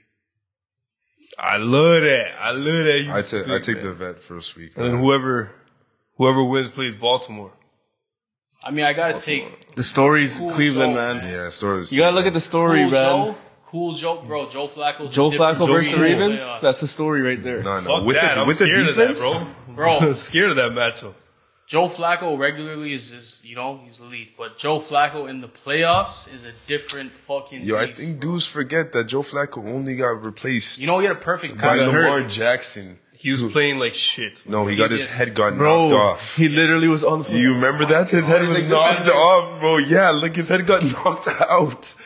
C: I love that. I love that. You
A: I take I
C: speak,
A: take
C: man.
A: the vet first week.
C: And then whoever, whoever wins plays Baltimore.
D: I mean, I gotta take
B: The story's
D: Cool
B: Cleveland,
D: Joe,
B: man.
D: man.
A: Yeah, stories.
B: You gotta look at the story,
D: cool
B: man.
D: Joe, cool Joe, bro. Joe Flacco.
B: Joe Flacco versus the
C: Cool.
B: Ravens. That's the story right there.
A: No, no.
C: Fuck
A: with
C: that.
A: the,
C: I'm
A: with the
C: scared of that,
A: defense,
C: bro.
D: bro.
C: I'm scared of that matchup.
D: Joe Flacco regularly is just you know he's elite, but Joe Flacco in the playoffs is a different fucking.
A: Yo, I
D: beast,
A: think
D: bro.
A: dudes forget that Joe Flacco only got replaced
D: you know he had a perfect
A: by
D: comeback.
A: Lamar Jackson.
C: He was playing like shit.
A: No, he got his head got knocked
B: Bro,
A: off.
B: he literally was on the
A: Do you remember that? His head was
D: like,
A: knocked
D: the-
A: off, bro. Yeah, look, his head got knocked out.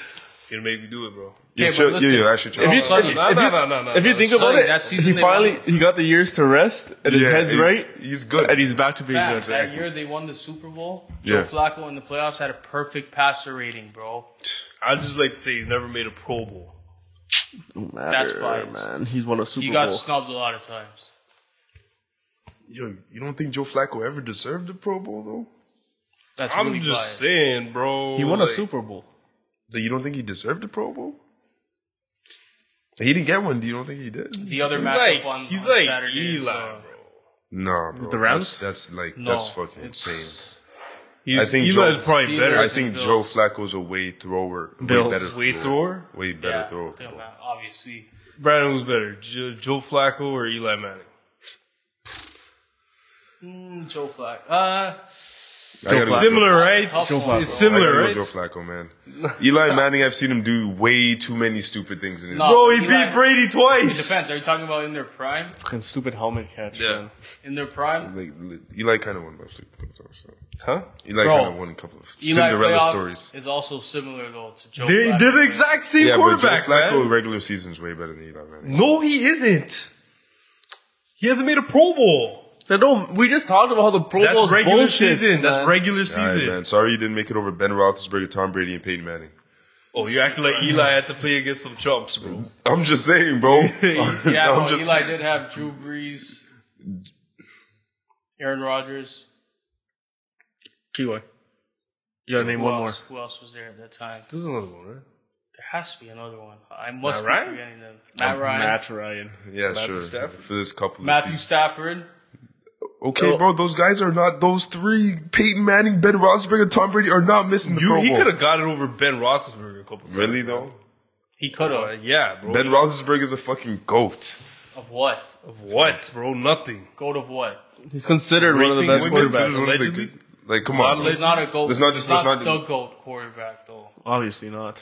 C: You're gonna make me do it, bro.
A: Yo,
D: Yeah, but
A: chill-
D: listen.
A: yo, yo, actually, chill.
B: If you,
D: Oh,
B: if,
D: no,
B: you-
D: no,
B: if
C: no,
B: you-
C: no, no, no,
B: if you
C: no.
B: think about
D: Sorry,
B: it,
D: that season
B: he
D: they
B: finally
D: won.
B: he got the years to rest and his
A: Yeah,
B: head's
A: he's-
B: right
A: He's good.
B: and he's back to being
D: Fact,
B: good.
D: That year they won the Super Bowl.
A: Yeah.
D: Joe Flacco in the playoffs had a perfect passer rating, bro.
C: I just like to say he's never made a Pro Bowl.
D: That's biased.
B: man. He's won a Super
D: He got
B: Bowl.
D: snubbed a lot of times.
A: Yo, you don't think Joe Flacco ever deserved the Pro Bowl though?
D: That's
C: I'm
D: really
C: just
D: biased.
C: saying, bro.
B: he won
C: like,
B: a Super Bowl.
A: That you don't think he deserved the Pro Bowl? He didn't get one. Do you don't think he did?
D: The other
C: He's like,
D: matchup on,
C: he's
D: on
C: like
D: Saturday. is,
C: Eli,
D: uh,
C: bro.
A: No, bro.
B: The Rams?
A: That's, that's like
D: No.
A: that's fucking insane.
C: He's,
A: I think
C: Eli's
A: Joe-
C: probably better.
A: I
D: Steelers.
C: I
A: think
D: Bills.
A: Joe Flacco's a way thrower, way
B: Bills.
A: better
C: Way thrower?
A: way better
D: yeah,
A: thrower.
D: yeah, man, obviously.
C: Brandon was better, jo- Joe Flacco or Eli Manning.
D: Mm, Joe Flacco. Uh,
A: I gotta go-
C: Similar, right?
D: Joe Flacco.
C: It's
A: I gotta
C: similar,
A: go
C: right?
A: Joe Flacco, man. Eli Manning, I've seen him do way too many stupid things in his.
D: No.
C: Bro, Oh, he
D: Eli-
C: beat Brady
D: it
C: twice.
D: depends. Are you talking about in their prime?
B: Fucking stupid helmet catch.
C: Yeah.
B: man.
D: In their prime?
A: Like, li- Eli kind of won by a few times. So.
C: Huh?
A: Eli
D: Bro.
A: kind of won a couple of
D: Eli
A: Cinderella
D: playoff
A: stories.
D: is also similar though to Joe.
C: They
D: Flacco.
C: did the exact same
A: Yeah, but Joe
C: quarterback,
A: Flacco
C: man.
A: regular season's way better than Eli Manning.
C: No, he isn't. He hasn't made a Pro Bowl.
B: They don't. We just talked about how the Pro
C: That's
B: Bowl's
C: regular
B: bullshit.
C: season. That's
B: man.
C: regular
A: All right,
C: season.
A: man. Sorry you didn't make it over Ben Roethlisberger, Tom Brady, and Peyton Manning.
C: oh, you acting like Eli had to play against some chumps, bro.
A: I'm just saying, bro.
D: Yeah,
A: I'm
D: no,
A: just-
D: Eli did have Drew Brees, Aaron Rodgers.
B: Keyway. You gotta name
D: Who
B: one more.
D: else, Who else was there at that time?
C: There's another one, right?
D: There has to be another one. I must
C: Matt Ryan?
D: be forgetting them. Matt Ryan,
B: Matt Ryan.
A: Yeah,
C: Matthew
A: sure.
C: Stafford.
A: For this couple
D: Matthew
A: of seasons.
D: Stafford.
A: Okay, bro, those guys are not those three. Peyton Manning, Ben Roethlisberger, Tom Brady are not missing the
C: You,
A: Pro
C: he could
A: Bowl.
C: have got it over Ben Roethlisberger a couple times.
A: Really though,
D: He could
C: Uh,
D: have.
C: yeah, bro.
A: Ben Roethlisberger is a fucking goat.
D: Of what?
C: what, bro? Nothing.
D: Goat of what?
B: He's considered one of the best
C: Ratings would
B: quarterbacks.
C: consider-
A: One of the
C: Allegedly?
A: good- Like, come on.
D: He's
A: bro.
D: not a goat.
A: Let's not
D: he's
A: just-
D: not
A: let's not-
D: the goat quarterback though.
B: Obviously not.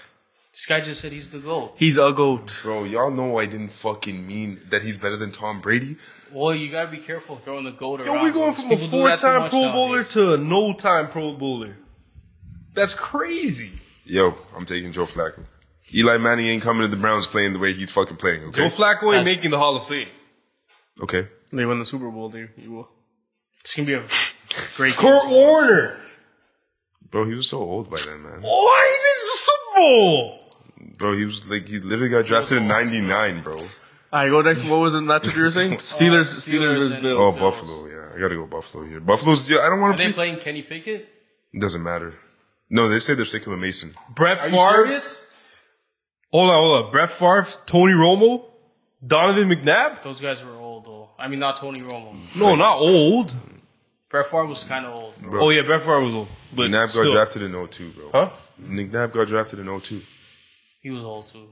D: This guy just said he's the goat.
B: He's a goat.
A: Bro, y'all know I didn't fucking mean that he's better than Tom Brady.
D: Well, you gotta be careful throwing the goat around.
C: Yo, we going
D: bro.
C: from a
D: People do that too
C: four-time
D: much
C: Pro Bowler
D: nowadays.
C: to a no-time Pro Bowler. That's crazy.
A: Yo, I'm taking Joe Flacco. Eli Manning ain't coming to the Browns playing the way he's fucking playing.
C: Joe
A: Okay.
C: Flacco ain't
D: That's-
C: making the Hall of Fame.
A: okay.
B: They win the Super Bowl, dude. You will.
D: It's gonna be a great.
C: Kurt
D: game.
C: Warner.
A: Bro, he was so old by then, man.
C: Oh, he made the Super Bowl.
A: Bro, he was like he literally got drafted in '99, bro. Oh,
B: All right, go next. What was the matchup you were saying? Steelers, Steelers,
D: Steelers
B: versus
D: and-
B: Bills.
A: Oh,
D: Bills.
A: Buffalo. Yeah, I gotta go Buffalo here. Buffalo's. Yeah, I don't
D: Are
A: want
D: they
A: to. Play.
D: playing Kenny Pickett?
A: Doesn't matter. No, they say they're sticking with Mason.
C: Brett
D: Are
C: Favre.
D: you serious?
C: Hold on, hold on. Brett Favre, Tony Romo, Donovan McNabb.
D: Those guys were old though. I mean, not Tony Romo.
C: No, not old.
D: Brett Favre was kind of old.
A: Bro.
C: Oh yeah, Brett Favre was old, but
A: Nab got
C: still.
A: drafted in 02, bro.
C: Huh?
A: Nick Nab got drafted in 02.
D: He was old too.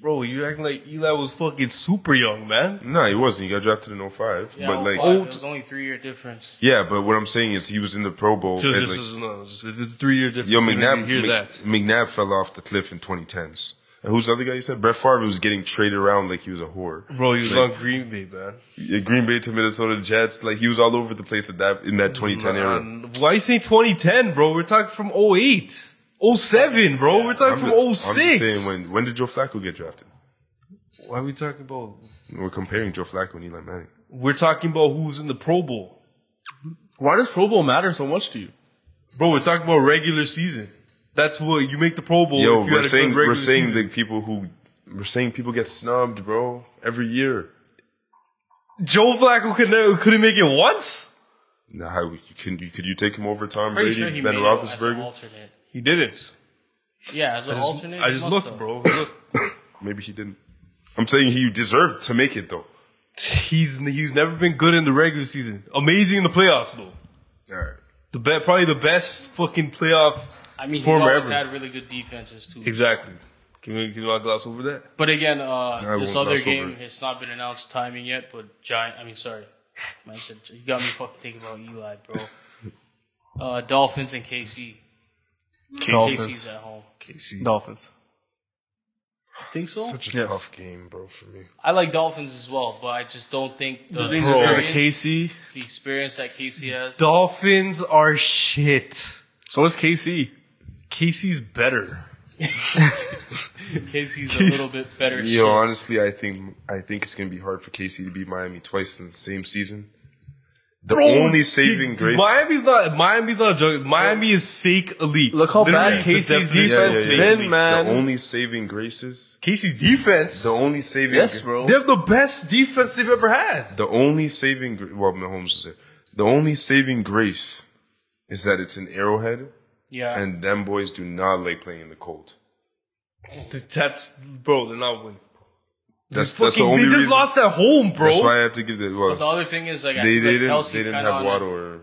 C: Bro, you acting like Eli was fucking super young, man.
A: No, he wasn't. He got drafted in 05.
D: Yeah,
A: but
C: oh
A: like,
D: old. It was only three year difference.
A: yeah, but what I'm saying is he was in the Pro Bowl.
C: So
A: and,
C: this
A: like-
C: is no, just if it's three year difference,
A: Yo,
C: you
A: McNabb,
C: didn't hear
A: Mc-
C: that.
A: McNabb fell off the cliff in 2010s. And who's the other guy you said? Brett Favre was getting traded around like he was a whore.
C: Bro, he was
A: Like-
C: on Green Bay, man.
A: Yeah, Green Bay to Minnesota Jets, like he was all over the place at that in that 2010 era.
C: Man, Why you saying 2010, bro? We're talking from 08, 07, bro. We're talking
A: ju-
C: from
A: I'm
C: 06.
A: just saying, when when did Joe Flacco get drafted?
C: Why are we talking about?
A: We're comparing Joe Flacco and Eli Manning.
C: We're talking about who's in the Pro Bowl,
B: Why does Pro Bowl matter so much to you?
C: bro. We're talking about regular season. That's what you make the Pro Bowl.
A: Yo,
C: if you
A: we're
C: had a
A: saying
C: good regular
A: we're saying
C: season.
A: the people who we're saying people get snubbed, bro, every year.
C: Joe Flacco could never, couldn't make it once.
A: Now, how you can you could you take him over Tom
D: Pretty
A: Brady,
D: sure he
A: Ben
D: made it as an
A: Roethlisberger?
D: alternate.
C: He didn't.
D: Yeah, as an alternate.
C: I
D: he
C: just
D: must
C: looked,
D: have.
C: bro. Look.
A: Maybe he didn't. I'm saying he deserved to make it though.
C: He's he's never been good in the regular season. Amazing in the playoffs though.
A: All right.
C: The be- probably the best fucking playoff.
D: I mean, he's
C: Former
D: always
C: ever.
D: had really good defenses too.
C: Exactly. Can we can we not gloss over that?
D: But again, uh,
A: I
D: this
A: won't
D: other
A: gloss
D: game,
A: over it.
D: it's not been announced timing yet. But giant, I mean, sorry, Man, I said- you got me fucking thinking about Eli, bro. Uh, Dolphins and KC. KC's at home.
A: KC.
B: Dolphins.
D: Think so?
A: Such a
B: Yes.
A: tough game, bro, for me.
D: I like Dolphins as well, but I just don't think the,
C: thing's just 'cause of
D: experience,
B: KC.
D: the experience that KC has.
C: Dolphins are shit.
B: So is KC.
C: Casey's better.
D: KC's a little bit better.
A: You know,
D: shit.
A: honestly, I think I think it's gonna be hard for KC to beat Miami twice in the same season. The only saving
C: Dude,
A: grace.
C: Miami's not. Miami's not a joke. Miami is fake elite.
B: Look how
C: Literally,
B: bad
C: the
B: Casey's
C: definition of
B: defense
C: fake
B: been,
C: elite.
B: man.
A: The only saving graces.
C: Casey's defense.
A: The only saving.
B: Yes,
A: gra-
B: bro.
C: They have the best defense they've ever had.
A: The only saving. gra- Well, Mahomes is there. The only saving grace is that it's an Arrowhead,
D: yeah.
A: and them boys do not like playing in the cold.
C: Th- That's bro. They're not winning.
A: That's
C: Fucking,
A: that's the only
C: they just
A: reason.
C: lost at home, bro.
A: That's why I have to give the. Well,
D: the other thing is like I
A: they,
D: feel
A: they
D: like
A: didn't they
D: Kelsey's
A: didn't
D: kind of
A: have
D: on
A: Waddle
D: a,
A: or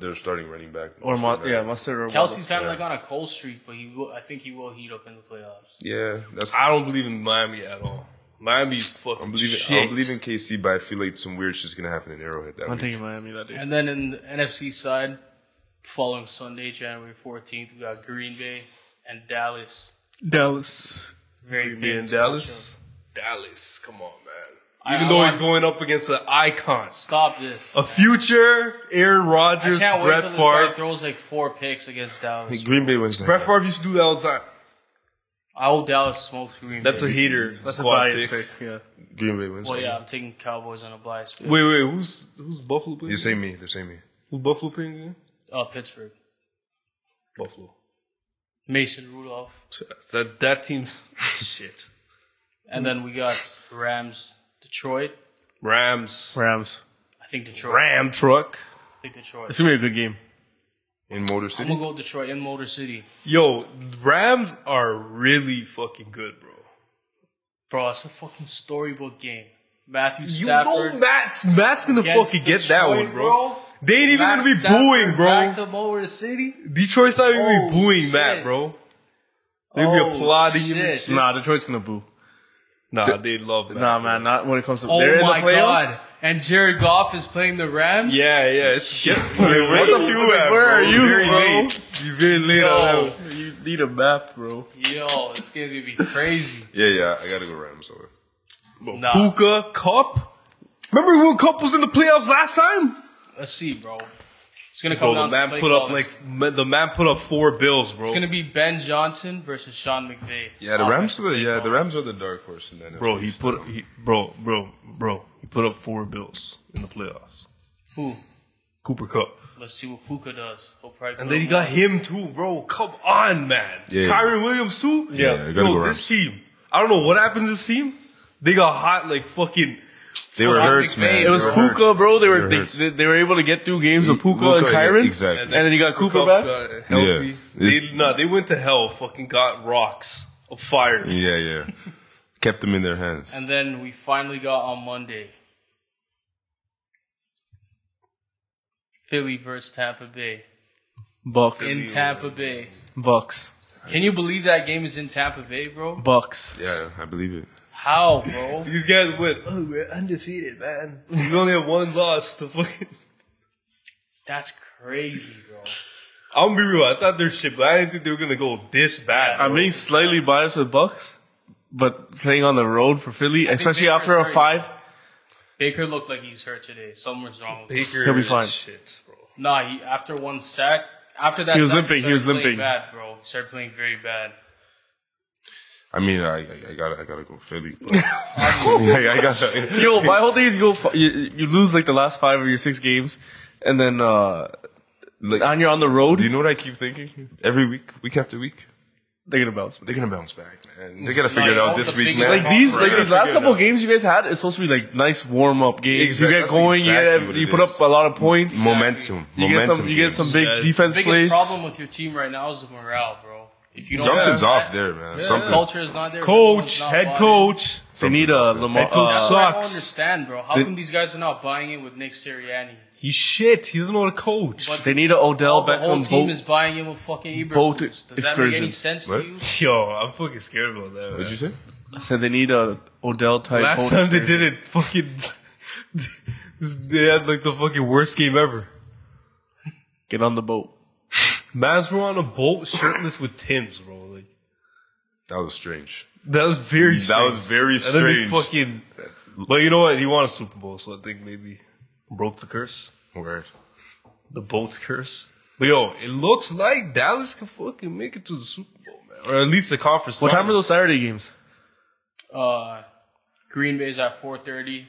A: their starting running back.
B: Or Mon-
A: Mustard,
B: yeah,
A: right?
B: Mustard or
D: Kelsey's kind of like on a cold streak, but he will, I think he will heat up in the playoffs.
A: yeah. That's
C: I don't believe in Miami at all. Miami's fucking
A: I'm believing,
C: shit.
A: I'm believing KC, but I feel like some weird shit's gonna happen in Arrowhead that
B: I'm
A: week.
B: taking Miami that day.
D: And then in the NFC side, following Sunday, January 14th, we got Green Bay and Dallas.
B: Dallas.
D: Very
C: Green Bay
D: famous
C: and Dallas. Dallas, come on, man.
D: I-
C: Even
D: I
C: though he's
D: want-
C: going up against an icon,
D: matchup. Stop this.
C: a future Aaron
D: I
C: Rodgers, Oh,
D: can't wait
C: Brett
D: till this guy
C: Favre.
D: throws like four picks against Dallas.
A: Green Bay wins. that
C: Brett
A: game.
C: Favre used to do that all the time.
D: I hope Dallas smokes Green
C: That's a
D: Bay.
C: heater.
B: That's a
C: squad
B: bias pick. Yeah.
A: Green Bay wins.
D: Well,
A: that
D: yeah,
A: game.
D: I'm taking Cowboys on a bias pick.
C: Wait, wait, who's who's Buffalo playing?
A: You say me. They say me.
C: Who's Buffalo playing again?
D: Uh, Pittsburgh.
C: Buffalo.
D: Mason Rudolph.
C: That that team's shit.
D: And then we got Rams, Detroit.
C: Rams.
B: Rams.
D: I think Detroit.
C: Ram truck.
D: I think Detroit.
B: It's gonna be a good game.
A: In Motor City.
D: I'm gonna go with Detroit in Motor City.
C: Yo, Rams are really fucking good, bro.
D: Bro, it's a fucking storybook game. Matthew
C: You
D: Stafford.
C: know Matt's Matt's gonna
D: against
C: fucking get that
D: Detroit,
C: one, bro. They ain't even
D: Matt
C: gonna be
D: Stafford
C: booing, bro.
D: Back to Motor City.
C: Detroit's not even gonna be
D: Oh,
C: booing
D: shit.
C: Matt, bro. They're gonna
D: Oh,
C: be applauding him. and
D: shit.
C: shit.
B: Nah, Detroit's gonna boo.
C: Nah, they love Matt.
B: Nah,
C: bro.
B: man, not when it comes to.
D: Oh
B: they're
D: my
B: in the playoffs.
D: god! And Jared Goff is playing the Rams.
C: Yeah, yeah. It's shit.
A: What the fuck,
B: Where
A: bro?
B: are you,
A: Very
B: bro?
A: late.
C: You really late on that
D: Yo,
C: one.
B: You need a map, bro.
D: yo, this game's gonna be crazy.
A: Yeah, yeah. I gotta go Rams over.
D: nah,
C: Puka Cup. Remember when Cup was in the playoffs last time?
D: let's see, bro. It's gonna come
C: Bro, the
D: down to
C: man
D: play
C: put up
D: calls.
C: like ma- the man put up four bills, bro.
D: It's gonna be Ben Johnson versus Sean McVay.
A: Yeah, the Rams
D: Offensive
A: are the yeah the
D: play
A: Rams are the dark horse in that.
C: bro,
A: NFC.
C: he put he, bro, bro, bro. He put up four bills in the playoffs.
D: call. Who?
C: Cooper Cup.
D: Let's see what Puka does. He'll probably
C: And
D: put
C: then you
D: him
C: got
D: on.
C: him too, bro. Come on, man.
A: Yeah.
C: Kyron Williams too.
A: Yeah, you gotta
C: Yo,
A: go
C: this
A: Rams.
C: team. I don't know what happened to this team. They got hot like fucking.
A: they were
D: Sean
A: hurts,
D: McVay,
A: man.
D: it
B: It was
A: They were hurts.
B: Puka, bro. They were
A: It
B: they,
A: hurts.
B: they, they were able to get through games with Puka, and
A: Luka, yeah,
B: Kyron.
A: exactly.
B: And then you got Cooper
C: Cup
B: back.
C: got healthy.
A: Yeah.
C: They, nah, they went to hell. Fucking got rocks of fire.
A: Yeah, yeah. Kept them in their hands.
D: And then we finally got on Monday. Philly versus Tampa Bay.
B: Bucks.
D: In Tampa Bay.
B: Bucks.
D: Can you believe that game is in Tampa Bay, bro?
B: Bucks.
A: yeah, I believe it.
D: How, bro?
C: These guys went. Oh, we're undefeated, man. We only have one loss to fucking.
D: That's crazy, bro.
C: I'm gonna be real. I thought they're shit, but I didn't think they were gonna go this bad.
B: I'm being slightly biased with Bucks, but playing on the road for Philly, especially
D: Baker's
B: after a
D: hurt.
B: five,
D: Baker looked like he's hurt today. Something's wrong with him.
C: Baker,
B: He'll be
C: is
B: fine.
C: Shit, bro.
D: Nah, he after one sack, after that
B: He was
D: sack,
B: limping, he
D: started
B: was
D: playing
B: limping.
D: Bad, bro. He started playing very bad.
A: I mean, I I, I gotta I gotta go Philly. I, I gotta.
B: Yo, my whole thing is you go, fi- you, you lose like the last five of your six games, and then uh,
A: Like,
B: and you're on the road.
A: do you know what I keep thinking every week, week after week?
B: they're gonna bounce.
A: They're gonna bounce back, man. They gotta
D: Like,
A: figure it out
D: all
A: this
D: the
A: week,
D: big-
A: man.
B: Like these,
A: Right.
B: like these last couple games you guys had is supposed to be like nice warm up games.
A: Exact-
B: You get
A: that's
B: going,
A: exactly
B: you
A: what
B: get, you
A: it
B: put
A: is.
B: up a lot of points.
A: momentum.
B: you
A: momentum
B: get some, you get
A: games.
B: some big
C: Yeah, it's
B: defense
D: Biggest
B: plays.
D: problem with your team right now is the morale, bro. If you don't
A: Something's
D: have
A: off
D: that,
A: there, man. Something.
D: Culture is not there.
C: Coach,
D: everyone's not
C: head
D: buying it.
C: coach.
B: They need a Lamar.
C: Head coach
B: uh,
D: I don't
C: Sucks.
D: understand, bro. How come these guys are not buying it with Nick Sirianni?
C: He's shit. He doesn't know how to coach.
D: But
B: they need a Odell
D: all the whole
B: Beckham
D: team
B: boat.
D: is buying in with fucking
B: boat
D: Ibra. Does that make any
B: excursion.
D: sense
A: What?
D: to you?
C: Yo, I'm fucking scared about that.
A: What'd
C: man.
A: you say?
B: Said they need a Odell type.
C: Last
B: boat
C: time they did
B: excursion.
C: it, fucking. they had like the fucking worst game ever.
B: get on the boat.
C: Mavs were on a boat shirtless with Tim's, bro. Like,
A: That was strange.
C: that was very
A: That
C: strange.
A: was very
C: And then they
A: strange.
C: fucking. But you know what? He won a Super Bowl, so I think maybe broke the curse.
A: Word.
C: The boat's curse. But yo, it looks like Dallas can fucking make it to the Super Bowl, man. Or at least the conference.
B: What time are those
C: finals.
B: Saturday games?
D: Uh, Green Bay's at 4:30,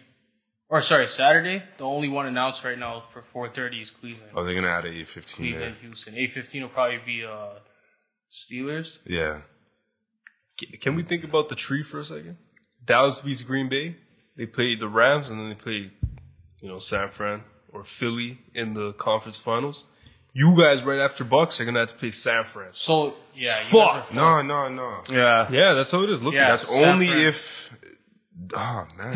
D: or sorry, Saturday. The only one announced right now for 4:30 is Cleveland.
A: Oh, they're gonna add a eight fifteen there.
D: Cleveland, Houston. 8:15 will probably be uh, Steelers.
A: Yeah.
C: Can- Can we think about the tree for a second? Dallas beats Green Bay. They play the Rams and then they play, you know, San Fran or Philly in the conference finals. You guys right after Bucks are gonna have to play San Fran.
D: So yeah, you
C: Fuck.
D: guys are-
A: No, no, no.
B: Yeah.
C: Yeah, that's how it is. Look,
D: Yeah.
C: that's
A: That's
D: San
A: only
D: Fran.
A: if. Oh man.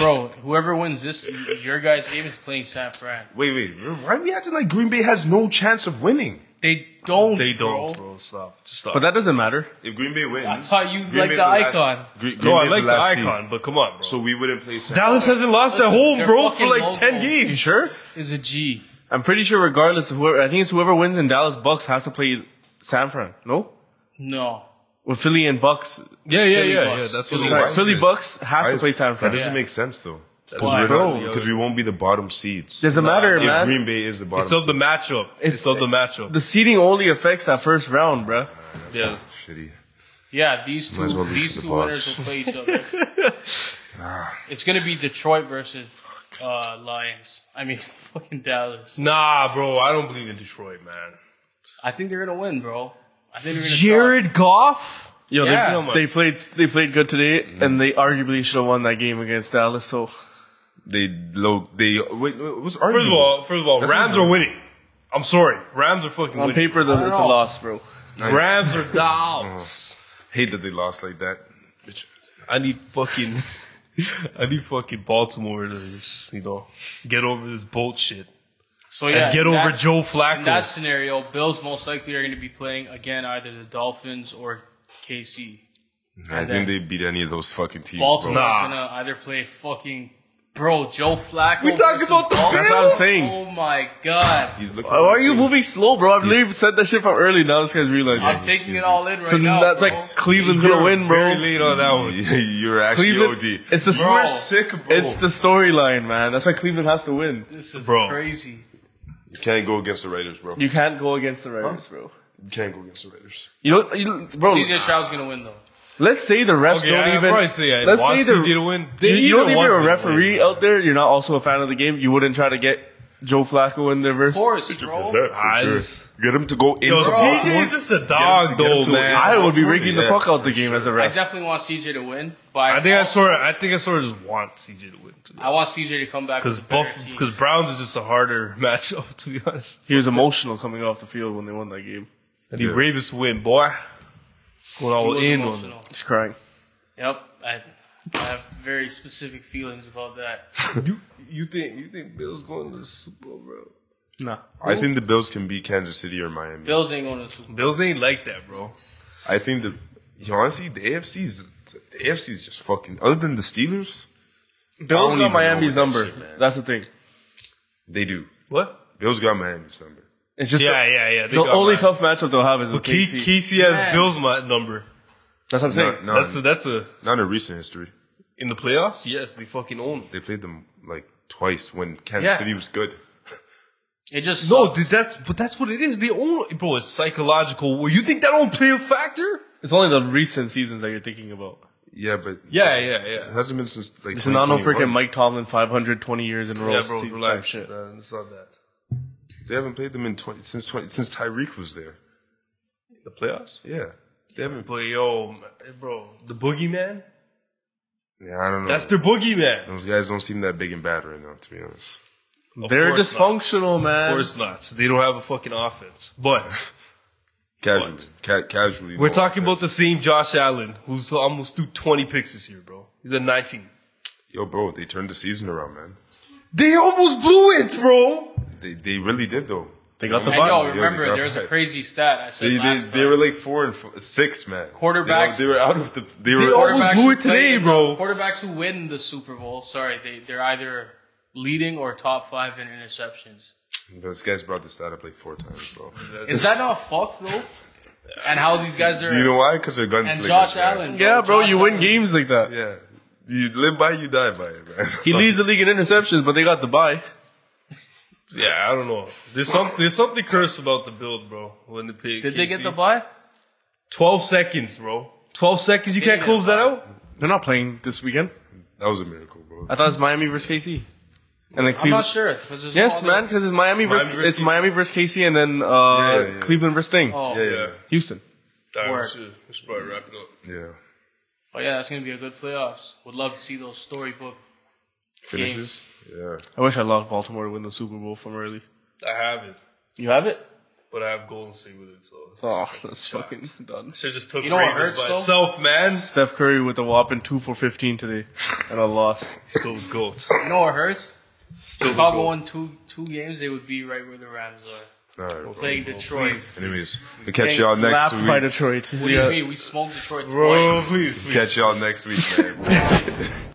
D: bro. Whoever wins this, your guys' game is playing San Fran.
A: wait, wait. Why are we acting like Green Bay has no chance of winning?
D: They don't.
C: they don't,
D: Bro.
C: bro. Stop, Just stop.
B: But that doesn't matter.
A: If Green Bay wins,
D: I thought you
A: Green
D: liked
A: Bay's
D: the
A: last-
D: icon.
A: Gre- Green,
C: no, I
A: Bay's
C: like the
A: last seed,
C: icon, but come on, bro.
A: so we wouldn't play. San
C: Dallas hasn't lost at
D: Listen,
C: home,
D: they're
C: bro, for
D: fucking
C: like ten
D: locals.
C: games.
D: You
C: sure?
D: Is a G.
B: I'm pretty sure, regardless of whoever, I think it's whoever wins in Dallas Bucks has to play San Fran. No,
D: No.
B: with Philly and Bucks.
C: Yeah, yeah,
D: Philly
C: yeah,
D: Bucks.
C: yeah. That's
D: Philly
C: what
A: Bucks.
C: it
B: Right,
A: is
B: Philly
A: it-
B: Bucks has to play San
A: That
B: Fran.
A: doesn't
D: Yeah.
A: make sense though,
D: Why?
A: because
B: Bro.
A: we won't be the bottom seeds.
B: Doesn't matter,
A: if
B: man.
A: Green Bay is the bottom,
C: It's of the matchup. It's,
B: It's-
C: of the matchup.
B: The seeding only affects that first round, bruh.
C: yeah.
A: shitty.
D: Yeah, these two,
A: Might as well lose
D: these
A: to the
D: two winners will play each other. it's gonna be Detroit versus uh, Lions. I mean, fucking Dallas.
C: Nah, bro. I don't believe in Detroit, man.
D: I think they're gonna win, bro. I think they're gonna.
C: Jared Goff.
B: Yo, they-
D: Yeah.
B: they, played they played good today, and they arguably should have won that game against Dallas. So
A: They low. They wait. wait, What's
C: First of all, first of all,
A: That's
C: Rams
A: not-
C: are winning. I'm sorry, Rams are fucking
B: on
C: winning.
B: paper, the, it's a
D: know.
B: loss, bro.
C: Rams are dogs.
A: hate that they lost like that. Bitch.
C: I need fucking, I need fucking Baltimore to just, you know, get over this bullshit
D: So
C: and
D: yeah,
C: get
D: in
C: over
D: that-
C: Joe
D: In that
C: Flacco.
D: scenario, Bills most likely are gonna be playing again either the Dolphins or KC.
A: I think they beat any of those fucking teams.
D: Baltimore's
A: Bro.
C: Nah.
D: gonna either play fucking. Bro, Joe Flacco.
C: We talking
D: versus
C: about the
D: Dolphins?
B: That's what I'm saying.
D: Oh my god.
A: He's looking.
B: Why are you
A: insane.
B: moving slow, bro? I believe said that shit from early. Now this guy's realizing.
D: I'm taking it all in right
B: so
D: now.
B: that's
D: bro.
B: like Cleveland's gonna win, bro.
C: Very late on that one.
A: You're actually
B: Cleveland,
A: OD.
B: it's the
D: Bro.
B: story-
A: sick, bro.
B: it's the storyline, man. That's why Cleveland has to win.
D: This is
C: Bro.
D: crazy.
A: you can't go against the Raiders, bro.
B: You can't go against the Raiders, bro.
A: You can't go against the Raiders.
B: You know, you, bro.
D: CJ Stroud's gonna win though.
B: Let's say the refs
C: Okay,
B: don't
C: I
B: even.
C: probably say I
B: let's
C: want
B: say the
C: CJ to win. They
B: You, you don't
C: either
B: even
C: want
B: a
C: to
B: referee
C: win.
B: out there. You're not also a fan of the game. You wouldn't try to get Joe Flacco in there versus.
D: Of course, bro.
C: I just-
A: Get him to go into
C: Yo,
A: Baltimore.
C: CJ is just a dog,
A: Get him
C: though,
A: to-
C: man.
B: I would be
A: Yeah,
B: rigging the fuck out the
A: for
B: game as a
D: I
B: ref.
D: definitely want CJ to win. But I,
C: I think I
D: also-
C: sort of, I think I sort of just want CJ to win.
D: I want CJ to come back
C: Because
D: because Buff.
C: Buff, because Browns is just a harder matchup, to be honest.
B: He was emotional coming off the field when they won that game.
C: And the Ravens win, boy. Going all in on them.
D: emotional.
B: He's crying.
D: Yep, I, I have very specific feelings about that.
C: You you think you think Bill's going to the Super Bowl, bro?
B: Nah.
A: I think the Bills can beat Kansas City or Miami.
D: Bills ain't going to the Super Bowl.
C: Bills ain't like that, bro.
A: I think the you know, honestly the AFC is the AFC is just fucking. Other than the Steelers,
B: Bills
A: even know
B: got Miami's
A: that
B: number.
A: shit, man.
B: That's the thing.
A: they do.
C: What?
A: Bills got Miami's number.
B: It's just
C: Yeah,
B: the,
C: yeah, yeah.
B: the only tough matchup they'll have is with
C: Casey,
B: KC.
C: Casey has
D: Man.
C: Bills my number.
B: That's what I'm saying.
A: No, no,
C: That's a, that's a
A: not in recent history.
C: in the playoffs. Yes, they fucking own. Them.
A: They played them like twice when Kansas
C: Yeah.
A: City was good.
D: It just
C: No,
D: sucks.
C: dude, that's but that's what it is. They own, bro. It's psychological. war. You think that don't play a factor?
B: It's only the recent seasons that you're thinking about.
A: Yeah, but
C: Yeah, yeah, yeah.
A: It hasn't been since like.
B: It's not no
A: 2021.
B: freaking Mike Tomlin 520 years in a row.
C: Yeah, bro.
B: Steve
C: Relax.
B: type shit.
C: man. It's not that.
A: They haven't played them in twenty since twenty since Tyreek was there.
C: The playoffs.
A: Yeah, they haven't.
C: But yo, man, bro, the boogeyman.
A: Yeah, I don't know.
C: That's their boogeyman.
A: Those guys don't seem that big and bad right now, to be honest.
C: Of
B: They're
C: course not.
B: dysfunctional,
C: Of
B: man.
C: course not. They don't have a fucking offense. But
A: Casually. Ca- casually.
C: We're
A: no
C: talking about
A: offense.
C: the same Josh Allen who's almost threw 20 picks this year, bro. He's at 19.
A: Yo, bro, they turned the season around, man.
C: They almost blew it, bro.
A: They, they really did, though.
B: They got the
D: And yo,
B: bottom.
A: yeah, they
D: remember
A: got
D: there was a
A: back.
D: crazy stat I said
A: They, they,
D: last
A: they
D: time.
A: were like four and f- six, man. They were-
D: Quarterbacks-
A: They were, out of the. They, were.
C: almost
D: Quarterbacks
C: blew
D: who
C: it today,
D: play in-
C: bro.
D: Quarterbacks who win the Super Bowl, sorry, they they're either leading or top five in interceptions.
A: This guy's brought this stat up like four times, bro.
D: Is that not fucked, bro? And how these guys are
A: You know why? Because they're gunslingers.
D: and Josh
A: man.
D: Allen.
B: Yeah, bro,
D: Josh
B: you win
D: Allen.
B: games like that.
A: Yeah. You live by, you die by it, man.
B: He
A: So-
B: leads the league in interceptions, but they got the bye.
C: Yeah, I don't know. There's some there's something cursed about the build, bro. When the pig
D: Did they get the
C: ball?
D: bye?
C: 12 seconds, bro. 12 seconds. You can't
D: Yeah,
C: close that
D: bro.
C: out.
B: They're not playing this weekend.
A: That was a miracle, bro.
B: I thought it was Miami versus KC. And then
D: I'm
B: Cleveland.
D: not sure. 'cause there's
B: Yes,
D: no other-
B: man, because it's Miami versus
A: versus
B: it's
A: KC.
B: Miami versus KC, and then uh,
A: yeah, yeah.
B: Cleveland versus Thing.
D: Oh,
A: Yeah, yeah.
B: Houston.
C: All
D: Word.
C: should, we should probably wrap it up.
A: Yeah.
D: oh yeah, that's gonna be a good playoffs. Would love to see those storybook
A: Finishes? Yeah.
B: I wish I loved Baltimore to win the Super Bowl from early.
C: I have it,
B: You have it?
C: but I have Golden State with it, so.
B: Oh, that's fucking done.
C: Should just took
D: You know what
C: Ravens
D: hurts,
C: by
D: though?
C: itself, man.
B: Steph Curry with a whopping two for fifteen today, and a loss.
C: Still goat.
D: You know what hurts?
C: Still
D: If I
C: goat.
D: won two two games, they would be right where the Rams are.
A: All right, bro.
D: Playing Detroit.
A: Anyways, we'll catch y'all next
B: Slapped by
A: week.
B: Detroit.
D: What do you mean? We smoked Detroit twice.
C: Bro, please, please.
A: Catch y'all next week, man.